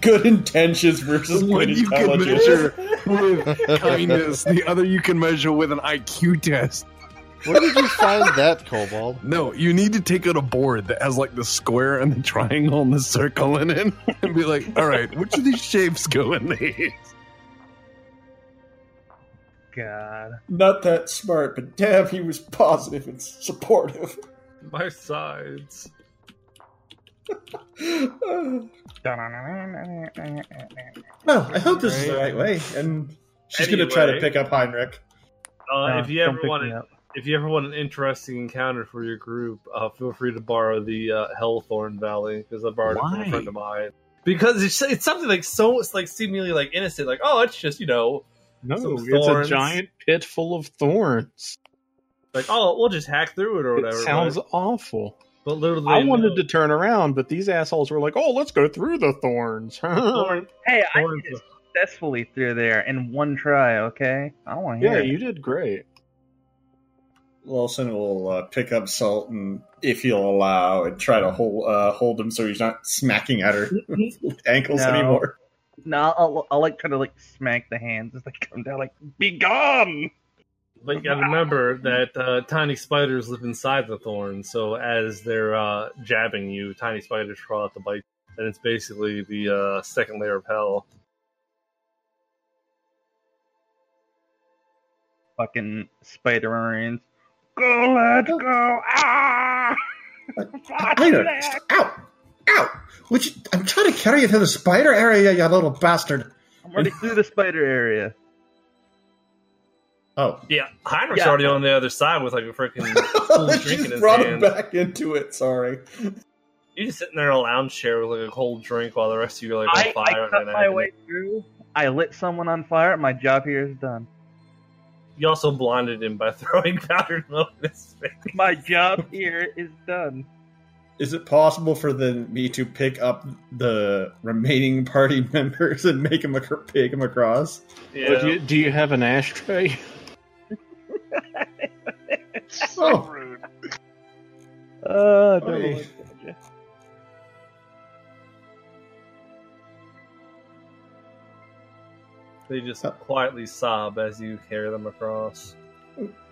Speaker 1: Good intentions versus
Speaker 2: One
Speaker 1: good
Speaker 2: you can
Speaker 1: intelligence.
Speaker 2: measure with (laughs) kindness, the other you can measure with an IQ test.
Speaker 3: Where did you find that, Cobalt?
Speaker 2: No, you need to take out a board that has like the square and the triangle and the circle in it (laughs) and be like, all right, which of these shapes go in these?
Speaker 5: God.
Speaker 1: Not that smart, but damn, he was positive and supportive. (sighs)
Speaker 8: My sides.
Speaker 1: well,
Speaker 5: If
Speaker 1: I hope this is the right way. And she's gonna try to
Speaker 8: Anyway.
Speaker 1: pick up Heinrich.
Speaker 8: Uh, if you ever want to if you ever want an interesting encounter for your group, uh, feel free to borrow the uh, Hellthorn Valley because I borrowed it from
Speaker 2: Why?
Speaker 8: a friend of mine. Because it's, it's something like so it's like seemingly like innocent, like oh, it's just you know,
Speaker 6: No,
Speaker 8: Some
Speaker 6: it's a
Speaker 8: thorns.
Speaker 6: giant pit full of thorns.
Speaker 8: like oh, we'll just hack through it or
Speaker 6: It
Speaker 8: whatever.
Speaker 6: sounds
Speaker 8: but,
Speaker 6: awful.
Speaker 8: but literally,
Speaker 6: I wanted to turn around, but these assholes were like, "Oh, let's go through the thorns." (laughs)
Speaker 8: Thorn,
Speaker 5: Hey, I
Speaker 8: thorns.
Speaker 5: did it successfully through there in one try. Okay, I want to
Speaker 6: yeah,
Speaker 5: hear. it.
Speaker 6: you did great.
Speaker 1: Lawson will uh, pick up Salt and, if he'll allow, and try to hold uh, hold him so he's not smacking at her (laughs) ankles
Speaker 5: No.
Speaker 1: anymore.
Speaker 5: No, I'll, I'll, I'll like try to like smack the hands as they come down. Like, be gone.
Speaker 8: But you gotta remember that uh, tiny spiders live inside the thorn, so as they're uh, jabbing you, tiny spiders crawl out the bite, and it's basically the uh, second layer of hell.
Speaker 5: Fucking spider marines. Go, let's go. Ah! (laughs)
Speaker 1: Heinrich, ow, ow! Would you, I'm trying to carry you through the spider area, you little bastard.
Speaker 5: I'm already through the spider area.
Speaker 1: Oh, (laughs)
Speaker 8: Yeah, Heinrich's
Speaker 5: Yeah.
Speaker 8: already on the other side with like a freaking cool
Speaker 1: she
Speaker 8: drink in
Speaker 1: just
Speaker 8: his
Speaker 1: brought him
Speaker 8: hand.
Speaker 1: back into it. Sorry.
Speaker 8: You just sitting there in a lounge chair with like a cold drink while the rest of you are like on
Speaker 5: I, I
Speaker 8: fire.
Speaker 5: cut
Speaker 8: and
Speaker 5: my way through. I lit someone on fire. My job here is done.
Speaker 8: You also blinded him by (laughs) throwing powdered milk in his face.
Speaker 5: (laughs) My job here is done.
Speaker 1: Is it possible for then me to pick up the remaining party (laughs) members and make them ac- take them across?
Speaker 8: Yeah.
Speaker 6: Do, you, do you have an ashtray?
Speaker 7: So rude.
Speaker 5: Uh, don't
Speaker 1: Oy.
Speaker 5: like that.
Speaker 8: They just quietly sob as you carry them across.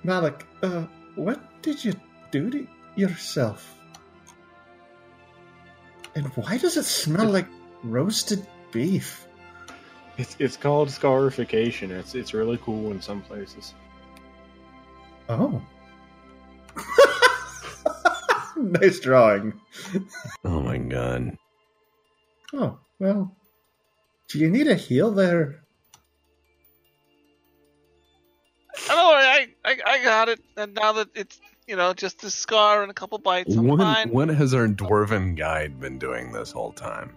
Speaker 1: Malik, uh, what did you do to yourself? And why does it smell like roasted beef?
Speaker 6: It's, it's called scarification. It's it's really cool in some places.
Speaker 1: Oh. (laughs) nice drawing.
Speaker 2: Oh my god.
Speaker 1: Oh, well. Do you need a heel there?
Speaker 7: Oh, no, I, I, I got it. And now that it's, you know, just a scar and a couple bites, I'm
Speaker 2: What,
Speaker 7: fine.
Speaker 2: what has our dwarven guide been doing this whole time?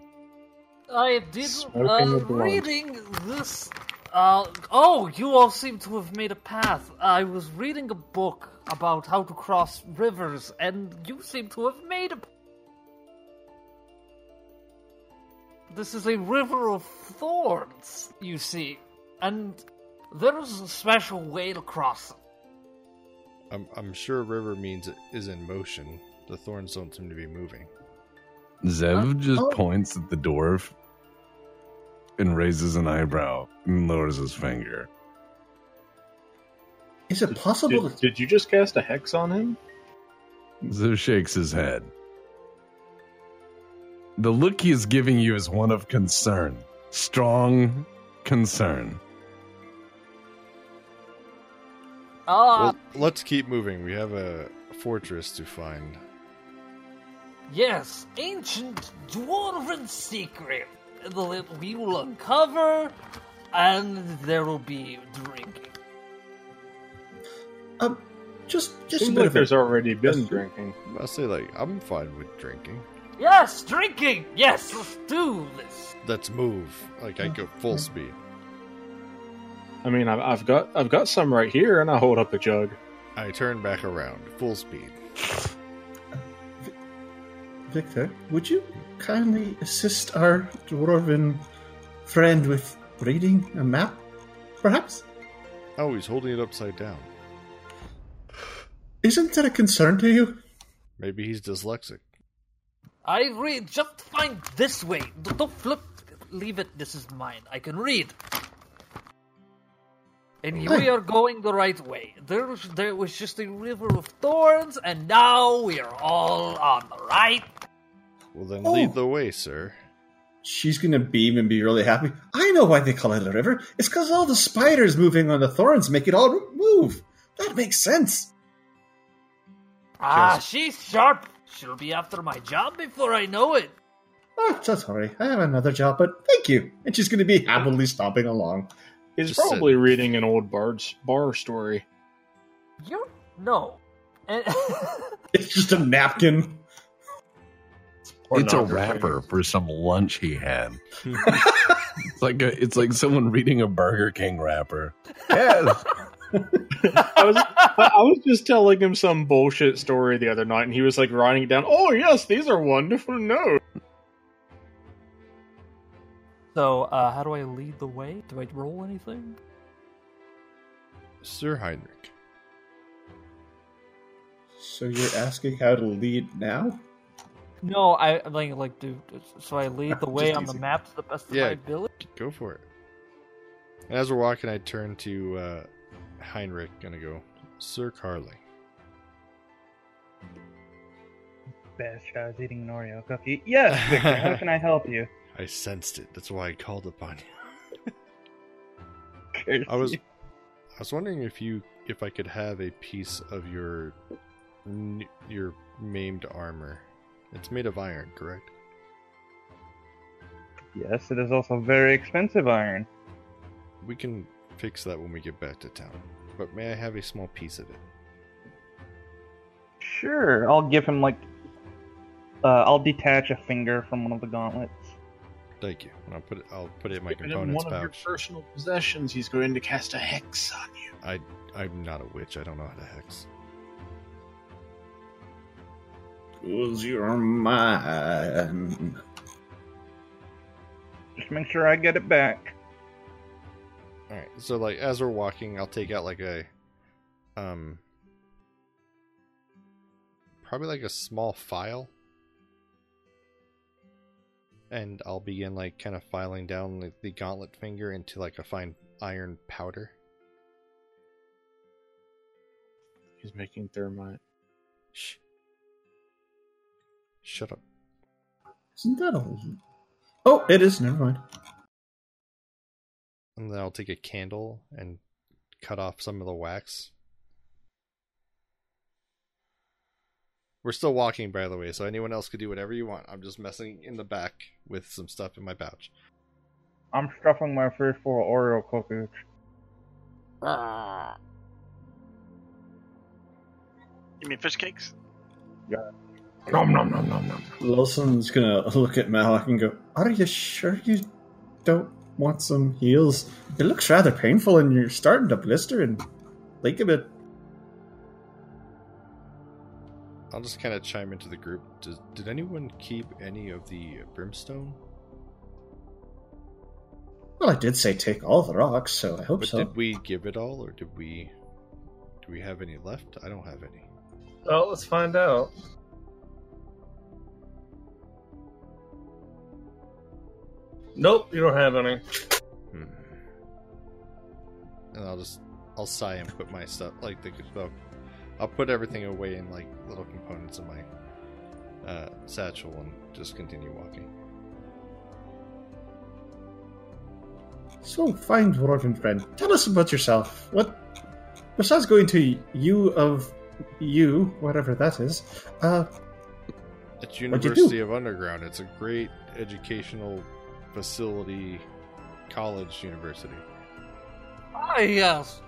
Speaker 4: I did
Speaker 6: Smoking
Speaker 4: uh,
Speaker 6: the blunt.
Speaker 4: reading this. Uh, oh, you all seem to have made a path. I was reading a book about how to cross rivers, and you seem to have made a. This is a river of thorns, you see, and there is a special way to cross it.
Speaker 3: I'm, I'm sure river means it is in motion. The thorns don't seem to be moving.
Speaker 2: Zev just
Speaker 4: oh.
Speaker 2: points at the dwarf and raises an eyebrow and lowers his finger.
Speaker 1: Is it possible
Speaker 6: Did,
Speaker 1: to
Speaker 6: did you just cast a hex on him?
Speaker 2: Zev shakes his head. The look he is giving you is one of concern. Strong concern.
Speaker 4: Ah,
Speaker 3: Well, let's keep moving. We have a fortress to find.
Speaker 4: yes, ancient dwarven secret that we will uncover, and there will be drinking.
Speaker 1: um, just just a
Speaker 6: Seems
Speaker 1: bit
Speaker 6: like
Speaker 1: of a-
Speaker 6: there's already been
Speaker 1: Yes.
Speaker 6: drinking.
Speaker 3: I say, like, I'm fine with drinking.
Speaker 4: Yes, drinking! Yes, let's do this!
Speaker 3: Let's move. Like, I go full speed.
Speaker 6: I mean, I've, I've got I've got some right here, and I hold up a jug.
Speaker 3: I turn back around, full speed.
Speaker 1: Victor, would you kindly assist our dwarven friend with reading a map, perhaps?
Speaker 3: Oh, he's holding it upside down.
Speaker 1: Isn't that a concern to you?
Speaker 3: Maybe he's dyslexic.
Speaker 4: I read, just find this way. D- Don't flip, leave it, this is mine. I can read. And we are going the right way. There was, there was just a river of thorns, and now we are all on the right.
Speaker 3: Well, then
Speaker 1: Oh.
Speaker 3: lead the way, sir.
Speaker 1: She's gonna beam and be really happy. I know why they call it a river. It's because all the spiders moving on the thorns make it all move. That makes sense.
Speaker 4: Ah, she's sharp. She'll be after my job before I know it.
Speaker 1: Oh, so sorry. I have another job, but thank you. And she's gonna be happily stomping along.
Speaker 6: He's
Speaker 3: Just
Speaker 6: probably reading an old bard's bar story.
Speaker 4: You no. (laughs) And-
Speaker 1: It's just a napkin.
Speaker 8: Or
Speaker 2: it's a
Speaker 8: knocker
Speaker 2: wrapper for some lunch he
Speaker 8: (laughs)
Speaker 2: had. it's like a, it's like someone reading a Burger King wrapper. Yes.
Speaker 6: I was I I was just telling him some bullshit story the other night, and he was like writing it down. Oh yes, these are wonderful notes.
Speaker 4: so, uh, how do I lead the way? Do I roll anything?
Speaker 3: Sir Heinrich.
Speaker 1: So you're asking how to lead now?
Speaker 4: No, I I'm like like do so. I lead the way
Speaker 1: Just
Speaker 4: on the
Speaker 1: easy.
Speaker 4: map to the best of
Speaker 3: Yeah.
Speaker 4: my ability.
Speaker 3: Go for it. And as we're walking, I turn to uh, Heinrich and I go, Sir Carly.
Speaker 5: Best I was eating an Oreo cookie. Yes, (laughs) Victor, how can I help you?
Speaker 3: I sensed it. That's why I called upon you.
Speaker 5: Curse
Speaker 3: I was,
Speaker 5: you.
Speaker 3: I was wondering if you, if I could have a piece of your, n- your maimed armor. It's made of iron, correct?
Speaker 5: Yes, it is also very expensive iron.
Speaker 3: We can fix that when we get back to town. But may I have a small piece of it?
Speaker 5: Sure, I'll give him like. Uh, I'll detach a finger from one of the gauntlets.
Speaker 3: Thank you. And I'll put it. I'll put it in my
Speaker 6: And in
Speaker 3: components
Speaker 6: one of your
Speaker 3: pouch.
Speaker 6: personal possessions, he's going to cast a hex on you.
Speaker 3: I'm not a witch. I don't know how to hex.
Speaker 1: Cause you're mine.
Speaker 5: Just make sure I get it back.
Speaker 3: All right. So like as we're walking, I'll take out like a, um, probably like a small file, and I'll begin like kind of filing down like, the gauntlet finger into like a fine iron powder.
Speaker 6: He's making thermite.
Speaker 3: Shh. Shut up.
Speaker 1: Isn't that a? Oh, it is. Never mind.
Speaker 3: And then I'll take a candle and cut off some of the wax. We're still walking, by the way, so anyone else could do whatever you want. I'm just messing in the back with some stuff in my pouch.
Speaker 5: I'm stuffing my first four Oreo cookies.
Speaker 7: Ah. You mean fish cakes?
Speaker 2: (laughs) nom nom nom nom nom.
Speaker 1: Wilson's gonna look at Malak and go, "Are you sure you don't want some heals? It looks rather painful, and you're starting to blister and leak a bit."
Speaker 3: I'll just kind of chime into the group. Does, did anyone keep any of the brimstone?
Speaker 1: Well, I did say take all the rocks, so I hope
Speaker 3: But
Speaker 1: so.
Speaker 3: did we give it all, or did we? Do we have any left? I don't have any.
Speaker 8: Well, let's find out. Nope, you don't have any.
Speaker 3: Hmm. And I'll just, I'll sigh and put my stuff like the, well, I'll put everything away in like little components of my uh, satchel and just continue walking.
Speaker 1: So, fine dwarven friend, tell us about yourself. What, besides going to you of you, whatever that is, uh,
Speaker 3: At
Speaker 1: you do?
Speaker 3: University of Underground, it's a great educational facility, college university.
Speaker 4: Ah, yes.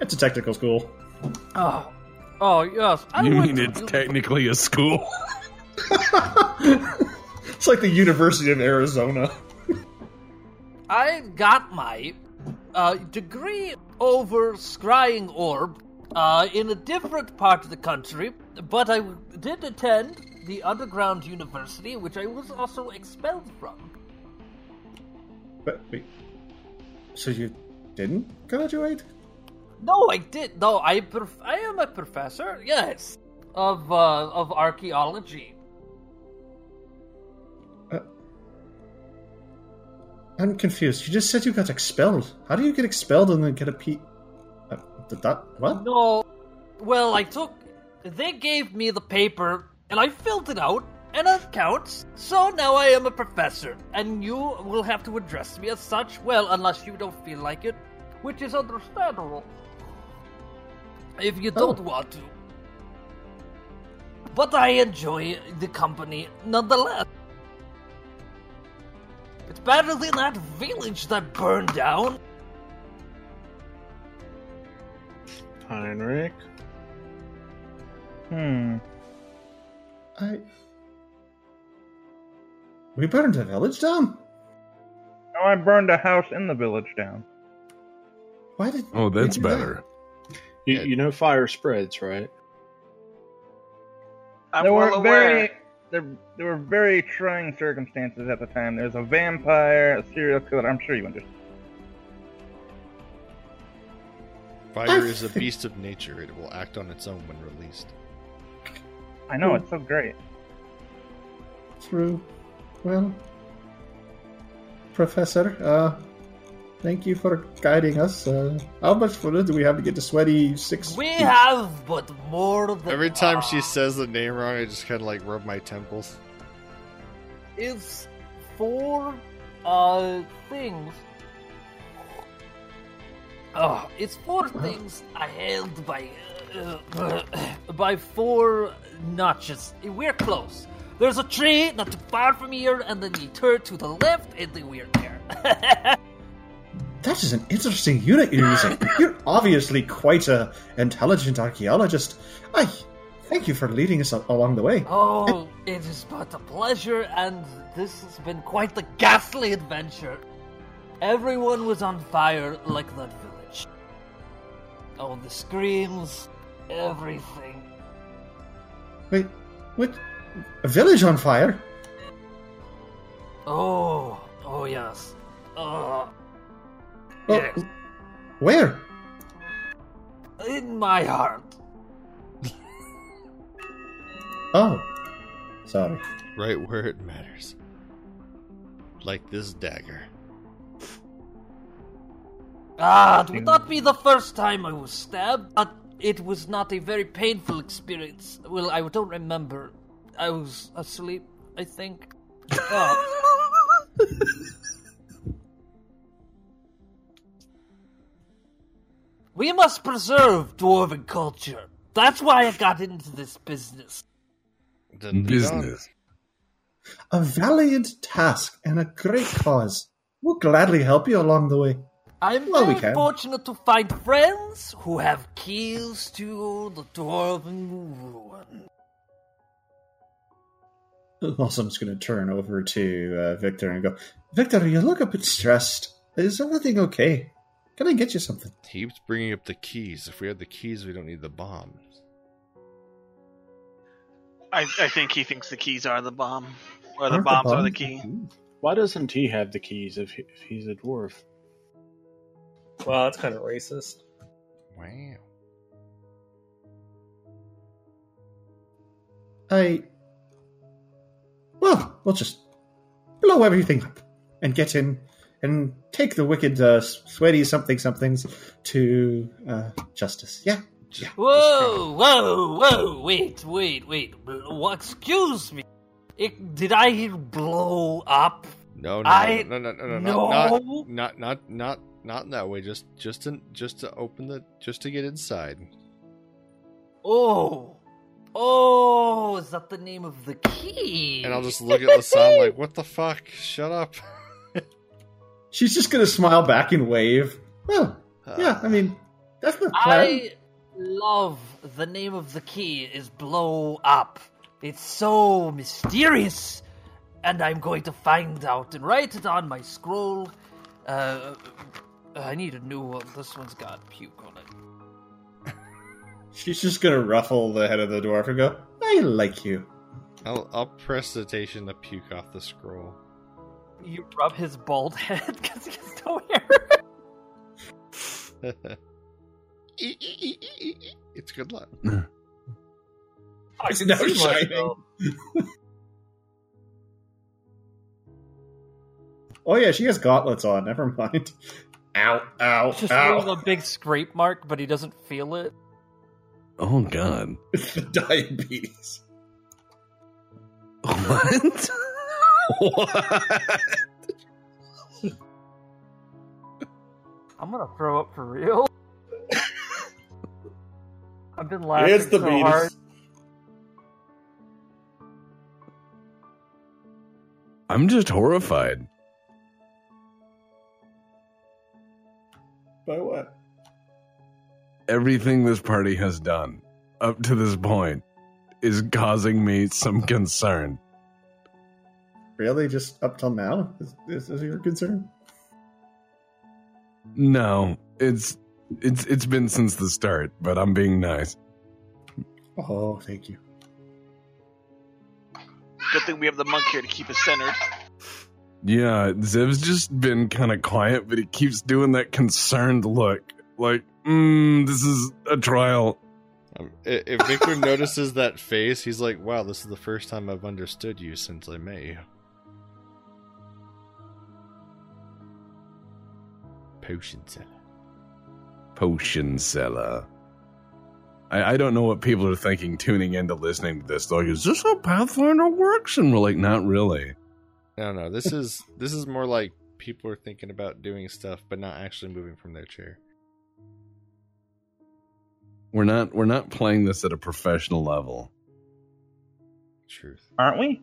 Speaker 1: it's a technical school. (laughs)
Speaker 4: Oh, oh yes. I
Speaker 2: you
Speaker 4: went
Speaker 2: mean
Speaker 4: to
Speaker 2: it's
Speaker 4: uni-
Speaker 2: technically a
Speaker 8: (laughs)
Speaker 2: school?
Speaker 1: it's like the University of Arizona.
Speaker 4: I got my uh, degree over scrying orb uh, in a different part of the country, but I did attend the underground university, which I was also expelled from.
Speaker 1: But wait, so you didn't graduate?
Speaker 4: No, I did. No, I prof- I am a professor. Yes, of uh, of archaeology.
Speaker 1: I'm confused. You just said you got expelled. How do you get expelled and then get a P? Uh, did that what?
Speaker 4: No, well, I took. They gave me the paper, and I filled it out, and that counts. So now I am a professor, and you will have to address me as such. Well, unless you don't feel like it, which is understandable. If you don't
Speaker 1: Oh.
Speaker 4: want to. But I enjoy the company nonetheless. It's better than that village that burned down.
Speaker 6: Heinrich.
Speaker 5: Hmm.
Speaker 1: I. We burned a village down.
Speaker 5: Oh, I burned a house in the village down.
Speaker 1: Why did?
Speaker 2: Oh,
Speaker 1: we
Speaker 2: that's
Speaker 1: do that?
Speaker 2: better.
Speaker 6: You, you know fire spreads, right?
Speaker 7: I'm
Speaker 5: there
Speaker 7: well
Speaker 5: were very
Speaker 7: aware.
Speaker 5: there, there were very trying circumstances at the time. There was a vampire, a serial killer. I'm sure you understand.
Speaker 3: Fire
Speaker 1: (laughs)
Speaker 3: is a beast of nature; it will act on its own when released.
Speaker 5: I know it's so great.
Speaker 1: Through, well, Professor. Uh, thank you for guiding us. Uh, how much further do we have to get to sweaty six?
Speaker 4: We
Speaker 1: feet?
Speaker 4: have but more than
Speaker 3: Every time
Speaker 1: ah.
Speaker 3: she says the name wrong, I just kind of like rub my temples.
Speaker 4: is four uh things. Oh, it's four things I held by uh, by four notches. We're close. There's a tree not too far from here, and then you turn to the left, and then we're there. (laughs)
Speaker 1: That is an interesting unit you're
Speaker 4: (coughs)
Speaker 1: using. You're obviously quite a intelligent archaeologist. I thank you for leading us a- along the way.
Speaker 4: oh, it is but a pleasure, and this has been quite the ghastly adventure. Everyone was on fire like that village. Oh, the screams, everything.
Speaker 1: Wait, what? A village on fire?
Speaker 4: Oh, oh yes. Uh,
Speaker 1: Well,
Speaker 4: Yes.
Speaker 1: Oh, Where?
Speaker 4: in my heart.
Speaker 1: Oh, sorry.
Speaker 3: right where it matters. Like this dagger.
Speaker 4: Ah, it would not be the first time I was stabbed, but it was not a very painful experience. Well, I don't remember. I was asleep, I think. Oh.
Speaker 1: (laughs)
Speaker 4: we must preserve dwarven culture. That's why I got into this business.
Speaker 3: Dun- dun-
Speaker 2: Business.
Speaker 1: A valiant task and a great cause. We'll gladly help you along the way.
Speaker 4: I'm
Speaker 1: Well, we
Speaker 4: very
Speaker 1: can.
Speaker 4: fortunate to find friends who have keys to the dwarven ruin.
Speaker 1: Lawson's going to turn over to uh, Victor and go, Victor, you look a bit stressed. Is everything okay? Can I get you something?
Speaker 3: dun. He keeps bringing up the keys. If we had the keys, we don't need the bombs.
Speaker 7: I, I think he thinks the keys are the bomb, or the
Speaker 1: Aren't
Speaker 7: bombs are the
Speaker 1: bombs
Speaker 7: key.
Speaker 1: keys?
Speaker 6: Why doesn't he have the keys if, he, if he's a dwarf?
Speaker 10: Wow, that's kind of racist.
Speaker 3: Wow.
Speaker 1: I. Well, we'll just blow everything up and get in and take the wicked, uh, sweaty something somethings to uh, justice. Yeah.
Speaker 4: Whoa, whoa, whoa! Wait, wait, wait. Bl- wha- Excuse me. It, did I hear blow up?
Speaker 3: No, no,
Speaker 4: I-
Speaker 3: no, no, no, no,
Speaker 4: No.
Speaker 3: no, not, not, not, not, not in that way. Just, just to, just to open the, just to get inside.
Speaker 4: Oh, oh! Is that the name of the key?
Speaker 3: And I'll just look at Lasan like, what the fuck? Shut up. (laughs)
Speaker 1: She's just going to smile back and wave. Well, yeah, I mean, that's the plan.
Speaker 4: I love the name of the key is blow up. It's so mysterious, and I'm going to find out and write it on my scroll. Uh, I need a new one. This one's got puke on it.
Speaker 1: She's just going to ruffle the head of the dwarf and go, I like you.
Speaker 3: I'll, I'll press citation to puke off the scroll. (laughs)
Speaker 4: You rub his bald (laughs) head because he has no hair.
Speaker 3: it's good luck.
Speaker 10: I
Speaker 1: It's
Speaker 10: can
Speaker 1: now
Speaker 10: see
Speaker 1: shining.
Speaker 8: um,
Speaker 10: myself.
Speaker 1: Oh, yeah, she has gauntlets on. Never mind. (laughs) Ow, ow,
Speaker 4: Just leaves
Speaker 1: ow.
Speaker 4: a big scrape mark, but he doesn't feel it.
Speaker 2: Oh God!
Speaker 1: It's (laughs) the diabetes.
Speaker 2: What? (laughs) what?
Speaker 4: I'm gonna throw up for real. (laughs) I've been laughing
Speaker 6: It's the
Speaker 4: so
Speaker 6: beaters.
Speaker 4: hard.
Speaker 2: I'm just horrified.
Speaker 1: By what?
Speaker 2: Everything this party has done up to this point is causing me some concern.
Speaker 1: Really? Just up till now? Is, is, is your concern?
Speaker 2: No, it's it's it's been since the start, but I'm being nice.
Speaker 1: Oh, thank you.
Speaker 7: Good thing we have the monk here to keep us centered.
Speaker 2: Yeah, Ziv's just been kind of quiet, but he keeps doing that concerned look. Like, mm, this is a trial.
Speaker 3: Um, i- if Victor notices that face, he's like, wow, this is the first time I've understood you since I met you. Potion seller.
Speaker 2: Potion seller. I, I don't know what people are thinking tuning into listening to this. Like, is this how Pathfinder works? And we're like, not really.
Speaker 3: No, no, this is this is more like people are thinking about doing stuff, but not actually moving from their chair.
Speaker 2: We're not we're not playing this at a professional level.
Speaker 3: Truth.
Speaker 5: aren't we?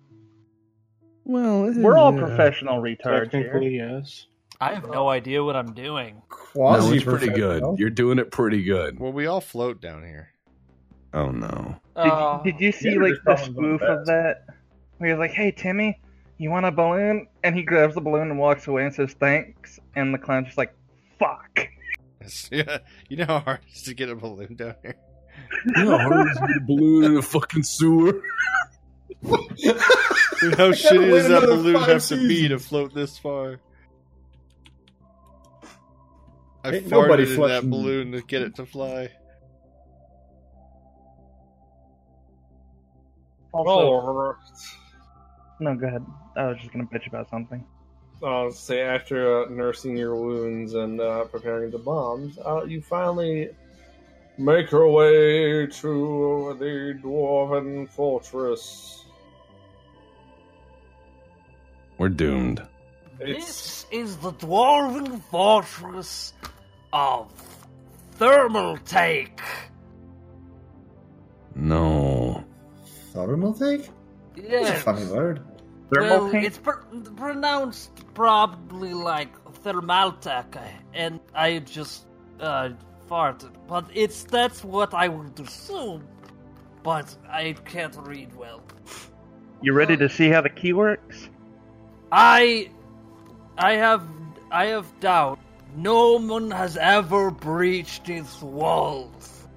Speaker 2: Well,
Speaker 5: We're all professional retards here.
Speaker 6: Technically, yes.
Speaker 4: I have no idea what I'm doing.
Speaker 2: No,
Speaker 1: Quasi
Speaker 2: it's pretty good. You're doing it pretty good.
Speaker 3: Well, we all float down here. (laughs)
Speaker 2: Oh no.
Speaker 5: Did,
Speaker 7: Oh.
Speaker 4: Uh,
Speaker 5: did you see
Speaker 1: Yeah,
Speaker 5: like
Speaker 1: there's
Speaker 5: the
Speaker 1: problems on
Speaker 5: spoof of
Speaker 1: that.
Speaker 5: that? Where he's like, "Hey Timmy, you want a balloon?" And he grabs the balloon and walks away and says thanks. And the clown's just like, "Fuck."
Speaker 3: It's- yeah, you know how hard it is to get a balloon down here.
Speaker 2: You know how hard it is to get a balloon in a fucking sewer?
Speaker 1: (laughs)
Speaker 3: Dude, how shitty does that balloon have to be to float this far? I
Speaker 1: Ain't
Speaker 3: farted
Speaker 1: nobody
Speaker 3: in that
Speaker 1: flushing-
Speaker 3: balloon to get it to fly.
Speaker 5: Also,
Speaker 10: Oh,
Speaker 5: no, go ahead. I was just gonna bitch about something.
Speaker 8: I'll say after uh, nursing your wounds and uh, preparing the bombs, uh, you finally make your way to the dwarven fortress.
Speaker 2: We're doomed.
Speaker 8: It's
Speaker 4: This is the Dwarven Fortress of Thermal Take.
Speaker 2: No.
Speaker 1: Thermal take? That's a
Speaker 4: Yes.
Speaker 1: funny word.
Speaker 5: Thermal
Speaker 4: well,
Speaker 5: tank?
Speaker 4: it's pr- pronounced probably like Thermaltake, and I just uh, farted. But it's that's what I would assume. But I can't read well.
Speaker 5: You ready to see how the key works?
Speaker 4: I, I have, I have doubt. No one has ever breached its walls.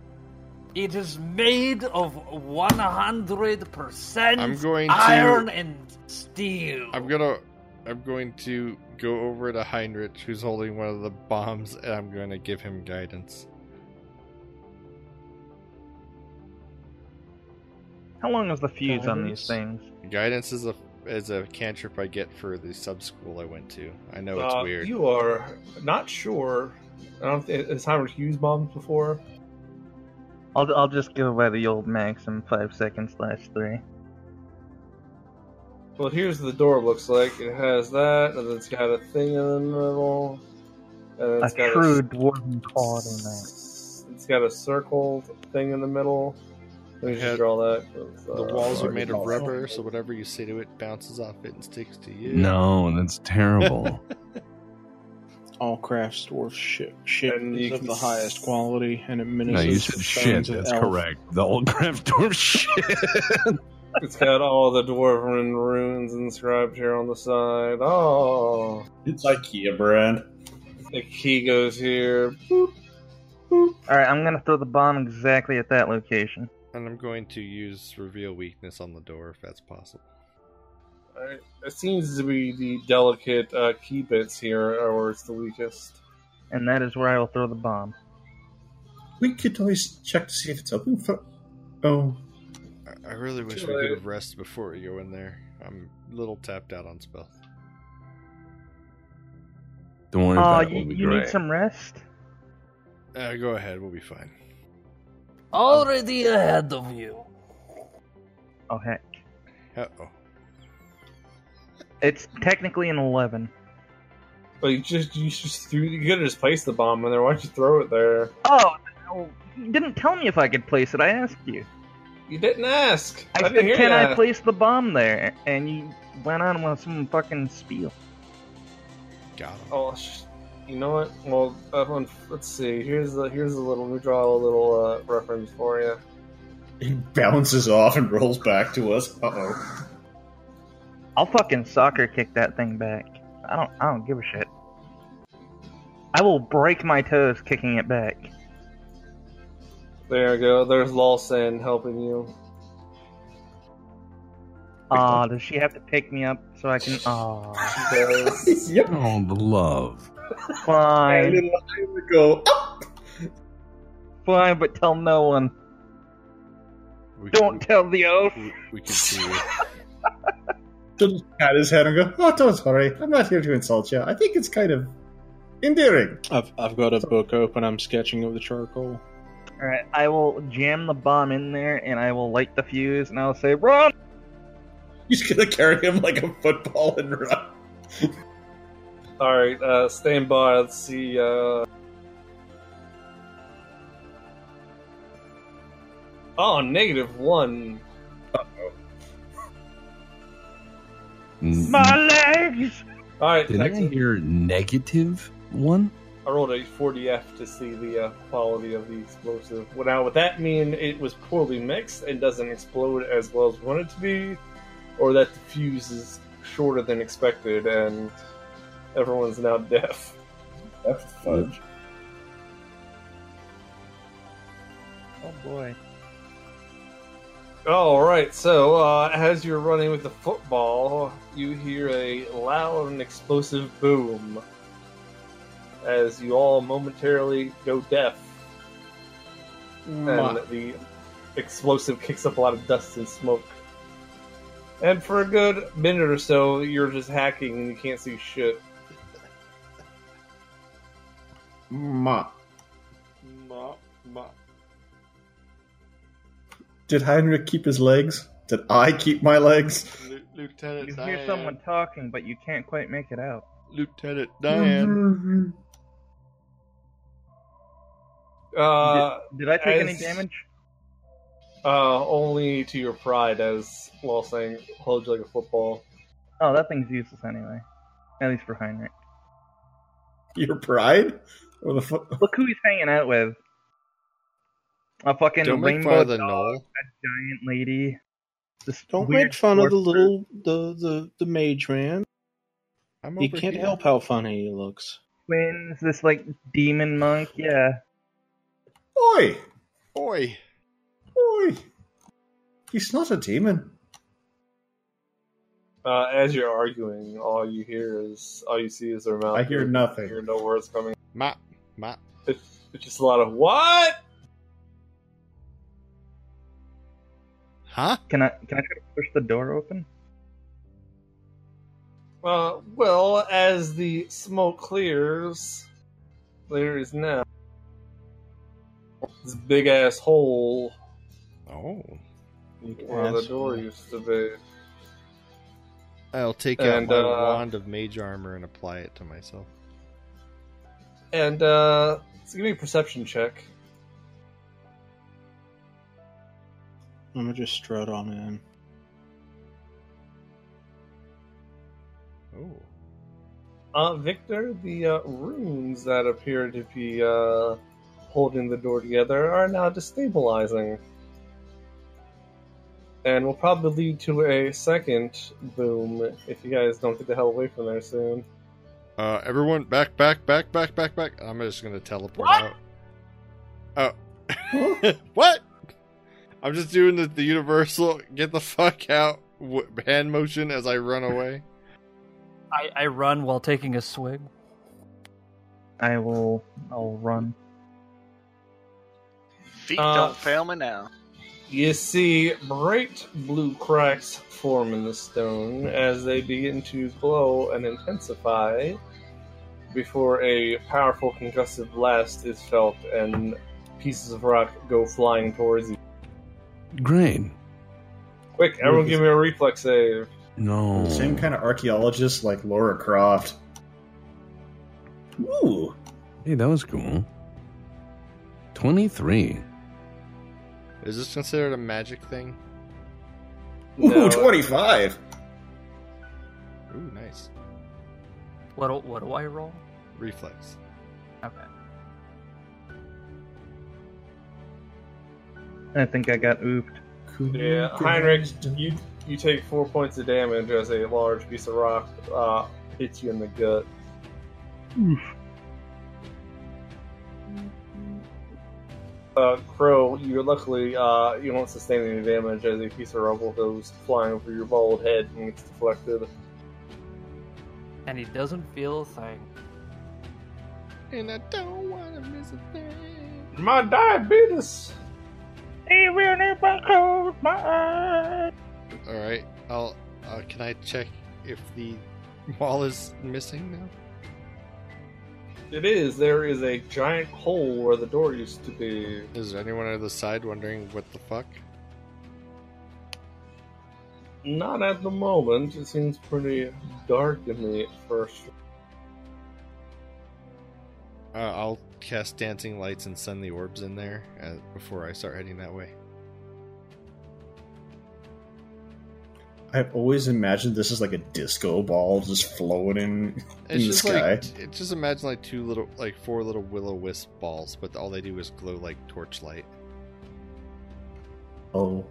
Speaker 4: It is made of one hundred
Speaker 3: I'm
Speaker 4: percent
Speaker 3: going to-
Speaker 4: iron and steel.
Speaker 3: I'm gonna I'm going to go over to Heinrich, who's holding one of the bombs, and I'm going to give him guidance.
Speaker 5: How long is the fuse on these things?
Speaker 3: Guidance is a is a cantrip I get for the sub school I went to. I know
Speaker 8: Uh,
Speaker 3: it's weird.
Speaker 8: You are not sure. I don't think has Heinrich used bombs before.
Speaker 5: I'll, I'll just go by the old maxim five seconds slash three.
Speaker 8: Well, here's what the door looks like. It has that, and then it's got a thing in the middle, and then
Speaker 5: A
Speaker 8: it's got
Speaker 5: true
Speaker 8: a,
Speaker 5: dwarven pod in that.
Speaker 8: It's got a circled thing in the middle. Let me
Speaker 3: Yeah.
Speaker 8: just draw that.
Speaker 3: the walls are
Speaker 8: Uh,
Speaker 3: made of rubber, so whatever you say to it bounces off it and sticks to you.
Speaker 2: No, that's
Speaker 5: (laughs)
Speaker 2: terrible.
Speaker 6: All crafts dwarf shit, shit
Speaker 8: And
Speaker 6: is
Speaker 8: you
Speaker 6: of
Speaker 8: can
Speaker 6: the
Speaker 8: s-
Speaker 6: highest quality, and it
Speaker 2: no,
Speaker 6: menaces
Speaker 2: you
Speaker 6: the
Speaker 2: said
Speaker 6: sons
Speaker 2: shit.
Speaker 6: of
Speaker 2: That's
Speaker 6: elf.
Speaker 2: correct. The old Graftorm (laughs) shit.
Speaker 8: It's got all the dwarven runes inscribed here on the side. Oh,
Speaker 1: It's IKEA brand.
Speaker 8: the key goes here.
Speaker 5: All right, I'm gonna throw the bomb exactly at that location.
Speaker 3: And I'm going to use reveal weakness on the door if that's possible.
Speaker 8: Alright, It seems to be the delicate uh, key bits here, or it's the weakest.
Speaker 5: And that is where I will throw the bomb.
Speaker 1: We could always check to see if it's open for. Oh,
Speaker 3: I- I really wish
Speaker 8: Too
Speaker 3: we could
Speaker 8: late.
Speaker 3: have rested before we go in there. I'm a little tapped out on spells.
Speaker 2: Don't worry
Speaker 5: Aw,
Speaker 2: about it.
Speaker 5: you,
Speaker 2: We'll be
Speaker 5: you need
Speaker 2: great.
Speaker 5: some rest?
Speaker 3: Uh, go ahead, we'll be fine.
Speaker 4: Already ahead of you.
Speaker 5: Oh heck.
Speaker 3: Uh oh.
Speaker 5: It's technically an 11.
Speaker 8: But you just you just threw you could have just placed the bomb in there. Why don't you throw it there?
Speaker 5: Oh, no. you didn't tell me if I could place it. I asked you.
Speaker 8: You didn't ask. I,
Speaker 5: I,
Speaker 8: didn't
Speaker 5: said,
Speaker 8: hear
Speaker 5: can
Speaker 8: ya."
Speaker 5: I place the bomb there? And you went on with some fucking spiel.
Speaker 3: Got him.
Speaker 8: Oh, sh- you know what? Well, uh, un- let's see. Here's the here's a little. Let me draw a little uh, reference for you.
Speaker 1: it bounces off and rolls back to us. Uh oh.
Speaker 5: I'll fucking soccer kick that thing back. I don't. I don't give a shit. I will break my toes kicking it back.
Speaker 8: There you go. There's Lawson helping you.
Speaker 5: Aw,
Speaker 3: (laughs)
Speaker 5: does she have to pick me up so I can? Aw,
Speaker 8: There's-
Speaker 1: (laughs) yep.
Speaker 2: Oh, the love.
Speaker 1: And
Speaker 5: fine,
Speaker 1: then I go Oh! up.
Speaker 5: fine, but tell no one.
Speaker 3: We
Speaker 5: Don't tell the oath.
Speaker 3: We, we
Speaker 5: (laughs)
Speaker 3: can see.
Speaker 1: Just pat his head and go, oh, don't worry. I'm not here to insult you. I think it's kind of endearing.
Speaker 6: I've, I've got a book open. I'm sketching with the charcoal.
Speaker 5: All right, I will jam the bomb in there, and I will light the fuse, and I'll say, "Run!"
Speaker 1: He's going to carry him like a football and run.
Speaker 8: All right, uh, stand by. Let's see. Uh... Oh, negative one.
Speaker 3: Mm-hmm.
Speaker 2: N-
Speaker 5: My legs.
Speaker 8: All right,
Speaker 2: Did I
Speaker 8: next,
Speaker 2: hear negative one?
Speaker 8: I rolled a 40F to see the uh, quality of the explosive. Well, now, would that mean it was poorly mixed and doesn't explode as well as we want it to be? Or that the fuse is shorter than expected and everyone's now deaf?
Speaker 1: That's fudge.
Speaker 5: Oh boy.
Speaker 8: All right. So uh, as you're running with the football, you hear a loud and explosive boom as you all momentarily go deaf, and the explosive kicks up a lot of dust and smoke. And for a good minute or so, you're just hacking and you can't see shit.
Speaker 1: Ma.
Speaker 8: Ma, ma.
Speaker 1: Did Heinrich keep his legs? Did I keep my legs?
Speaker 3: Lu- Lieutenant
Speaker 5: You
Speaker 3: Diane.
Speaker 5: hear someone talking, but you can't quite make it out.
Speaker 3: Lieutenant Diane.
Speaker 1: Mm-hmm.
Speaker 8: Uh,
Speaker 5: Did I take any
Speaker 8: as-
Speaker 5: damage?
Speaker 8: uh, only to your pride, as Lawsang holds you like a football.
Speaker 5: Oh, that thing's useless anyway. At least for Heinrich.
Speaker 1: Your pride? Or the fu-
Speaker 5: Look who he's hanging out with. A fucking
Speaker 3: Don't make fun
Speaker 5: rainbow
Speaker 3: of the
Speaker 5: dog,
Speaker 3: knoll.
Speaker 5: giant lady. This
Speaker 6: Don't
Speaker 5: weird
Speaker 6: make fun of the
Speaker 5: dwarf
Speaker 6: little the the, the mage man.
Speaker 3: I'm
Speaker 6: He
Speaker 3: over
Speaker 6: can't
Speaker 3: here.
Speaker 6: help how funny he looks.
Speaker 5: twins, this like demon monk. Yeah,
Speaker 1: Oi!
Speaker 3: Oi.
Speaker 1: Oi! He's not a demon.
Speaker 8: Uh, as you're arguing, all you hear is all you see is their mouth.
Speaker 13: I hear nothing.
Speaker 8: You hear no words coming.
Speaker 3: Mop, mop.
Speaker 8: It's, it's just a lot of what?
Speaker 3: Huh?
Speaker 5: Can I can I try to push the door open?
Speaker 8: Uh, well, as the smoke clears, there is now this big ass hole
Speaker 3: Oh.
Speaker 8: where the door used to be.
Speaker 3: I'll take
Speaker 8: And,
Speaker 3: out my
Speaker 8: uh,
Speaker 3: wand of mage armor and apply it to myself.
Speaker 8: And uh, so give me a perception check.
Speaker 6: I'm gonna just strut on in.
Speaker 3: Oh.
Speaker 8: Uh, Victor, the uh, runes that appear to be uh, holding the door together are now destabilizing. And will probably lead to a second boom if you guys don't get the hell away from there soon.
Speaker 3: Uh, everyone, back, back, back, back, back, back. I'm just gonna teleport out. Oh, (laughs) what? I'm just doing the, the universal get the fuck out w- hand motion as I run away.
Speaker 4: I, I run while taking a swig.
Speaker 5: I will I'll run.
Speaker 7: Feet
Speaker 8: Uh,
Speaker 7: don't fail me now.
Speaker 8: You see bright blue cracks form in the stone as they begin to glow and intensify before a powerful concussive blast is felt and pieces of rock go flying towards you.
Speaker 2: Great.
Speaker 8: Quick, everyone give me a reflex save.
Speaker 2: No.
Speaker 13: Same kind of archaeologist like Laura Croft. Ooh.
Speaker 2: Hey, that was cool. 23.
Speaker 3: Is this considered a magic thing?
Speaker 13: Ooh,
Speaker 8: No.
Speaker 13: 25.
Speaker 3: Ooh, nice
Speaker 4: What do- what do I roll?
Speaker 3: reflex.
Speaker 4: Okay.
Speaker 5: I think I got ooped.
Speaker 8: Yeah, Heinrich, you you take four points of damage as a large piece of rock uh, hits you in the gut. Uh, Crow, you're luckily uh, you won't sustain any damage as a piece of rubble goes flying over your bald head and gets deflected.
Speaker 4: And he doesn't feel a thing.
Speaker 3: And I don't wanna miss a thing.
Speaker 8: My diabetes.
Speaker 3: All right, I'll. Uh, can I check if the (laughs) wall is missing now?
Speaker 8: It is. There is a giant hole where the door used to be.
Speaker 3: Is anyone on the side wondering what the fuck?
Speaker 8: Not at the moment. It seems pretty dark in the first
Speaker 3: Uh, I'll cast dancing lights and send the orbs in there uh, before I start heading that way.
Speaker 13: I've always imagined this is like a disco ball just floating in, in
Speaker 3: It's
Speaker 13: the
Speaker 3: just
Speaker 13: sky.
Speaker 3: like t- it's just imagine like two little like four little willow wisp balls, but all they do is glow like torchlight.
Speaker 13: Oh,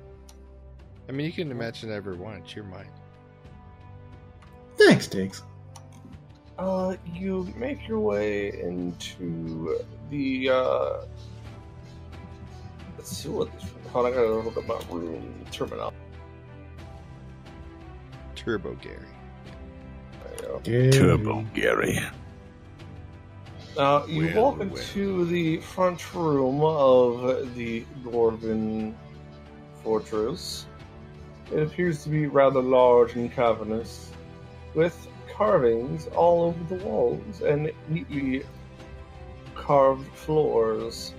Speaker 3: I mean, you can imagine every one. It's your mind.
Speaker 13: thanks, Diggs.
Speaker 8: Uh, you make your way into the uh. Let's see what. This, hold on, I gotta look at my room terminal.
Speaker 3: Turbo Gary.
Speaker 8: There you go.
Speaker 2: Turbo Gary.
Speaker 8: Uh, you
Speaker 3: Well,
Speaker 8: walk into the front room of the Dwarven fortress. It appears to be rather large and cavernous, with carvings all over the walls and neatly carved floors.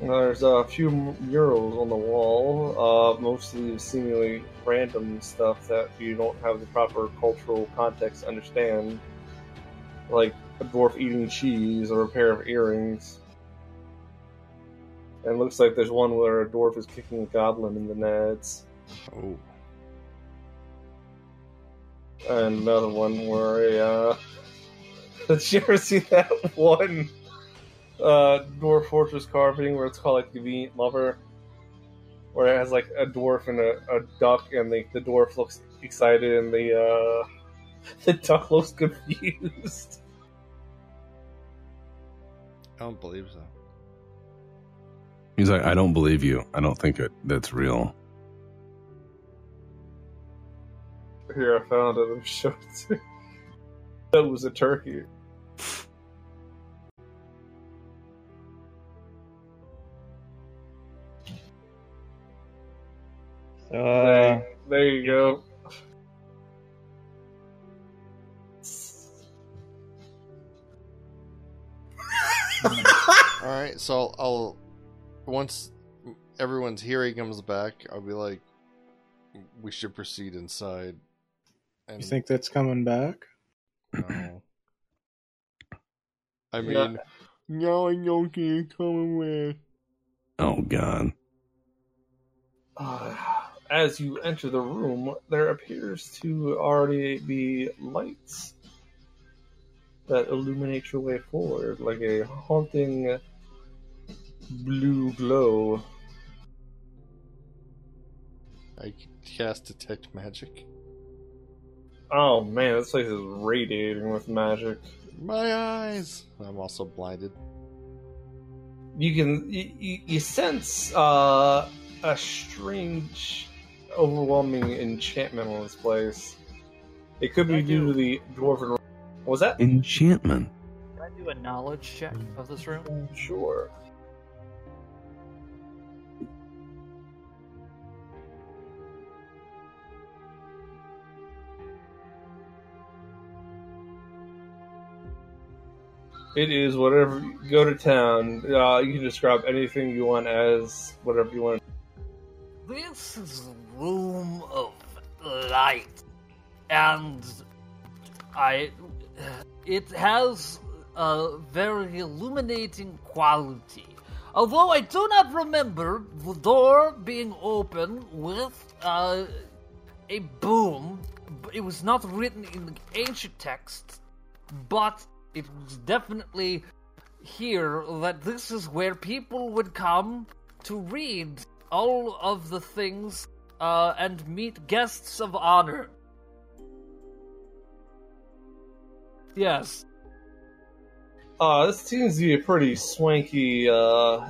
Speaker 8: There's a few murals on the wall, uh, mostly seemingly random stuff that you don't have the proper cultural context to understand, like a dwarf eating cheese or a pair of earrings. And it looks like there's one where a dwarf is kicking a goblin in the nads,
Speaker 3: Oh,
Speaker 8: and another one where a. Uh... (laughs) Did you ever see that (laughs) one uh, dwarf fortress carving where it's called like the Convenient Lover, where it has like a dwarf and a, a duck, and the, the dwarf looks excited and the uh, (laughs) the duck looks (laughs) confused.
Speaker 3: I don't believe so.
Speaker 2: He's like, I don't believe you. I don't think it, that's real.
Speaker 8: Here, I found it. (laughs) I'm sure it's- that was a turkey.
Speaker 5: So, uh,
Speaker 8: There you go.
Speaker 3: All right, so I'll, I'll once everyone's hearing comes back, I'll be like, we should proceed inside. And
Speaker 6: You think that's coming back?
Speaker 3: no. I mean, no, I don't think you're coming with.
Speaker 2: (clears throat) Oh God!
Speaker 8: Uh, As you enter the room, there appears to already be lights that illuminate your way forward, like a haunting blue glow.
Speaker 3: I cast detect magic.
Speaker 8: Oh man, this place is radiating with magic.
Speaker 3: My eyes. I'm also blinded.
Speaker 8: you can you, you, you sense uh, a strange overwhelming enchantment on this place it could be due to the dwarven what was that
Speaker 2: Enchantment.
Speaker 4: Can I do a knowledge check of this room?
Speaker 8: sure It is whatever. Go to town. Uh, you can describe anything you want as whatever you want.
Speaker 4: This is the room of light, and I. It has a very illuminating quality. Although I do not remember the door being open with uh, a boom, it was not written in the ancient text, but it was definitely here that this is where people would come to read all of the things uh, and meet guests of honor. Yes.
Speaker 8: Uh, this seems to be a pretty swanky uh,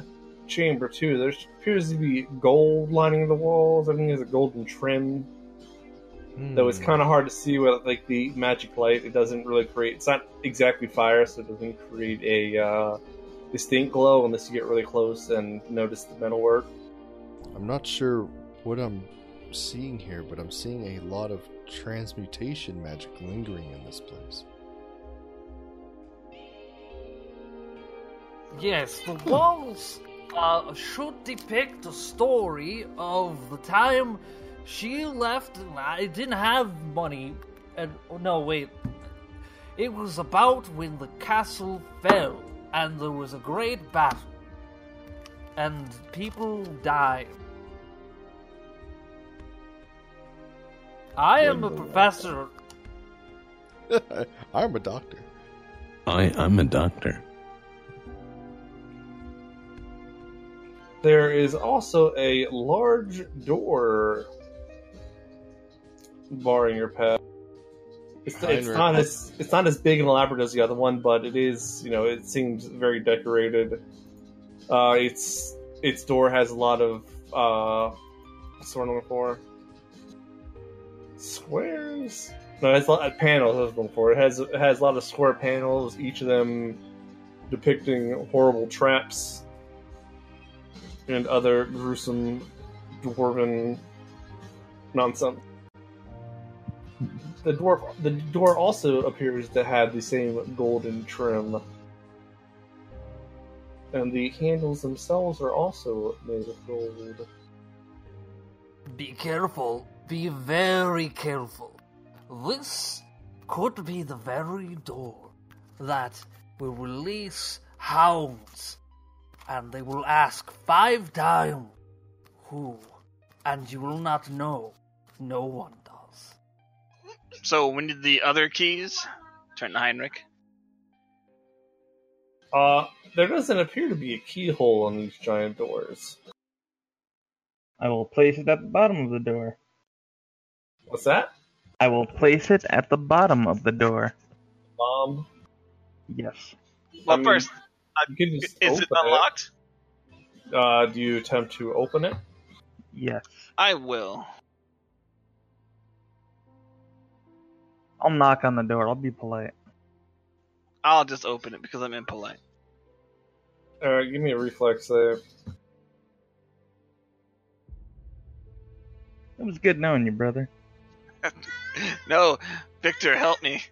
Speaker 8: chamber too. There appears to be gold lining the walls. I think there's a golden trim. Though
Speaker 3: Hmm.
Speaker 8: it's kind of hard to see with like the magic light. It doesn't really create. It's not exactly fire, so it doesn't create a uh, distinct glow unless you get really close and notice the metalwork.
Speaker 3: I'm not sure what I'm seeing here, but I'm seeing a lot of transmutation magic lingering in this place. (laughs)
Speaker 4: Yes, the walls uh, should depict the story of the time she left. and I didn't have money, and oh, no, wait. It was about when the castle fell, and there was a great battle, and people died. I am a professor.
Speaker 3: I'm a doctor.
Speaker 2: I I'm a doctor.
Speaker 8: There is also a large door barring your path. It's, it's
Speaker 3: Heinrich.
Speaker 8: not as it's not as big and elaborate as the other one, but it is you know it seems very decorated. Uh, its its door has a lot of uh, what's the word I'm looking for? Squares. No, it has a lot of panels. I was looking for. It has it has a lot of square panels, each of them depicting horrible traps and other gruesome dwarven nonsense. The dwarf, the door also appears to have the same golden trim, and the handles themselves are also made of gold.
Speaker 4: Be careful. Be very careful. This could be the very door that will release hounds, and they will ask five times who, and you will not know. No one does.
Speaker 7: So we need the other keys. Turn to Heinrich.
Speaker 8: Uh, there doesn't appear to be a keyhole on these giant doors.
Speaker 5: I will place it at the bottom of the door.
Speaker 8: What's that?
Speaker 5: I will place it at the bottom of the door.
Speaker 8: Um,
Speaker 5: Yes.
Speaker 7: Well,
Speaker 8: I mean,
Speaker 7: first,
Speaker 8: you can just
Speaker 7: is it
Speaker 8: open
Speaker 7: unlocked?
Speaker 8: Uh, do you attempt to open it?
Speaker 5: Yes.
Speaker 7: I will.
Speaker 5: I'll knock on the door. I'll be polite.
Speaker 7: I'll just open it because I'm impolite.
Speaker 8: All right, Uh, give me a reflex save.
Speaker 5: It was good knowing you, brother.
Speaker 7: (laughs) No, Victor, help me.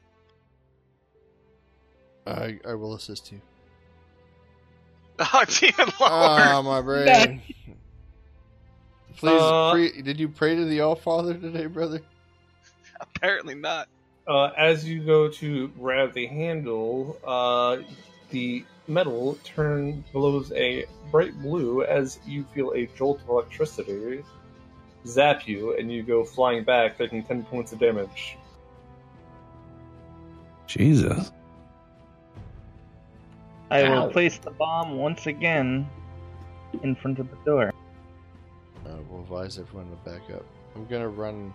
Speaker 7: (laughs)
Speaker 3: I I will assist you.
Speaker 7: Oh, dear lord.
Speaker 2: Uh.
Speaker 3: Ah, my brain. (laughs) Please,
Speaker 8: Uh,
Speaker 3: pre- did you pray to the All Father today, brother?
Speaker 7: Apparently not.
Speaker 8: Uh, as you go to grab the handle, uh, the metal turn glows a bright blue as you feel a jolt of electricity zap you, and you go flying back, taking ten points of damage.
Speaker 2: Jesus.
Speaker 5: I
Speaker 2: Ow.
Speaker 5: will place the bomb once again in front of the door.
Speaker 3: Uh, we'll advise everyone to back up. I'm gonna run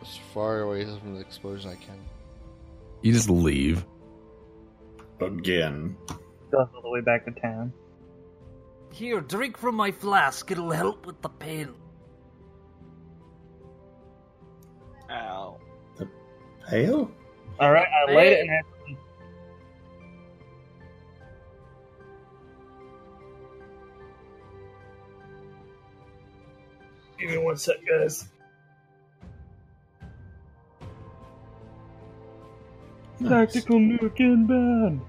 Speaker 3: as far away from the explosion I can.
Speaker 2: You just leave.
Speaker 1: Again.
Speaker 5: Goes all the way back to town.
Speaker 4: Here, drink from my flask. It'll help with the pain.
Speaker 7: Ow.
Speaker 1: Hail?
Speaker 5: All right, I light it and I
Speaker 8: Give me one sec, guys.
Speaker 5: Tactical nuke inbound.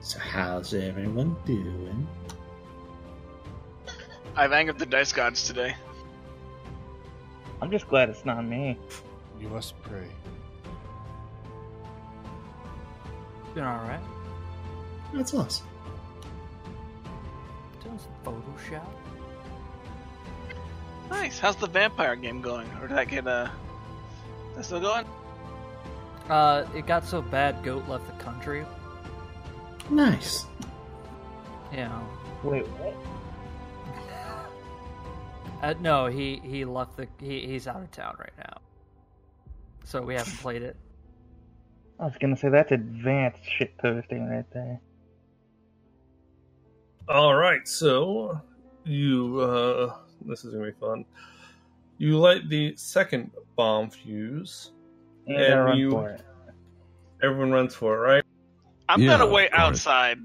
Speaker 13: So how's everyone doing?
Speaker 7: I've angered the dice gods today.
Speaker 5: I'm just glad it's not me.
Speaker 3: You must pray.
Speaker 4: You're all right.
Speaker 13: That's awesome.
Speaker 4: Doing some Photoshop.
Speaker 7: Nice. How's the vampire game going? Or did I get uh? That's still going.
Speaker 4: Uh, it got so bad, Goat left the country.
Speaker 13: Nice.
Speaker 4: You know,
Speaker 5: Wait, what?
Speaker 4: (laughs) uh, no, he he left the he, he's out of town right now. So we haven't played it.
Speaker 5: I was gonna say that's advanced shit posting right there.
Speaker 8: All right, so you uh, this is gonna be fun. You light the second bomb fuse.
Speaker 5: And I run
Speaker 8: you-
Speaker 5: for it.
Speaker 8: Everyone runs for it, right?
Speaker 7: I'm
Speaker 2: Yeah,
Speaker 7: gonna wait
Speaker 2: of course.
Speaker 7: outside.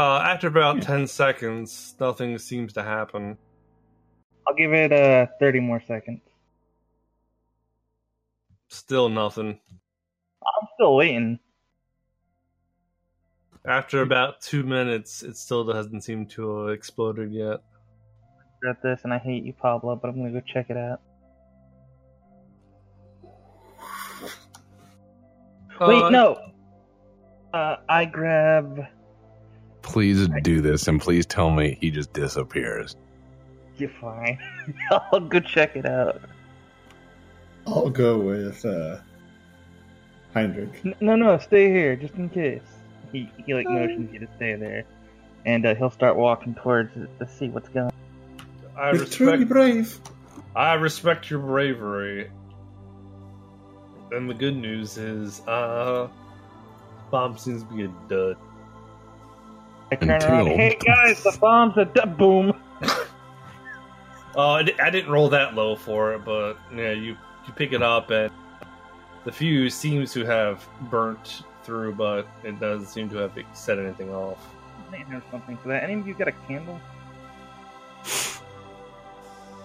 Speaker 8: Uh, after about ten seconds, nothing seems to happen.
Speaker 5: I'll give it uh 30 more seconds.
Speaker 8: Still nothing.
Speaker 5: I'm still waiting.
Speaker 8: After about two minutes, it still doesn't seem to have exploded yet.
Speaker 5: Regret this, and I hate you, Pablo, but I'm gonna go check it out.
Speaker 8: Uh, Uh,
Speaker 5: Wait, no. Uh, I grab.
Speaker 2: Please do this, and please tell me he just disappears.
Speaker 5: You're fine. (laughs) I'll go check it out.
Speaker 1: I'll go with uh, Heinrich.
Speaker 5: N- No, no, stay here just in case. He he like motions you to stay there, and uh, he'll start walking towards it to see what's going.
Speaker 8: I
Speaker 13: You're truly
Speaker 8: respect.
Speaker 13: brave.
Speaker 8: I respect your bravery. And the good news is, uh, bomb seems to be a dud.
Speaker 5: I turn around.
Speaker 2: Until-
Speaker 5: Hey guys, the bomb's a d- boom.
Speaker 8: Uh, I di- I didn't roll that low for it, but yeah, you you pick it up and the fuse seems to have burnt through, but it doesn't seem to have set anything off.
Speaker 5: I didn't have something for that. Any of you got a candle?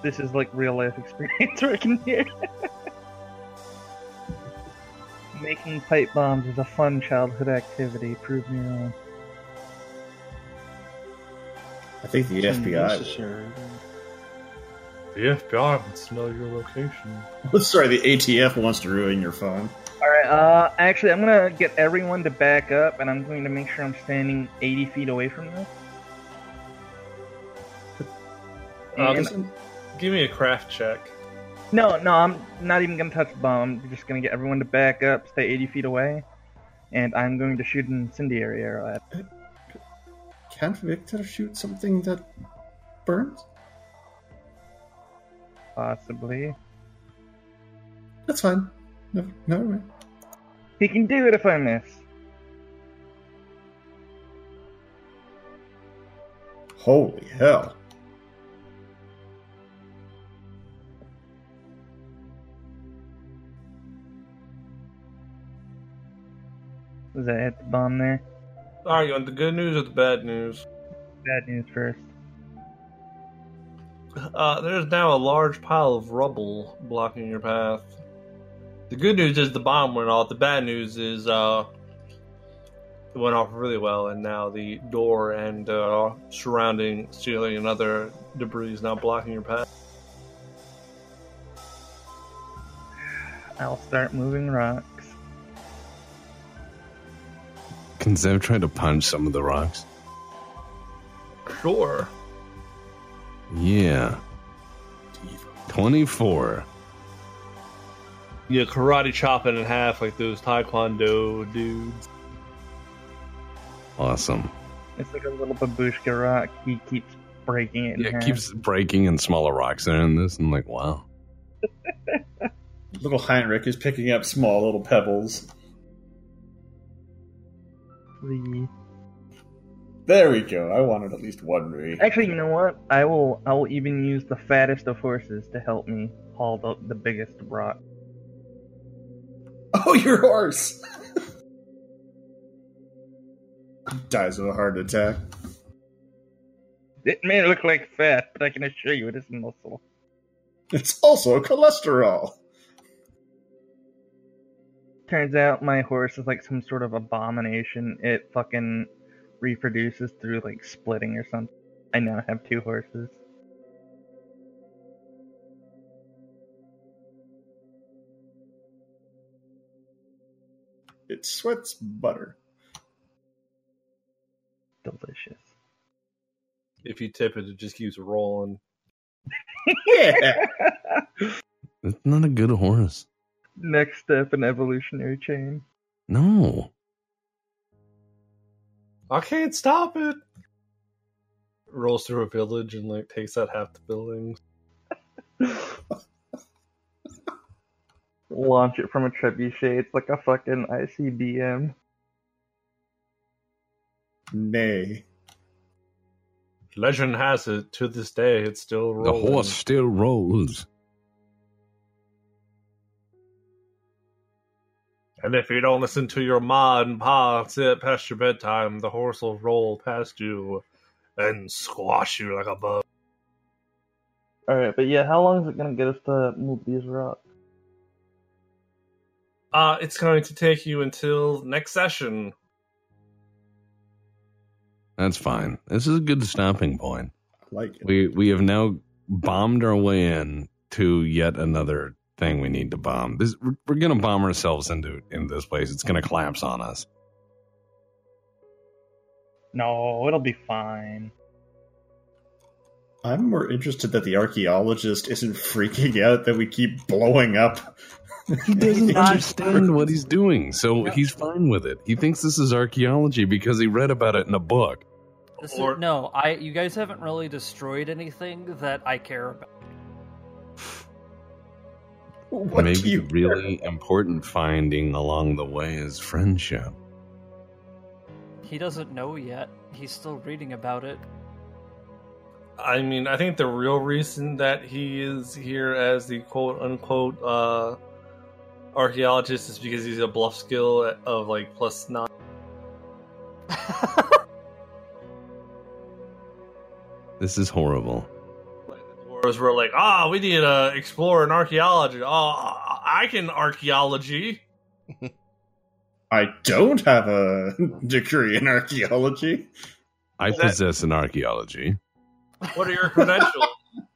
Speaker 5: This is like real life experience (laughs) working here. Making pipe bombs is a fun childhood activity. Prove me wrong.
Speaker 1: I think the FBI.
Speaker 6: Necessary.
Speaker 8: The FBI can smell your location.
Speaker 1: (laughs) Sorry, the ATF wants to ruin your phone.
Speaker 5: All right. Uh, actually, I'm gonna get everyone to back up, and I'm going to make sure I'm standing 80 feet away from them.
Speaker 8: Um,
Speaker 5: And-
Speaker 8: Give me a craft check.
Speaker 5: No, no, I'm not even gonna touch the bomb. I'm just gonna get everyone to back up, stay 80 feet away, and I'm going to shoot an incendiary arrow at. it.
Speaker 1: Can't Victor shoot something that burns?
Speaker 5: Possibly,
Speaker 1: That's fine. Never, never mind.
Speaker 5: he can do it if I miss.
Speaker 1: Holy hell.
Speaker 5: Was that at the bomb there?
Speaker 8: All right, you want the good news or the bad news?
Speaker 5: Bad news first.
Speaker 8: Uh, there's now a large pile of rubble blocking your path. The good news is the bomb went off. The bad news is uh, it went off really well, and now the door and uh, surrounding ceiling and other debris is now blocking your path.
Speaker 5: I'll start moving rocks.
Speaker 2: Can Zev try to punch some of the rocks?
Speaker 8: Sure.
Speaker 2: Yeah. 24.
Speaker 8: You karate chop it in half like those Taekwondo dudes.
Speaker 2: Awesome.
Speaker 5: It's like a little babushka rock. He keeps breaking it. in
Speaker 2: Yeah, it
Speaker 5: half.
Speaker 2: keeps breaking and smaller rocks are in this. I'm like, wow.
Speaker 1: Little Heinrich is picking up small little pebbles.
Speaker 5: The-
Speaker 1: There we go. I wanted at least one re.
Speaker 5: Actually, you know what? I will. I will even use the fattest of horses to help me haul the, the biggest rock.
Speaker 1: (laughs) Oh, your horse! (laughs) Dies of a heart attack.
Speaker 5: It may look like fat, but I can assure you it is muscle.
Speaker 1: It's also cholesterol.
Speaker 5: Turns out my horse is like some sort of abomination. It fucking reproduces through like splitting or something. I now have two horses.
Speaker 1: It sweats butter.
Speaker 5: Delicious.
Speaker 8: If you tip it, it just keeps rolling.
Speaker 1: Yeah.
Speaker 2: That's not a good horse.
Speaker 5: Next step in evolutionary chain.
Speaker 2: No.
Speaker 8: I can't stop it. Rolls through a village and like takes out half the buildings.
Speaker 5: Launch it from a trebuchet. It's like a fucking ICBM.
Speaker 1: (laughs) Nay.
Speaker 8: Legend has it to this day it's still
Speaker 2: The
Speaker 8: rolling.
Speaker 2: horse still rolls.
Speaker 8: And if you don't listen to your ma and pa sit past your bedtime, the horse will roll past you and squash you like a bug.
Speaker 5: All right, but yeah, how long is it gonna get us to move these rocks?
Speaker 8: Uh, it's going to take you until next session.
Speaker 2: That's fine. This is a good stopping point.
Speaker 1: I like it.
Speaker 2: We we have now bombed our way in to yet another thing we need to bomb. This we're, we're gonna bomb ourselves into in this place. It's gonna collapse on us.
Speaker 5: No, it'll be fine.
Speaker 1: I'm more interested that the archaeologist isn't freaking out that we keep blowing up. (laughs)
Speaker 2: He doesn't
Speaker 4: Not-
Speaker 2: understand what he's doing, so he's fine with it. He thinks this is archaeology because he read about it in a book.
Speaker 4: This
Speaker 8: Or-
Speaker 4: is, no, I you guys haven't really destroyed anything that I care about.
Speaker 1: What do
Speaker 2: Maybe
Speaker 1: you
Speaker 2: the really important finding along the way is friendship.
Speaker 4: He doesn't know yet. He's still reading about
Speaker 5: (laughs)
Speaker 4: it.
Speaker 8: I mean, I think the real reason that he is here as the quote unquote uh, archaeologist is because he's a bluff skill of like plus nine.
Speaker 2: This is horrible.
Speaker 8: Whereas we're like, ah, we need to explore an archaeology. Oh, I can archaeology.
Speaker 1: I don't have a (laughs) degree in archaeology.
Speaker 2: I
Speaker 8: Is that-
Speaker 2: possess an archaeology.
Speaker 8: What are
Speaker 7: (laughs)
Speaker 8: your credentials?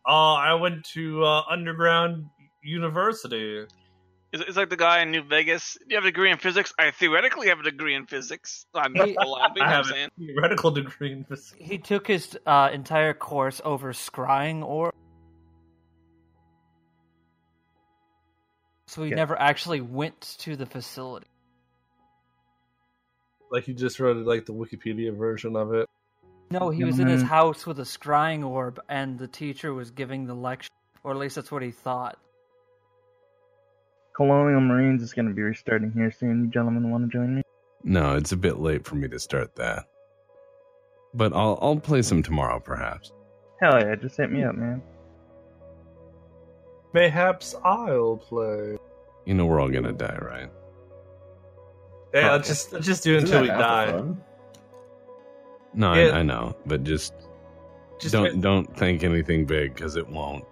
Speaker 8: uh, I went to uh, underground university.
Speaker 7: It's, it's like the guy in New Vegas. Do you have a degree in physics? I theoretically have a degree in physics. I'm not
Speaker 4: He-
Speaker 7: allowed, but you
Speaker 8: I
Speaker 7: know what
Speaker 8: have
Speaker 7: I'm saying.
Speaker 8: a theoretical degree in this.
Speaker 4: He took his uh, entire course over scrying or so he
Speaker 5: Yeah.
Speaker 4: never actually went to the facility.
Speaker 8: Like you just read like the Wikipedia version of it.
Speaker 4: No, he was in his
Speaker 2: Mm-hmm.
Speaker 5: Mhm.
Speaker 4: house with a scrying orb, and the teacher was giving the lecture, or at least that's what he thought.
Speaker 5: Colonial Marines is gonna be restarting here soon. You gentlemen want to join me?
Speaker 2: No, it's a bit late for me to start that. but I'll I'll play some tomorrow, perhaps.
Speaker 5: Hell yeah, just hit me up, man.
Speaker 8: Mayhaps I'll play.
Speaker 2: You know we're all gonna die, right?
Speaker 8: Yeah, let's just let's just do it
Speaker 2: Isn't
Speaker 8: until we
Speaker 2: that half the
Speaker 8: die.
Speaker 2: No,
Speaker 8: Yeah.
Speaker 2: I, I know, but just,
Speaker 8: Just
Speaker 2: don't don't think anything big because it won't.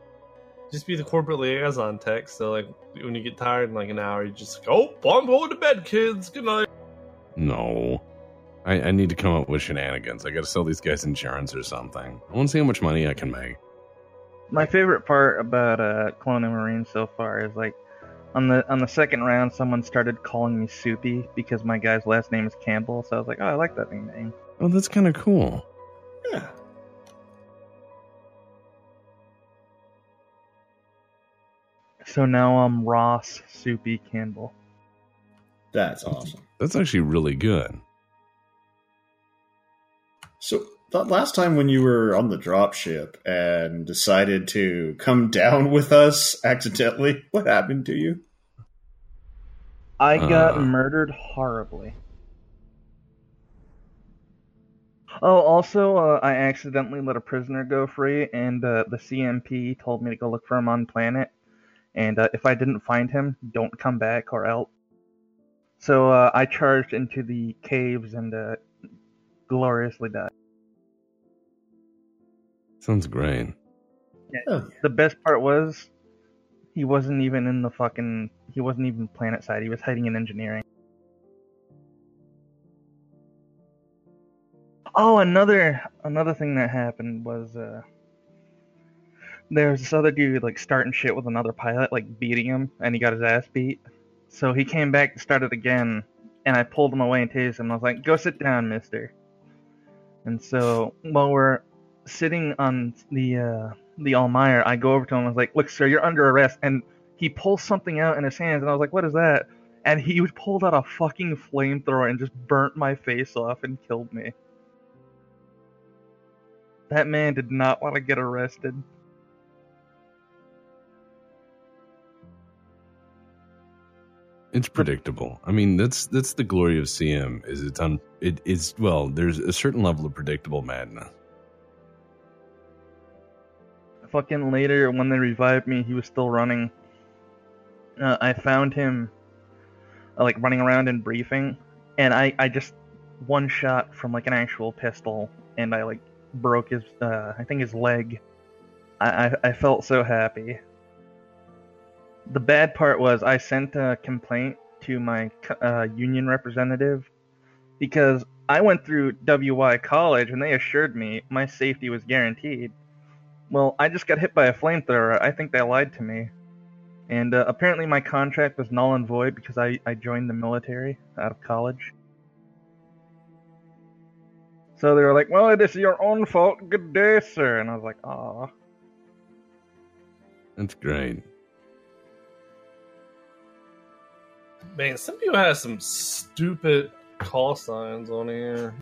Speaker 8: Just be the corporate liaison tech. So like when you get tired in like an hour, you just go, oh, I'm going to bed, kids. Good night.
Speaker 2: No, I, I need to come up with shenanigans. I got to sell these guys insurance or something. I want to see how much money I can make.
Speaker 5: My favorite part about uh, Clone and Marine so far is like on the on the second round, someone started calling me Soupy because my guy's last name is Campbell. So I was like, oh, I like that nickname.
Speaker 2: Oh, that's kind of cool.
Speaker 1: Yeah.
Speaker 5: So now I'm Ross Soupy Campbell.
Speaker 1: That's awesome.
Speaker 2: That's actually really good.
Speaker 1: So that last time when you were on the drop ship and decided to come (laughs) down with us accidentally, what happened to you?
Speaker 5: I got
Speaker 1: Uh.
Speaker 5: murdered horribly. Oh, also, uh, I accidentally let a prisoner go free, and uh, the CMP told me to go look for him on planet. And uh, if I didn't find him, don't come back or else. So uh, I charged into the caves and uh, gloriously died.
Speaker 2: Sounds great.
Speaker 5: The best part was he wasn't even in the fucking. He wasn't even planet side. He was hiding in engineering. Oh, another another thing that happened was uh, there was this other dude like starting shit with another pilot, like beating him, and he got his ass beat. So he came back and started again, and I pulled him away and tased him. I was like, "Go sit down, Mister." And so while we're sitting on the uh, the Almire, I go over to him. and I was like, "Look, sir, you're under arrest." And he pulls something out in his hands, and I was like, "What is that?" And he (laughs) pulled out a fucking flamethrower and just burnt my face off and killed me. That man did not want to get arrested.
Speaker 2: It's predictable. I mean, that's that's the glory of CM. Is it's un it is well. There's a certain level of predictable madness.
Speaker 5: Fucking later, when they revived me, he was still running. Uh, I found him, uh, like, running around and briefing, and I, I just one shot from, like, an actual pistol, and I, like, broke his, uh, I think his leg. I, I, I felt so happy. The bad part was I sent a complaint to my co- uh, union representative because I went through WY college and they assured me my safety was guaranteed. Well, I just got hit by a flamethrower. I think they lied to me. And uh, apparently, my contract was null and void because I, I joined the military out of college. So they were like, Well, it is your own fault. Good day, sir. And I was like, Aw.
Speaker 2: That's great.
Speaker 8: Man, some people have some stupid call signs on here.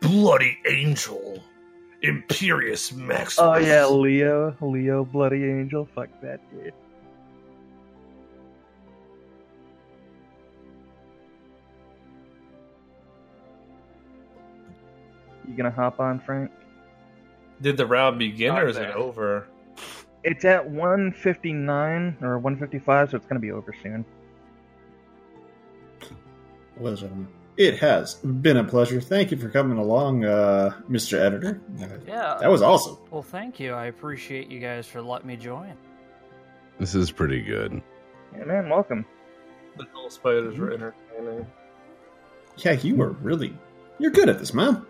Speaker 8: Bloody angel, imperious Maximus.
Speaker 5: Oh, yeah, (laughs) Leo. Leo, bloody angel. Fuck that dude. You gonna hop on, Frank?
Speaker 8: Did the round begin
Speaker 10: Not
Speaker 8: or is it
Speaker 10: bad.
Speaker 8: over?
Speaker 5: It's at 159 or 155, so it's going to be over soon.
Speaker 1: Ladies and gentlemen, It has been a pleasure. Thank you for coming along, uh, Mr. Editor.
Speaker 4: Yeah.
Speaker 1: That was awesome.
Speaker 4: Well, thank you. I appreciate you guys for letting me join.
Speaker 2: This is pretty good.
Speaker 5: Yeah, man, welcome.
Speaker 8: The hell spiders were entertaining.
Speaker 1: Yeah, you were really. You're good at this, man.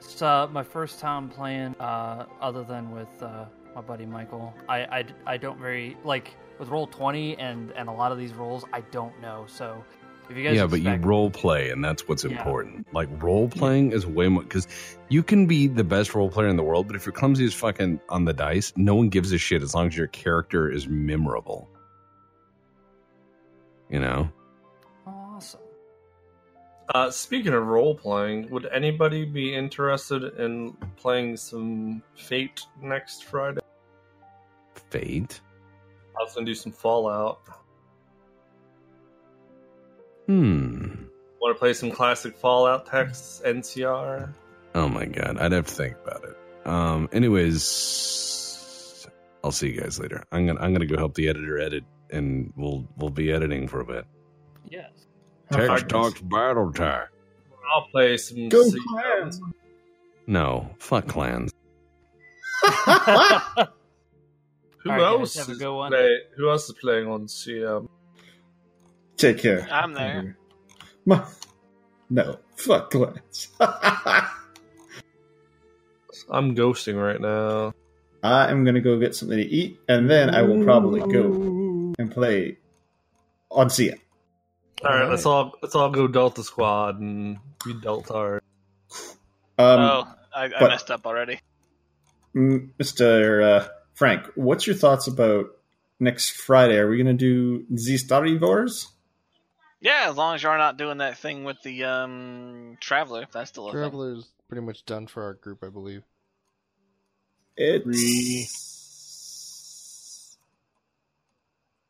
Speaker 4: It's uh, my first time playing, uh, other than with uh, my buddy Michael. I, I, I don't very like with roll twenty and and a lot of these rolls I don't know. So if you guys
Speaker 2: yeah, but you
Speaker 4: expect-
Speaker 2: role play, and that's what's
Speaker 4: Yeah.
Speaker 2: important. Like role playing is way more because you can be the best role player in the world, but if you're clumsy as fucking on the dice, no one gives a shit as long as your character is memorable. You know,
Speaker 4: awesome.
Speaker 8: Uh, speaking of role playing, would anybody be interested in playing some Fate next Friday?
Speaker 2: fate.
Speaker 8: I was gonna do some Fallout.
Speaker 2: Hmm.
Speaker 8: Want to play some classic Fallout texts, NCR?
Speaker 2: Oh my god, I'd have to think about it. Um, anyways, I'll see you guys later. I'm gonna I'm gonna go help the editor edit, and we'll we'll be editing for a bit.
Speaker 4: Yes.
Speaker 2: Text talks battle tech.
Speaker 8: I'll play some.
Speaker 13: Go
Speaker 8: Sea-
Speaker 13: clans.
Speaker 2: No, fuck clans.
Speaker 8: Who
Speaker 4: All right, guys,
Speaker 8: else?
Speaker 4: have a
Speaker 8: is
Speaker 4: good one.
Speaker 8: Play, who else is playing on CM?
Speaker 1: Take care.
Speaker 7: I'm there.
Speaker 1: My- no, fuck (laughs) Glance.
Speaker 8: I'm ghosting right now.
Speaker 1: I am gonna go get something to eat, and then I will probably go and play on Sia.
Speaker 8: All right, let's all let's all go Delta Squad and be Delta. hard.
Speaker 1: Um,
Speaker 7: oh, I, I
Speaker 1: but-
Speaker 7: messed up already.
Speaker 1: M- Mr. Uh, Frank, what's your thoughts about next Friday? Are we going to do Z Starivores?
Speaker 7: Yeah, as long as you're not doing that thing with the um traveler, if that's still a thing.
Speaker 3: Traveler's pretty much done for our group, I believe.
Speaker 1: It's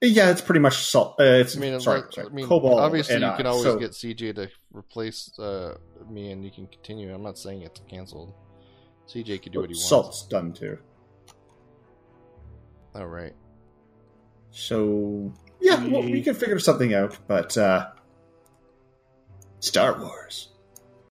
Speaker 1: yeah, it's pretty much salt. Uh, it's
Speaker 3: I mean,
Speaker 1: sorry,
Speaker 3: unless-
Speaker 1: sorry,
Speaker 3: I mean,
Speaker 1: cobalt.
Speaker 3: obviously
Speaker 1: and
Speaker 3: you
Speaker 1: I,
Speaker 3: can always
Speaker 1: so-
Speaker 3: get CJ to replace uh, me, and you can continue. I'm not saying it's canceled. CJ can do what he wants.
Speaker 1: salt's done too.
Speaker 3: All right.
Speaker 1: So yeah, well, we can figure something out. But uh, Star Wars.